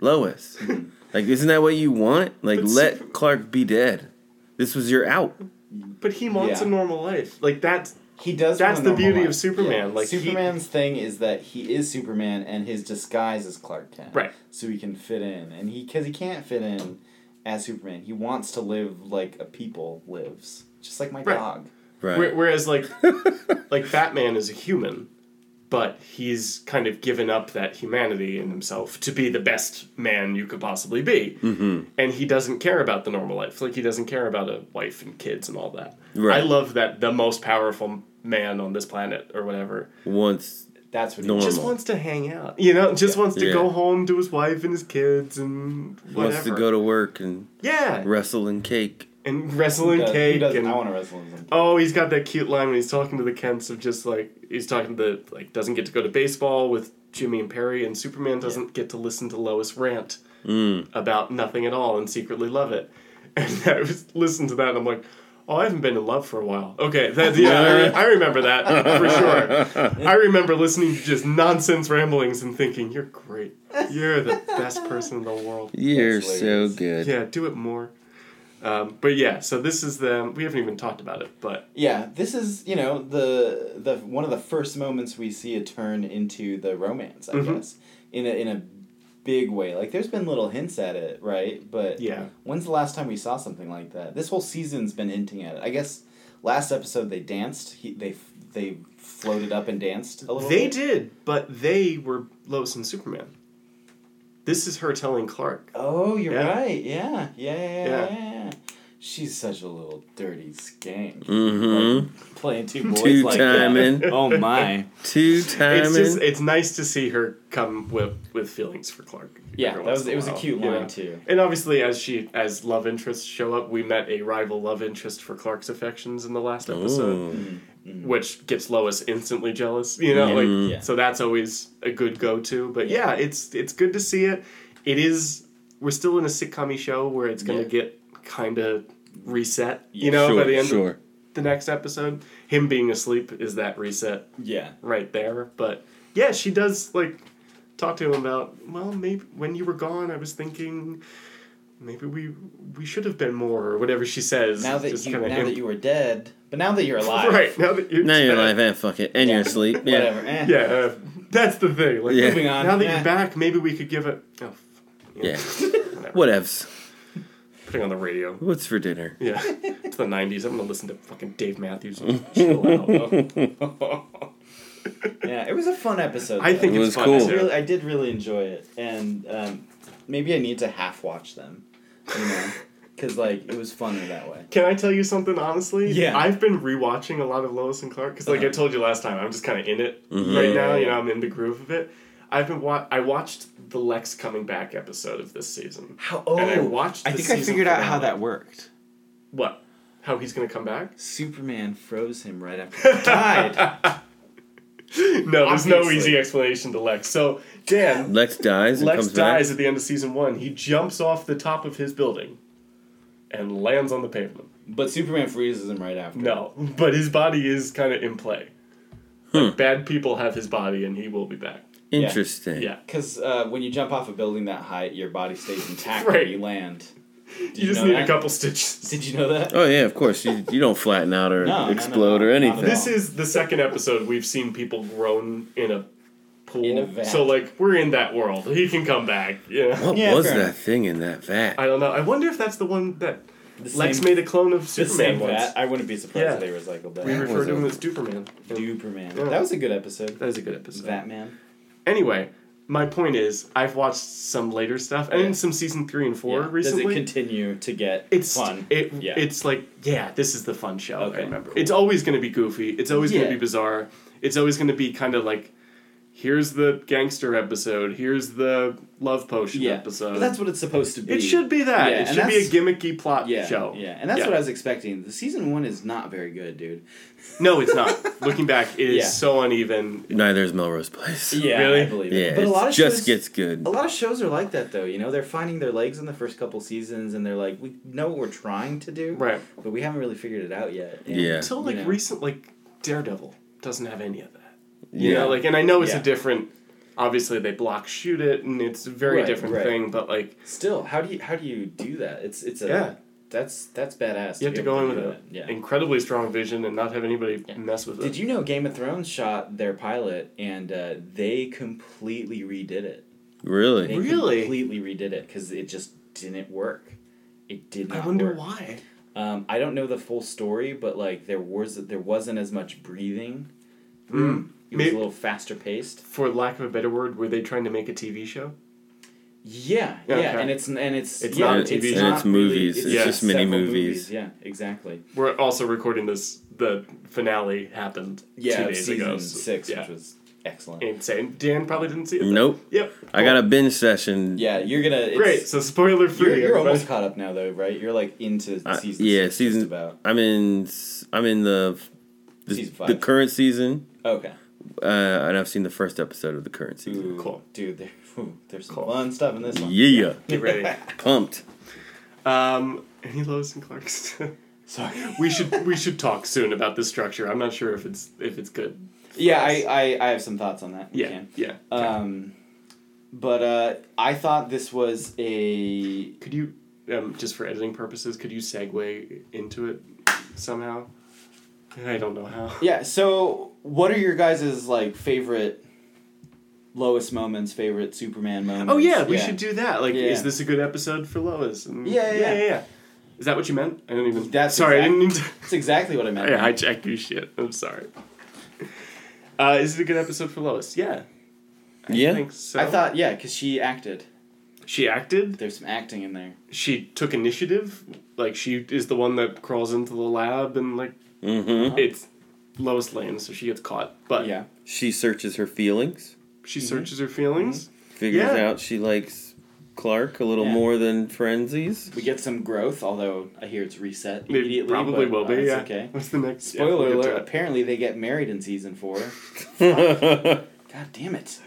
[SPEAKER 2] Lois.
[SPEAKER 3] Mm-hmm.
[SPEAKER 2] like, isn't that what you want? Like
[SPEAKER 3] But
[SPEAKER 2] let
[SPEAKER 3] Super-
[SPEAKER 2] Clark be dead. This was your out.
[SPEAKER 3] but he wants
[SPEAKER 1] Yeah.
[SPEAKER 3] a normal life. Like that's
[SPEAKER 1] He does.
[SPEAKER 3] That's
[SPEAKER 1] live a
[SPEAKER 3] the beauty
[SPEAKER 1] normal
[SPEAKER 3] of Superman, like, he-
[SPEAKER 1] Superman's thing is that he is Superman, and his disguise is Clark Kent.
[SPEAKER 3] Right.
[SPEAKER 1] So he can fit in, and he because he can't fit in as Superman. He wants to live like a people lives, just like my
[SPEAKER 3] Right.
[SPEAKER 1] dog.
[SPEAKER 2] Right.
[SPEAKER 3] Where- Whereas like like Batman is a human, but he's kind of given up that humanity in himself to be the best man you could possibly be, mm-hmm. and he doesn't care about the normal life. Like he doesn't care about a wife and kids and all that.
[SPEAKER 2] Right.
[SPEAKER 3] I love that the most powerful man on this planet or whatever
[SPEAKER 2] Once
[SPEAKER 1] That's what he
[SPEAKER 2] Normal.
[SPEAKER 1] just
[SPEAKER 3] just wants to hang out. You know, just wants to
[SPEAKER 2] Yeah.
[SPEAKER 3] go home to his wife and his kids and whatever.
[SPEAKER 2] wants to go to work and
[SPEAKER 3] yeah,
[SPEAKER 2] wrestle and cake.
[SPEAKER 3] and wrestling
[SPEAKER 1] does. He
[SPEAKER 3] cake
[SPEAKER 1] doesn't.
[SPEAKER 3] and
[SPEAKER 1] I want to wrestle him.
[SPEAKER 3] Oh, he's got that cute line when he's talking to the Kents of just like he's talking to the like doesn't get to go to baseball with Jimmy and Perry, and Superman doesn't get to listen to Lois rant about nothing at all and secretly love it. And I was listening to that, and I'm like, Oh, I haven't been in love for a while. Okay, that, yeah, I, re- I remember that for sure. I remember listening to just nonsense ramblings and thinking, "You're great. You're the best person in the world."
[SPEAKER 2] You're
[SPEAKER 1] That's
[SPEAKER 2] so
[SPEAKER 1] hilarious.
[SPEAKER 2] good.
[SPEAKER 3] Yeah, do it more. Um, but yeah, so this is the we haven't even talked about it, but
[SPEAKER 1] Yeah, this is you know the the one of the first moments we see it turn into the romance, I
[SPEAKER 3] Mm-hmm.
[SPEAKER 1] guess, in a in a big way. Like there's been little hints at it, right? But
[SPEAKER 3] Yeah.
[SPEAKER 1] when's the last time we saw something like that? This whole season's been hinting at it. I guess last episode they danced. He, they they floated up and danced a little.
[SPEAKER 3] They
[SPEAKER 1] bit.
[SPEAKER 3] did, but they were Lois and Superman. This is her telling Clark.
[SPEAKER 1] Oh, you're
[SPEAKER 3] Yeah.
[SPEAKER 1] right. Yeah, yeah, yeah,
[SPEAKER 3] Yeah.
[SPEAKER 1] yeah. yeah. She's such a little dirty skank.
[SPEAKER 2] Mm-hmm.
[SPEAKER 1] Like, playing two boys
[SPEAKER 2] Two
[SPEAKER 1] like that.
[SPEAKER 2] timing.
[SPEAKER 5] Oh my.
[SPEAKER 2] Two
[SPEAKER 3] It's just
[SPEAKER 2] timing.
[SPEAKER 3] it's nice to see her come with with feelings for Clark.
[SPEAKER 1] Yeah,
[SPEAKER 3] every
[SPEAKER 1] that
[SPEAKER 3] once
[SPEAKER 1] was
[SPEAKER 3] in
[SPEAKER 1] it. Was a
[SPEAKER 3] while,
[SPEAKER 1] cute
[SPEAKER 3] you
[SPEAKER 1] line
[SPEAKER 3] know?
[SPEAKER 1] too.
[SPEAKER 3] And obviously, as she as love interests show up, we met a rival love interest for Clark's affections in the last episode,
[SPEAKER 2] Ooh.
[SPEAKER 3] which gets Lois instantly jealous. You know,
[SPEAKER 2] Mm.
[SPEAKER 3] like
[SPEAKER 1] Yeah.
[SPEAKER 3] so that's always a good go to. But yeah. it's it's good to see it. It is. We're still in a sitcom show where it's going
[SPEAKER 1] Yeah.
[SPEAKER 3] to get kind of reset.
[SPEAKER 1] Yeah.
[SPEAKER 3] you know, by the
[SPEAKER 2] Sure,
[SPEAKER 3] end
[SPEAKER 2] sure.
[SPEAKER 3] of the next episode, him being asleep is that reset
[SPEAKER 1] Yeah.
[SPEAKER 3] right there. But yeah, she does like talk to him about well, maybe when you were gone, I was thinking maybe we we should have been more or whatever she says.
[SPEAKER 1] Now that
[SPEAKER 3] Just
[SPEAKER 1] you now
[SPEAKER 3] kinda
[SPEAKER 1] that
[SPEAKER 3] imp-
[SPEAKER 1] you were dead, but now that you're alive,
[SPEAKER 3] right now that you're
[SPEAKER 2] Now you're
[SPEAKER 3] back.
[SPEAKER 2] alive and fuck it. And you're asleep. Yeah.
[SPEAKER 1] Whatever. eh.
[SPEAKER 3] Yeah, uh, that's the thing. Like,
[SPEAKER 2] Yeah.
[SPEAKER 1] Moving on.
[SPEAKER 3] Now that
[SPEAKER 1] eh.
[SPEAKER 3] you're back, maybe we could give it. Oh, f-
[SPEAKER 2] Yeah. Whatevs.
[SPEAKER 3] putting on the radio.
[SPEAKER 2] What's for dinner?
[SPEAKER 3] Yeah, it's the '90s. I'm gonna listen to fucking Dave Matthews. And chill out.
[SPEAKER 1] Yeah, it was a fun episode.
[SPEAKER 3] I
[SPEAKER 1] though.
[SPEAKER 3] think
[SPEAKER 2] It was
[SPEAKER 3] it's fun.
[SPEAKER 2] cool.
[SPEAKER 1] I
[SPEAKER 3] too.
[SPEAKER 1] really, I did really enjoy it, and um, maybe I need to half watch them, you know, because like it was funner that way.
[SPEAKER 3] Can I tell you something honestly?
[SPEAKER 1] Yeah. Uh-huh.
[SPEAKER 3] I've been rewatching a lot of Lois and Clark because, like I told you last time, I'm just kind of in it
[SPEAKER 1] Yeah,
[SPEAKER 3] right now.
[SPEAKER 1] yeah,
[SPEAKER 3] You
[SPEAKER 1] yeah.
[SPEAKER 3] know, I'm in the groove of it. I've been wa- I watched the Lex coming back episode of this season.
[SPEAKER 1] How oh
[SPEAKER 3] And I watched. The
[SPEAKER 5] I think I
[SPEAKER 3] season
[SPEAKER 5] figured out how
[SPEAKER 3] finale.
[SPEAKER 5] that worked.
[SPEAKER 3] What? How he's gonna come back?
[SPEAKER 1] Superman froze him right after he died.
[SPEAKER 3] No, there's no
[SPEAKER 1] Obviously.
[SPEAKER 3] easy explanation to Lex. So Dan,
[SPEAKER 2] Lex dies and
[SPEAKER 3] Lex
[SPEAKER 2] comes
[SPEAKER 3] dies
[SPEAKER 2] back.
[SPEAKER 3] at the end of season one. He jumps off the top of his building and lands on the pavement.
[SPEAKER 1] but Superman freezes him right after.
[SPEAKER 3] No, but his body is kind of in play.
[SPEAKER 1] Hmm.
[SPEAKER 3] Like, bad people have his body, and he will be back.
[SPEAKER 2] Interesting.
[SPEAKER 3] Yeah.
[SPEAKER 1] Because uh, when you jump off a building that height, your body stays intact
[SPEAKER 3] Right.
[SPEAKER 1] when you land. Did
[SPEAKER 3] You, just
[SPEAKER 1] know
[SPEAKER 3] need
[SPEAKER 1] that?
[SPEAKER 3] a couple stitches.
[SPEAKER 1] Did you know that?
[SPEAKER 2] Oh yeah, of course. You, you don't flatten out or
[SPEAKER 1] No, no, no,
[SPEAKER 2] explode
[SPEAKER 1] no, not
[SPEAKER 2] or
[SPEAKER 1] at
[SPEAKER 2] anything.
[SPEAKER 1] all.
[SPEAKER 3] This is the second episode we've seen people grown in a pool.
[SPEAKER 1] In a vat.
[SPEAKER 3] So like we're in that world. He can come back. Yeah.
[SPEAKER 2] What
[SPEAKER 1] Yeah,
[SPEAKER 2] was
[SPEAKER 1] fair
[SPEAKER 2] that
[SPEAKER 1] enough.
[SPEAKER 2] thing in that vat?
[SPEAKER 3] I don't know. I wonder if that's the one that
[SPEAKER 1] The
[SPEAKER 3] Lex
[SPEAKER 1] same-
[SPEAKER 3] made a clone of
[SPEAKER 1] the
[SPEAKER 3] Superman
[SPEAKER 1] same
[SPEAKER 3] once.
[SPEAKER 1] vat. I wouldn't be surprised
[SPEAKER 3] Yeah.
[SPEAKER 1] if they recycled that.
[SPEAKER 3] We refer
[SPEAKER 2] was
[SPEAKER 3] to him
[SPEAKER 2] a-
[SPEAKER 3] as Duperman.
[SPEAKER 1] Duperman.
[SPEAKER 3] Yeah.
[SPEAKER 1] That was a good episode.
[SPEAKER 3] That is a good episode.
[SPEAKER 1] Batman.
[SPEAKER 3] Anyway, my point is I've watched some later stuff and
[SPEAKER 1] Yeah.
[SPEAKER 3] some season three and four
[SPEAKER 1] Yeah.
[SPEAKER 3] recently.
[SPEAKER 1] Does it continue to get
[SPEAKER 3] it's
[SPEAKER 1] fun?
[SPEAKER 3] It,
[SPEAKER 1] yeah.
[SPEAKER 3] It's like, yeah, this is the fun show. I
[SPEAKER 1] Okay,
[SPEAKER 3] remember.
[SPEAKER 1] cool.
[SPEAKER 3] It's always going to be goofy. It's always
[SPEAKER 1] Yeah.
[SPEAKER 3] going to be bizarre. It's always going to be kind of like, here's the gangster episode. Here's the love potion
[SPEAKER 1] yeah.
[SPEAKER 3] episode.
[SPEAKER 1] But that's what it's supposed to be.
[SPEAKER 3] it should be that.
[SPEAKER 1] Yeah,
[SPEAKER 3] it
[SPEAKER 1] and
[SPEAKER 3] should be a
[SPEAKER 1] that's-
[SPEAKER 3] gimmicky plot
[SPEAKER 1] Yeah,
[SPEAKER 3] show.
[SPEAKER 1] yeah, and that's what I was expecting. The season one is not very good, dude.
[SPEAKER 3] No, it's not. Looking back, it is
[SPEAKER 1] Yeah.
[SPEAKER 3] so uneven.
[SPEAKER 2] Neither is Melrose Place.
[SPEAKER 1] I
[SPEAKER 3] Really?
[SPEAKER 1] believe
[SPEAKER 2] Yeah,
[SPEAKER 1] it. But a lot
[SPEAKER 2] it
[SPEAKER 1] of
[SPEAKER 2] just
[SPEAKER 1] shows,
[SPEAKER 2] gets good.
[SPEAKER 1] a lot of shows are like that though. You know, they're finding their legs in the first couple seasons, and they're like, we know what we're trying to do,
[SPEAKER 3] Right.
[SPEAKER 1] But we haven't really figured it out yet. And,
[SPEAKER 2] Yeah.
[SPEAKER 3] Until like
[SPEAKER 1] you know.
[SPEAKER 3] recent, like Daredevil doesn't have any of that.
[SPEAKER 2] Yeah.
[SPEAKER 3] You know, like, and I know it's
[SPEAKER 1] Yeah.
[SPEAKER 3] a different. Obviously, they block shoot it, and it's a very
[SPEAKER 1] Right,
[SPEAKER 3] different
[SPEAKER 1] right.
[SPEAKER 3] thing. But like,
[SPEAKER 1] Still, how do you how do you do that? It's it's a
[SPEAKER 3] Yeah.
[SPEAKER 1] That's that's badass.
[SPEAKER 3] You have to
[SPEAKER 1] be able
[SPEAKER 3] go in with
[SPEAKER 1] do
[SPEAKER 3] an
[SPEAKER 1] that. Yeah.
[SPEAKER 3] incredibly strong vision and not have anybody mess with it.
[SPEAKER 1] Did you know Game of Thrones shot their pilot and uh, they completely redid it? They
[SPEAKER 2] Really?
[SPEAKER 3] Really?
[SPEAKER 1] completely redid it because it just didn't work. It did
[SPEAKER 3] I
[SPEAKER 1] not.
[SPEAKER 3] wonder
[SPEAKER 1] work.
[SPEAKER 3] why.
[SPEAKER 1] Um, I don't know the full story, but like there was there wasn't as much breathing.
[SPEAKER 3] Hmm.
[SPEAKER 1] Mm. It was
[SPEAKER 3] Maybe-
[SPEAKER 1] a little faster paced.
[SPEAKER 3] For lack of a better word, were they trying to make a TV show?
[SPEAKER 1] Yeah,
[SPEAKER 3] Yeah,
[SPEAKER 1] yeah,
[SPEAKER 3] okay.
[SPEAKER 1] and it's and it's
[SPEAKER 3] It's
[SPEAKER 1] yeah,
[SPEAKER 3] not a
[SPEAKER 1] it's
[SPEAKER 3] TV
[SPEAKER 1] not
[SPEAKER 3] show.
[SPEAKER 2] And it's
[SPEAKER 1] really-
[SPEAKER 2] movies. It's
[SPEAKER 1] yeah,
[SPEAKER 2] just mini
[SPEAKER 1] several
[SPEAKER 2] movies.
[SPEAKER 1] Yeah, exactly.
[SPEAKER 3] We're also recording this. The finale happened
[SPEAKER 1] Yeah,
[SPEAKER 3] two days
[SPEAKER 1] season
[SPEAKER 3] ago. so-
[SPEAKER 1] six,
[SPEAKER 3] yeah.
[SPEAKER 1] which was excellent.
[SPEAKER 3] insane. Dan probably didn't see it. then.
[SPEAKER 2] Nope.
[SPEAKER 3] Yep.
[SPEAKER 2] I got a binge session.
[SPEAKER 1] yeah, you're gonna it's,
[SPEAKER 3] Great. So spoiler free.
[SPEAKER 1] You're, you're
[SPEAKER 3] everybody.
[SPEAKER 1] almost caught up now, though, right? You're like into
[SPEAKER 2] I-
[SPEAKER 1] season.
[SPEAKER 2] Uh, yeah,
[SPEAKER 1] six, just
[SPEAKER 2] season.
[SPEAKER 1] about
[SPEAKER 2] I'm in. I'm in the the,
[SPEAKER 1] Season five.
[SPEAKER 2] the current season,
[SPEAKER 1] okay.
[SPEAKER 2] uh, and I've seen the first episode of the current season.
[SPEAKER 1] Ooh,
[SPEAKER 3] Cool.
[SPEAKER 1] dude. There, ooh, there's some
[SPEAKER 3] Cool.
[SPEAKER 1] fun stuff in this one.
[SPEAKER 2] Yeah,
[SPEAKER 3] Get ready.
[SPEAKER 2] pumped.
[SPEAKER 3] um, any Lois and Clark's?
[SPEAKER 1] Sorry.
[SPEAKER 3] We should we should talk soon about this structure. I'm not sure if it's if it's good.
[SPEAKER 1] Yeah, I, I, I have some thoughts on that. We
[SPEAKER 3] Yeah,
[SPEAKER 1] can.
[SPEAKER 3] yeah.
[SPEAKER 1] Um, but uh, I thought this was a
[SPEAKER 3] could you, um, just for editing purposes, could you segue into it somehow? I don't know how.
[SPEAKER 1] yeah. So, what are your guys' like favorite lowest moments? Favorite Superman moments?
[SPEAKER 3] Oh yeah, we should do that. Like,
[SPEAKER 1] Yeah.
[SPEAKER 3] is this a good episode for Lois? And-
[SPEAKER 1] Yeah, yeah,
[SPEAKER 3] yeah,
[SPEAKER 1] yeah.
[SPEAKER 3] Is that what you meant? I don't even.
[SPEAKER 1] That's
[SPEAKER 3] sorry. I didn't mean to.
[SPEAKER 1] That's exactly what I meant.
[SPEAKER 3] Oh, Yeah, I checked your shit. I'm sorry. Uh, is it a good episode for Lois? Yeah. I
[SPEAKER 2] Yeah.
[SPEAKER 3] think so.
[SPEAKER 1] I thought yeah, because she acted.
[SPEAKER 3] she acted.
[SPEAKER 1] There's some acting in there.
[SPEAKER 3] She took initiative. Like she is the one that crawls into the lab and like
[SPEAKER 2] Mm-hmm.
[SPEAKER 3] it's Lois Lane, so she gets caught. But
[SPEAKER 1] Yeah. Mm-hmm.
[SPEAKER 2] She searches her feelings,
[SPEAKER 3] she searches her feelings.
[SPEAKER 2] figures
[SPEAKER 3] Yeah.
[SPEAKER 2] out she likes Clark a little
[SPEAKER 1] Yeah.
[SPEAKER 2] more than Frenzies.
[SPEAKER 1] We get some growth, although I hear it's reset
[SPEAKER 3] It
[SPEAKER 1] immediately.
[SPEAKER 3] probably
[SPEAKER 1] but,
[SPEAKER 3] will
[SPEAKER 1] uh,
[SPEAKER 3] be.
[SPEAKER 1] it's
[SPEAKER 3] yeah.
[SPEAKER 1] Okay.
[SPEAKER 3] What's the next yeah,
[SPEAKER 1] Spoiler
[SPEAKER 3] we'll get to
[SPEAKER 1] alert,
[SPEAKER 3] it.
[SPEAKER 1] apparently they get married in season four. God damn it.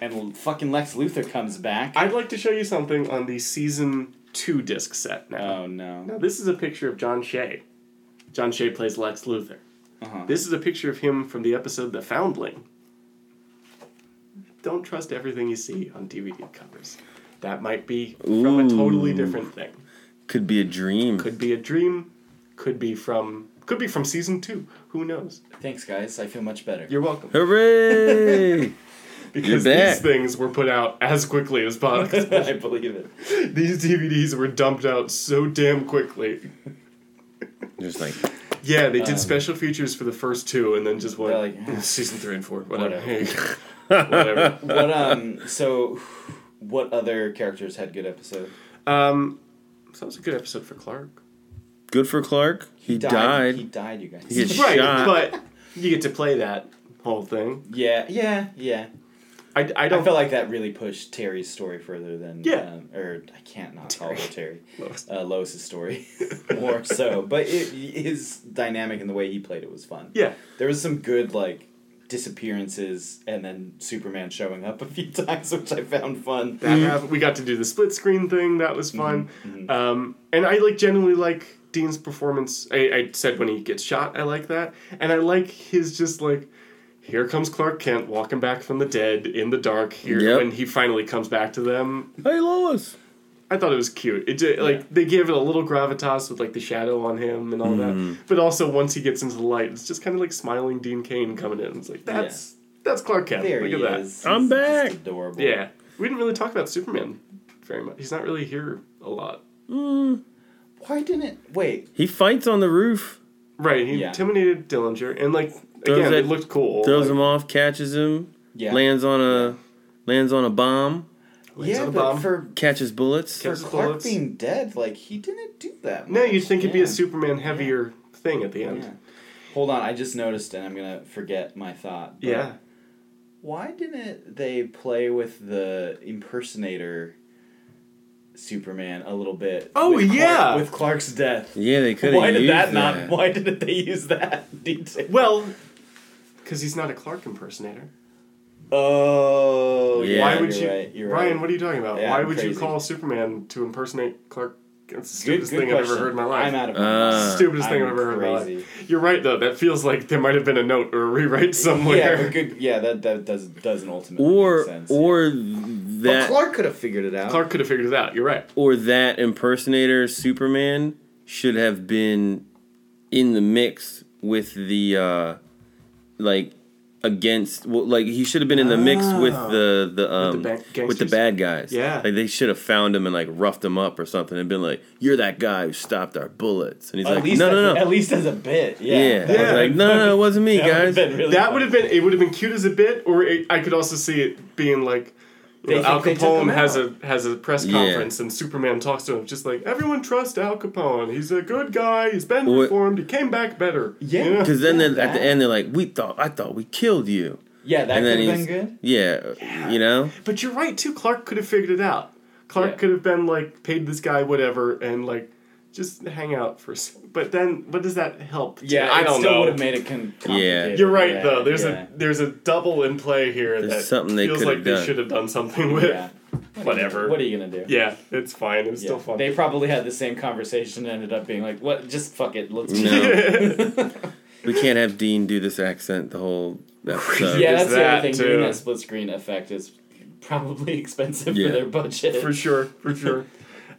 [SPEAKER 1] And fucking Lex Luthor comes back.
[SPEAKER 3] I'd like to show you something on the season two disc set now.
[SPEAKER 1] oh no.
[SPEAKER 3] Now, this is a picture of John Shea. John Shea plays Lex Luthor.
[SPEAKER 1] Uh-huh.
[SPEAKER 3] This is a picture of him from the episode The Foundling. Don't trust everything you see on DVD covers. That might be from a totally
[SPEAKER 2] Ooh.
[SPEAKER 3] different thing.
[SPEAKER 2] Could be a dream.
[SPEAKER 3] Could be a dream, could be from could be from season 2. Who knows?
[SPEAKER 1] Thanks, guys. I feel much better.
[SPEAKER 3] You're welcome.
[SPEAKER 2] Hooray!
[SPEAKER 3] Because
[SPEAKER 2] You're
[SPEAKER 3] these
[SPEAKER 2] back.
[SPEAKER 3] things were put out as quickly as possible.
[SPEAKER 1] I believe it.
[SPEAKER 3] these DVDs were dumped out so damn quickly.
[SPEAKER 2] Just like
[SPEAKER 3] Yeah, they did special features for the first two, and then just one
[SPEAKER 1] They're Um, like, "Eh,
[SPEAKER 3] season three and four, whatever.
[SPEAKER 1] whatever."
[SPEAKER 3] whatever.
[SPEAKER 1] What um so what other characters had good episode?
[SPEAKER 3] Um, so that was a good episode for Clark.
[SPEAKER 2] good for Clark. He, died.
[SPEAKER 1] He died, you guys.
[SPEAKER 2] He gets
[SPEAKER 3] Right,
[SPEAKER 2] shot.
[SPEAKER 3] but you get to play that whole thing.
[SPEAKER 1] yeah, yeah, yeah.
[SPEAKER 3] I, I
[SPEAKER 1] I
[SPEAKER 3] don't
[SPEAKER 1] felt like that really pushed Terry's story further than
[SPEAKER 3] Yeah.
[SPEAKER 1] um, or I can't not call her Terry.
[SPEAKER 3] Lois.
[SPEAKER 1] Uh, Lois's story more so, but it, his dynamic and the way he played it was fun.
[SPEAKER 3] Yeah,
[SPEAKER 1] There was some good like disappearances and then Superman showing up a few times, which I found fun.
[SPEAKER 3] that happened. We got to do the split screen thing. That
[SPEAKER 1] Mm-hmm.
[SPEAKER 3] was fun. Um, and I like generally like Dean's performance. I, I said when he gets shot, I like that, and I like his just like. Here comes Clark Kent walking back from the dead in the dark. Here,
[SPEAKER 2] Yep.
[SPEAKER 3] when he finally comes back to them,
[SPEAKER 2] Hey Lois.
[SPEAKER 3] I thought it was cute. It did, like they gave it a little gravitas with like the shadow on him and all that. But also once he gets into the light, it's just kind of like smiling Dean Kane coming in. It's like that's that's Clark Kent.
[SPEAKER 1] There
[SPEAKER 3] Look
[SPEAKER 1] he
[SPEAKER 3] at
[SPEAKER 1] is.
[SPEAKER 2] I'm
[SPEAKER 1] He's
[SPEAKER 2] back.
[SPEAKER 1] Just adorable.
[SPEAKER 3] that. Yeah, we didn't really talk about Superman very much. He's not really here a lot.
[SPEAKER 1] Why didn't wait?
[SPEAKER 2] Mm. He fights on the roof,
[SPEAKER 3] Right. He
[SPEAKER 1] Yeah.
[SPEAKER 3] intimidated Dillinger and like
[SPEAKER 2] Throws
[SPEAKER 3] again,
[SPEAKER 2] that-
[SPEAKER 3] it looked cool.
[SPEAKER 2] throws
[SPEAKER 3] like,
[SPEAKER 2] him off, catches him,
[SPEAKER 1] Yeah.
[SPEAKER 2] lands on a lands on a bomb,
[SPEAKER 3] lands
[SPEAKER 1] yeah,
[SPEAKER 3] on a
[SPEAKER 1] but
[SPEAKER 3] bomb.
[SPEAKER 1] for
[SPEAKER 2] catches bullets.
[SPEAKER 1] for
[SPEAKER 3] Catches
[SPEAKER 1] Clark
[SPEAKER 3] bullets.
[SPEAKER 1] being dead, like he didn't do that.
[SPEAKER 3] no, you'd
[SPEAKER 1] much.
[SPEAKER 3] think it'd be
[SPEAKER 1] Yeah.
[SPEAKER 3] a Superman heavier thing at the end.
[SPEAKER 1] Yeah. Hold on, I just noticed, and I'm gonna forget my thought. but
[SPEAKER 3] Yeah.
[SPEAKER 1] Why didn't they play with the impersonator Superman a little bit?
[SPEAKER 3] Oh,
[SPEAKER 1] with Clark-
[SPEAKER 3] yeah.
[SPEAKER 1] with Clark's death.
[SPEAKER 2] Yeah, they could have
[SPEAKER 1] Why did
[SPEAKER 2] used
[SPEAKER 1] that,
[SPEAKER 2] that.
[SPEAKER 1] not? Why didn't they use that detail?
[SPEAKER 3] Well, because he's not a Clark impersonator.
[SPEAKER 1] Oh,
[SPEAKER 2] Yeah.
[SPEAKER 3] Why would
[SPEAKER 1] you're
[SPEAKER 3] you,
[SPEAKER 1] right, you're
[SPEAKER 3] Brian?
[SPEAKER 1] right.
[SPEAKER 3] What are you talking about?
[SPEAKER 1] Yeah,
[SPEAKER 3] Why
[SPEAKER 1] I'm
[SPEAKER 3] would you
[SPEAKER 1] crazy.
[SPEAKER 3] call Superman to impersonate Clark? It's the
[SPEAKER 1] Good, good
[SPEAKER 3] stupidest
[SPEAKER 1] thing
[SPEAKER 3] thing
[SPEAKER 1] question.
[SPEAKER 3] I've ever heard in my life.
[SPEAKER 1] I'm out of
[SPEAKER 2] Uh,
[SPEAKER 3] stupidest thing
[SPEAKER 1] I'm
[SPEAKER 3] I've ever heard in my
[SPEAKER 1] crazy.
[SPEAKER 3] life. You're right though. That feels like there might have been a note or a rewrite
[SPEAKER 1] yeah,
[SPEAKER 3] somewhere.
[SPEAKER 1] but good. Yeah, that that does doesn't ultimately make
[SPEAKER 2] Or
[SPEAKER 1] sense.
[SPEAKER 2] or
[SPEAKER 1] but
[SPEAKER 2] that
[SPEAKER 1] Clark could have figured it out.
[SPEAKER 3] Clark could have figured it out. You're right.
[SPEAKER 2] or that impersonator Superman should have been in the mix with the uh like against well, like he should have been in the mix with the the um
[SPEAKER 3] ba-
[SPEAKER 2] with the,
[SPEAKER 3] gangsters?
[SPEAKER 2] bad guys
[SPEAKER 3] Yeah.
[SPEAKER 2] like they should have found him and like roughed him up or something and been like you're that guy who stopped our bullets and he's
[SPEAKER 1] at
[SPEAKER 2] like
[SPEAKER 1] least
[SPEAKER 2] no
[SPEAKER 1] as,
[SPEAKER 2] no no
[SPEAKER 1] At least as a bit. Yeah.
[SPEAKER 2] yeah,
[SPEAKER 1] That
[SPEAKER 3] Yeah.
[SPEAKER 2] like no no no it wasn't me
[SPEAKER 1] would've
[SPEAKER 2] guys
[SPEAKER 1] been really
[SPEAKER 3] That
[SPEAKER 1] funny.
[SPEAKER 3] would have been. It would have been cute as a bit, or it, I could also see it being like. You
[SPEAKER 1] They
[SPEAKER 3] know, Al
[SPEAKER 1] think they took him
[SPEAKER 3] Capone has a
[SPEAKER 1] out.
[SPEAKER 3] has a press
[SPEAKER 2] Yeah.
[SPEAKER 3] conference and Superman talks to him just like everyone trust Al Capone. He's a good guy. He's been
[SPEAKER 2] Or-
[SPEAKER 3] reformed. He came back better.
[SPEAKER 1] Yeah.
[SPEAKER 3] You know?
[SPEAKER 2] because then
[SPEAKER 1] Yeah,
[SPEAKER 2] they're- at
[SPEAKER 1] that.
[SPEAKER 2] the end they're like we thought I thought we killed you
[SPEAKER 1] Yeah, that
[SPEAKER 2] and then
[SPEAKER 1] could have
[SPEAKER 2] he's
[SPEAKER 1] been good.
[SPEAKER 2] yeah you know
[SPEAKER 3] But you're right too. Clark could have figured it out. Clark
[SPEAKER 1] Yeah.
[SPEAKER 3] could have been like paid this guy whatever and like just hang out for. s- But then, what does that help? to-
[SPEAKER 1] Yeah,
[SPEAKER 3] I
[SPEAKER 1] it
[SPEAKER 3] don't
[SPEAKER 1] still
[SPEAKER 3] know.
[SPEAKER 1] would have made it con- complicated.
[SPEAKER 3] You're right
[SPEAKER 1] Yeah,
[SPEAKER 3] though. There's
[SPEAKER 1] yeah.
[SPEAKER 3] a there's a double in play here
[SPEAKER 2] There's
[SPEAKER 3] that
[SPEAKER 2] something they
[SPEAKER 3] feels
[SPEAKER 2] could've
[SPEAKER 3] like
[SPEAKER 2] done.
[SPEAKER 3] they should have done something with.
[SPEAKER 1] Yeah.
[SPEAKER 3] Whatever.
[SPEAKER 1] What are you gonna do?
[SPEAKER 3] Yeah, it's fine. It's still
[SPEAKER 1] Yeah.
[SPEAKER 3] fun.
[SPEAKER 1] They probably had the same conversation and ended up being like, "What? Just fuck it. Let's."
[SPEAKER 2] No. We can't have Dean do this accent the whole episode.
[SPEAKER 1] yeah,
[SPEAKER 3] There's
[SPEAKER 1] that's the
[SPEAKER 3] that,
[SPEAKER 1] other thing. Doing
[SPEAKER 3] too.
[SPEAKER 1] that split screen effect is probably expensive
[SPEAKER 2] Yeah.
[SPEAKER 1] for their budget.
[SPEAKER 3] for sure, for sure.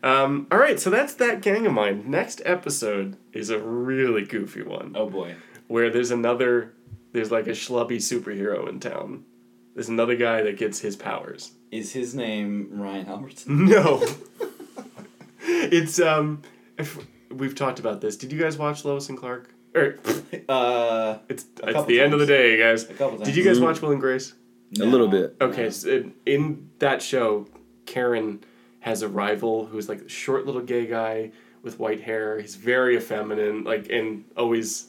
[SPEAKER 3] um, all right, so that's that gang of mine. Next episode is a really goofy one
[SPEAKER 1] Oh boy.
[SPEAKER 3] where there's another there's like a schlubby superhero in town. There's another guy that gets his powers.
[SPEAKER 1] Is his name Ryan Albertson?
[SPEAKER 3] No. it's um if we've talked about this. Did you guys watch Lois and Clark? Or
[SPEAKER 1] Uh,
[SPEAKER 3] it's it's
[SPEAKER 1] couple
[SPEAKER 3] the end of the
[SPEAKER 1] times.
[SPEAKER 3] day, guys. A
[SPEAKER 1] couple
[SPEAKER 3] Did you guys watch Will and Grace?
[SPEAKER 2] A little bit.
[SPEAKER 3] Okay, so in- in that show, Karen has a rival who's like a short little gay guy with white hair. He's very effeminate, like and always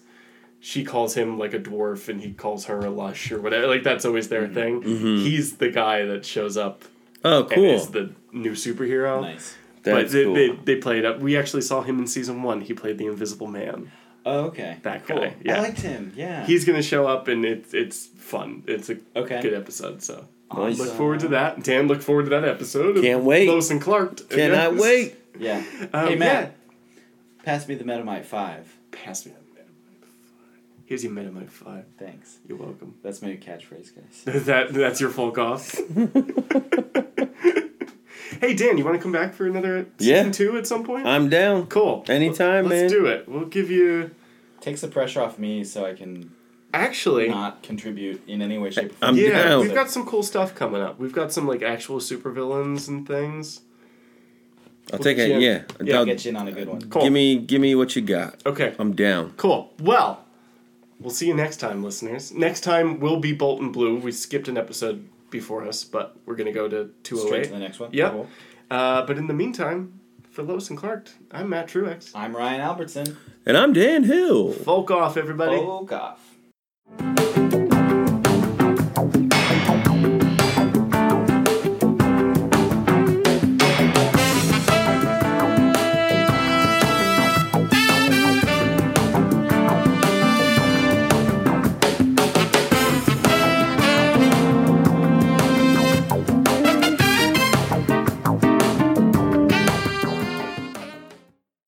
[SPEAKER 3] she calls him like a dwarf and he calls her a lush or whatever. Like that's always
[SPEAKER 1] Mm-hmm.
[SPEAKER 3] their thing. He's the guy that shows up
[SPEAKER 2] Oh,
[SPEAKER 3] and is
[SPEAKER 2] Mm-hmm. cool.
[SPEAKER 3] the new superhero.
[SPEAKER 1] nice.
[SPEAKER 2] That's
[SPEAKER 3] but they,
[SPEAKER 2] cool.
[SPEAKER 3] they, they played up. We actually saw him in season one. He played the Invisible Man.
[SPEAKER 1] Oh, okay.
[SPEAKER 3] That
[SPEAKER 1] cool.
[SPEAKER 3] guy, yeah.
[SPEAKER 1] I liked him. Yeah.
[SPEAKER 3] He's gonna show up, and it's it's fun. It's a
[SPEAKER 1] Okay.
[SPEAKER 3] good episode. So
[SPEAKER 2] Nice.
[SPEAKER 3] look forward to that. Dan, look forward to that episode. of
[SPEAKER 2] Can't wait.
[SPEAKER 3] Lois and Clark.
[SPEAKER 2] Cannot wait.
[SPEAKER 1] yeah.
[SPEAKER 3] Um,
[SPEAKER 1] hey Matt, pass me the Metamite Five.
[SPEAKER 3] yeah. pass me that Metamite Five. Here's your Metamite Five.
[SPEAKER 1] Thanks.
[SPEAKER 3] You're welcome.
[SPEAKER 1] That's my new catchphrase, guys.
[SPEAKER 3] that that's your full cost. hey Dan, you want to come back for another season
[SPEAKER 2] Yeah.
[SPEAKER 3] two at some point?
[SPEAKER 2] I'm down.
[SPEAKER 3] cool.
[SPEAKER 2] Anytime,
[SPEAKER 3] Let's
[SPEAKER 2] man.
[SPEAKER 3] do it. We'll give you.
[SPEAKER 1] Takes the pressure off me, so I can
[SPEAKER 3] Actually,
[SPEAKER 1] not contribute in any way, shape, or form.
[SPEAKER 2] I'm
[SPEAKER 3] yeah,
[SPEAKER 2] down.
[SPEAKER 3] we've got some cool stuff coming up. We've got some like actual supervillains and things.
[SPEAKER 2] I'll take it. Yeah.
[SPEAKER 3] Yeah,
[SPEAKER 2] I'll-
[SPEAKER 1] I'll get you in on a good one.
[SPEAKER 3] Cool.
[SPEAKER 2] Give me, give me what you got.
[SPEAKER 3] Okay.
[SPEAKER 2] I'm down.
[SPEAKER 3] cool. Well, we'll see you next time, listeners. Next time will be Bolton Blue. We skipped an episode before us, but we're gonna go to two oh
[SPEAKER 1] Straight to the
[SPEAKER 3] eight.
[SPEAKER 1] next one.
[SPEAKER 3] Yep.
[SPEAKER 1] Cool.
[SPEAKER 3] Uh, but in the meantime, for Lois and Clark, I'm Matt Truex.
[SPEAKER 1] I'm Ryan Albertson.
[SPEAKER 2] And I'm Dan Hill.
[SPEAKER 3] Folk off, everybody.
[SPEAKER 1] Fuck off.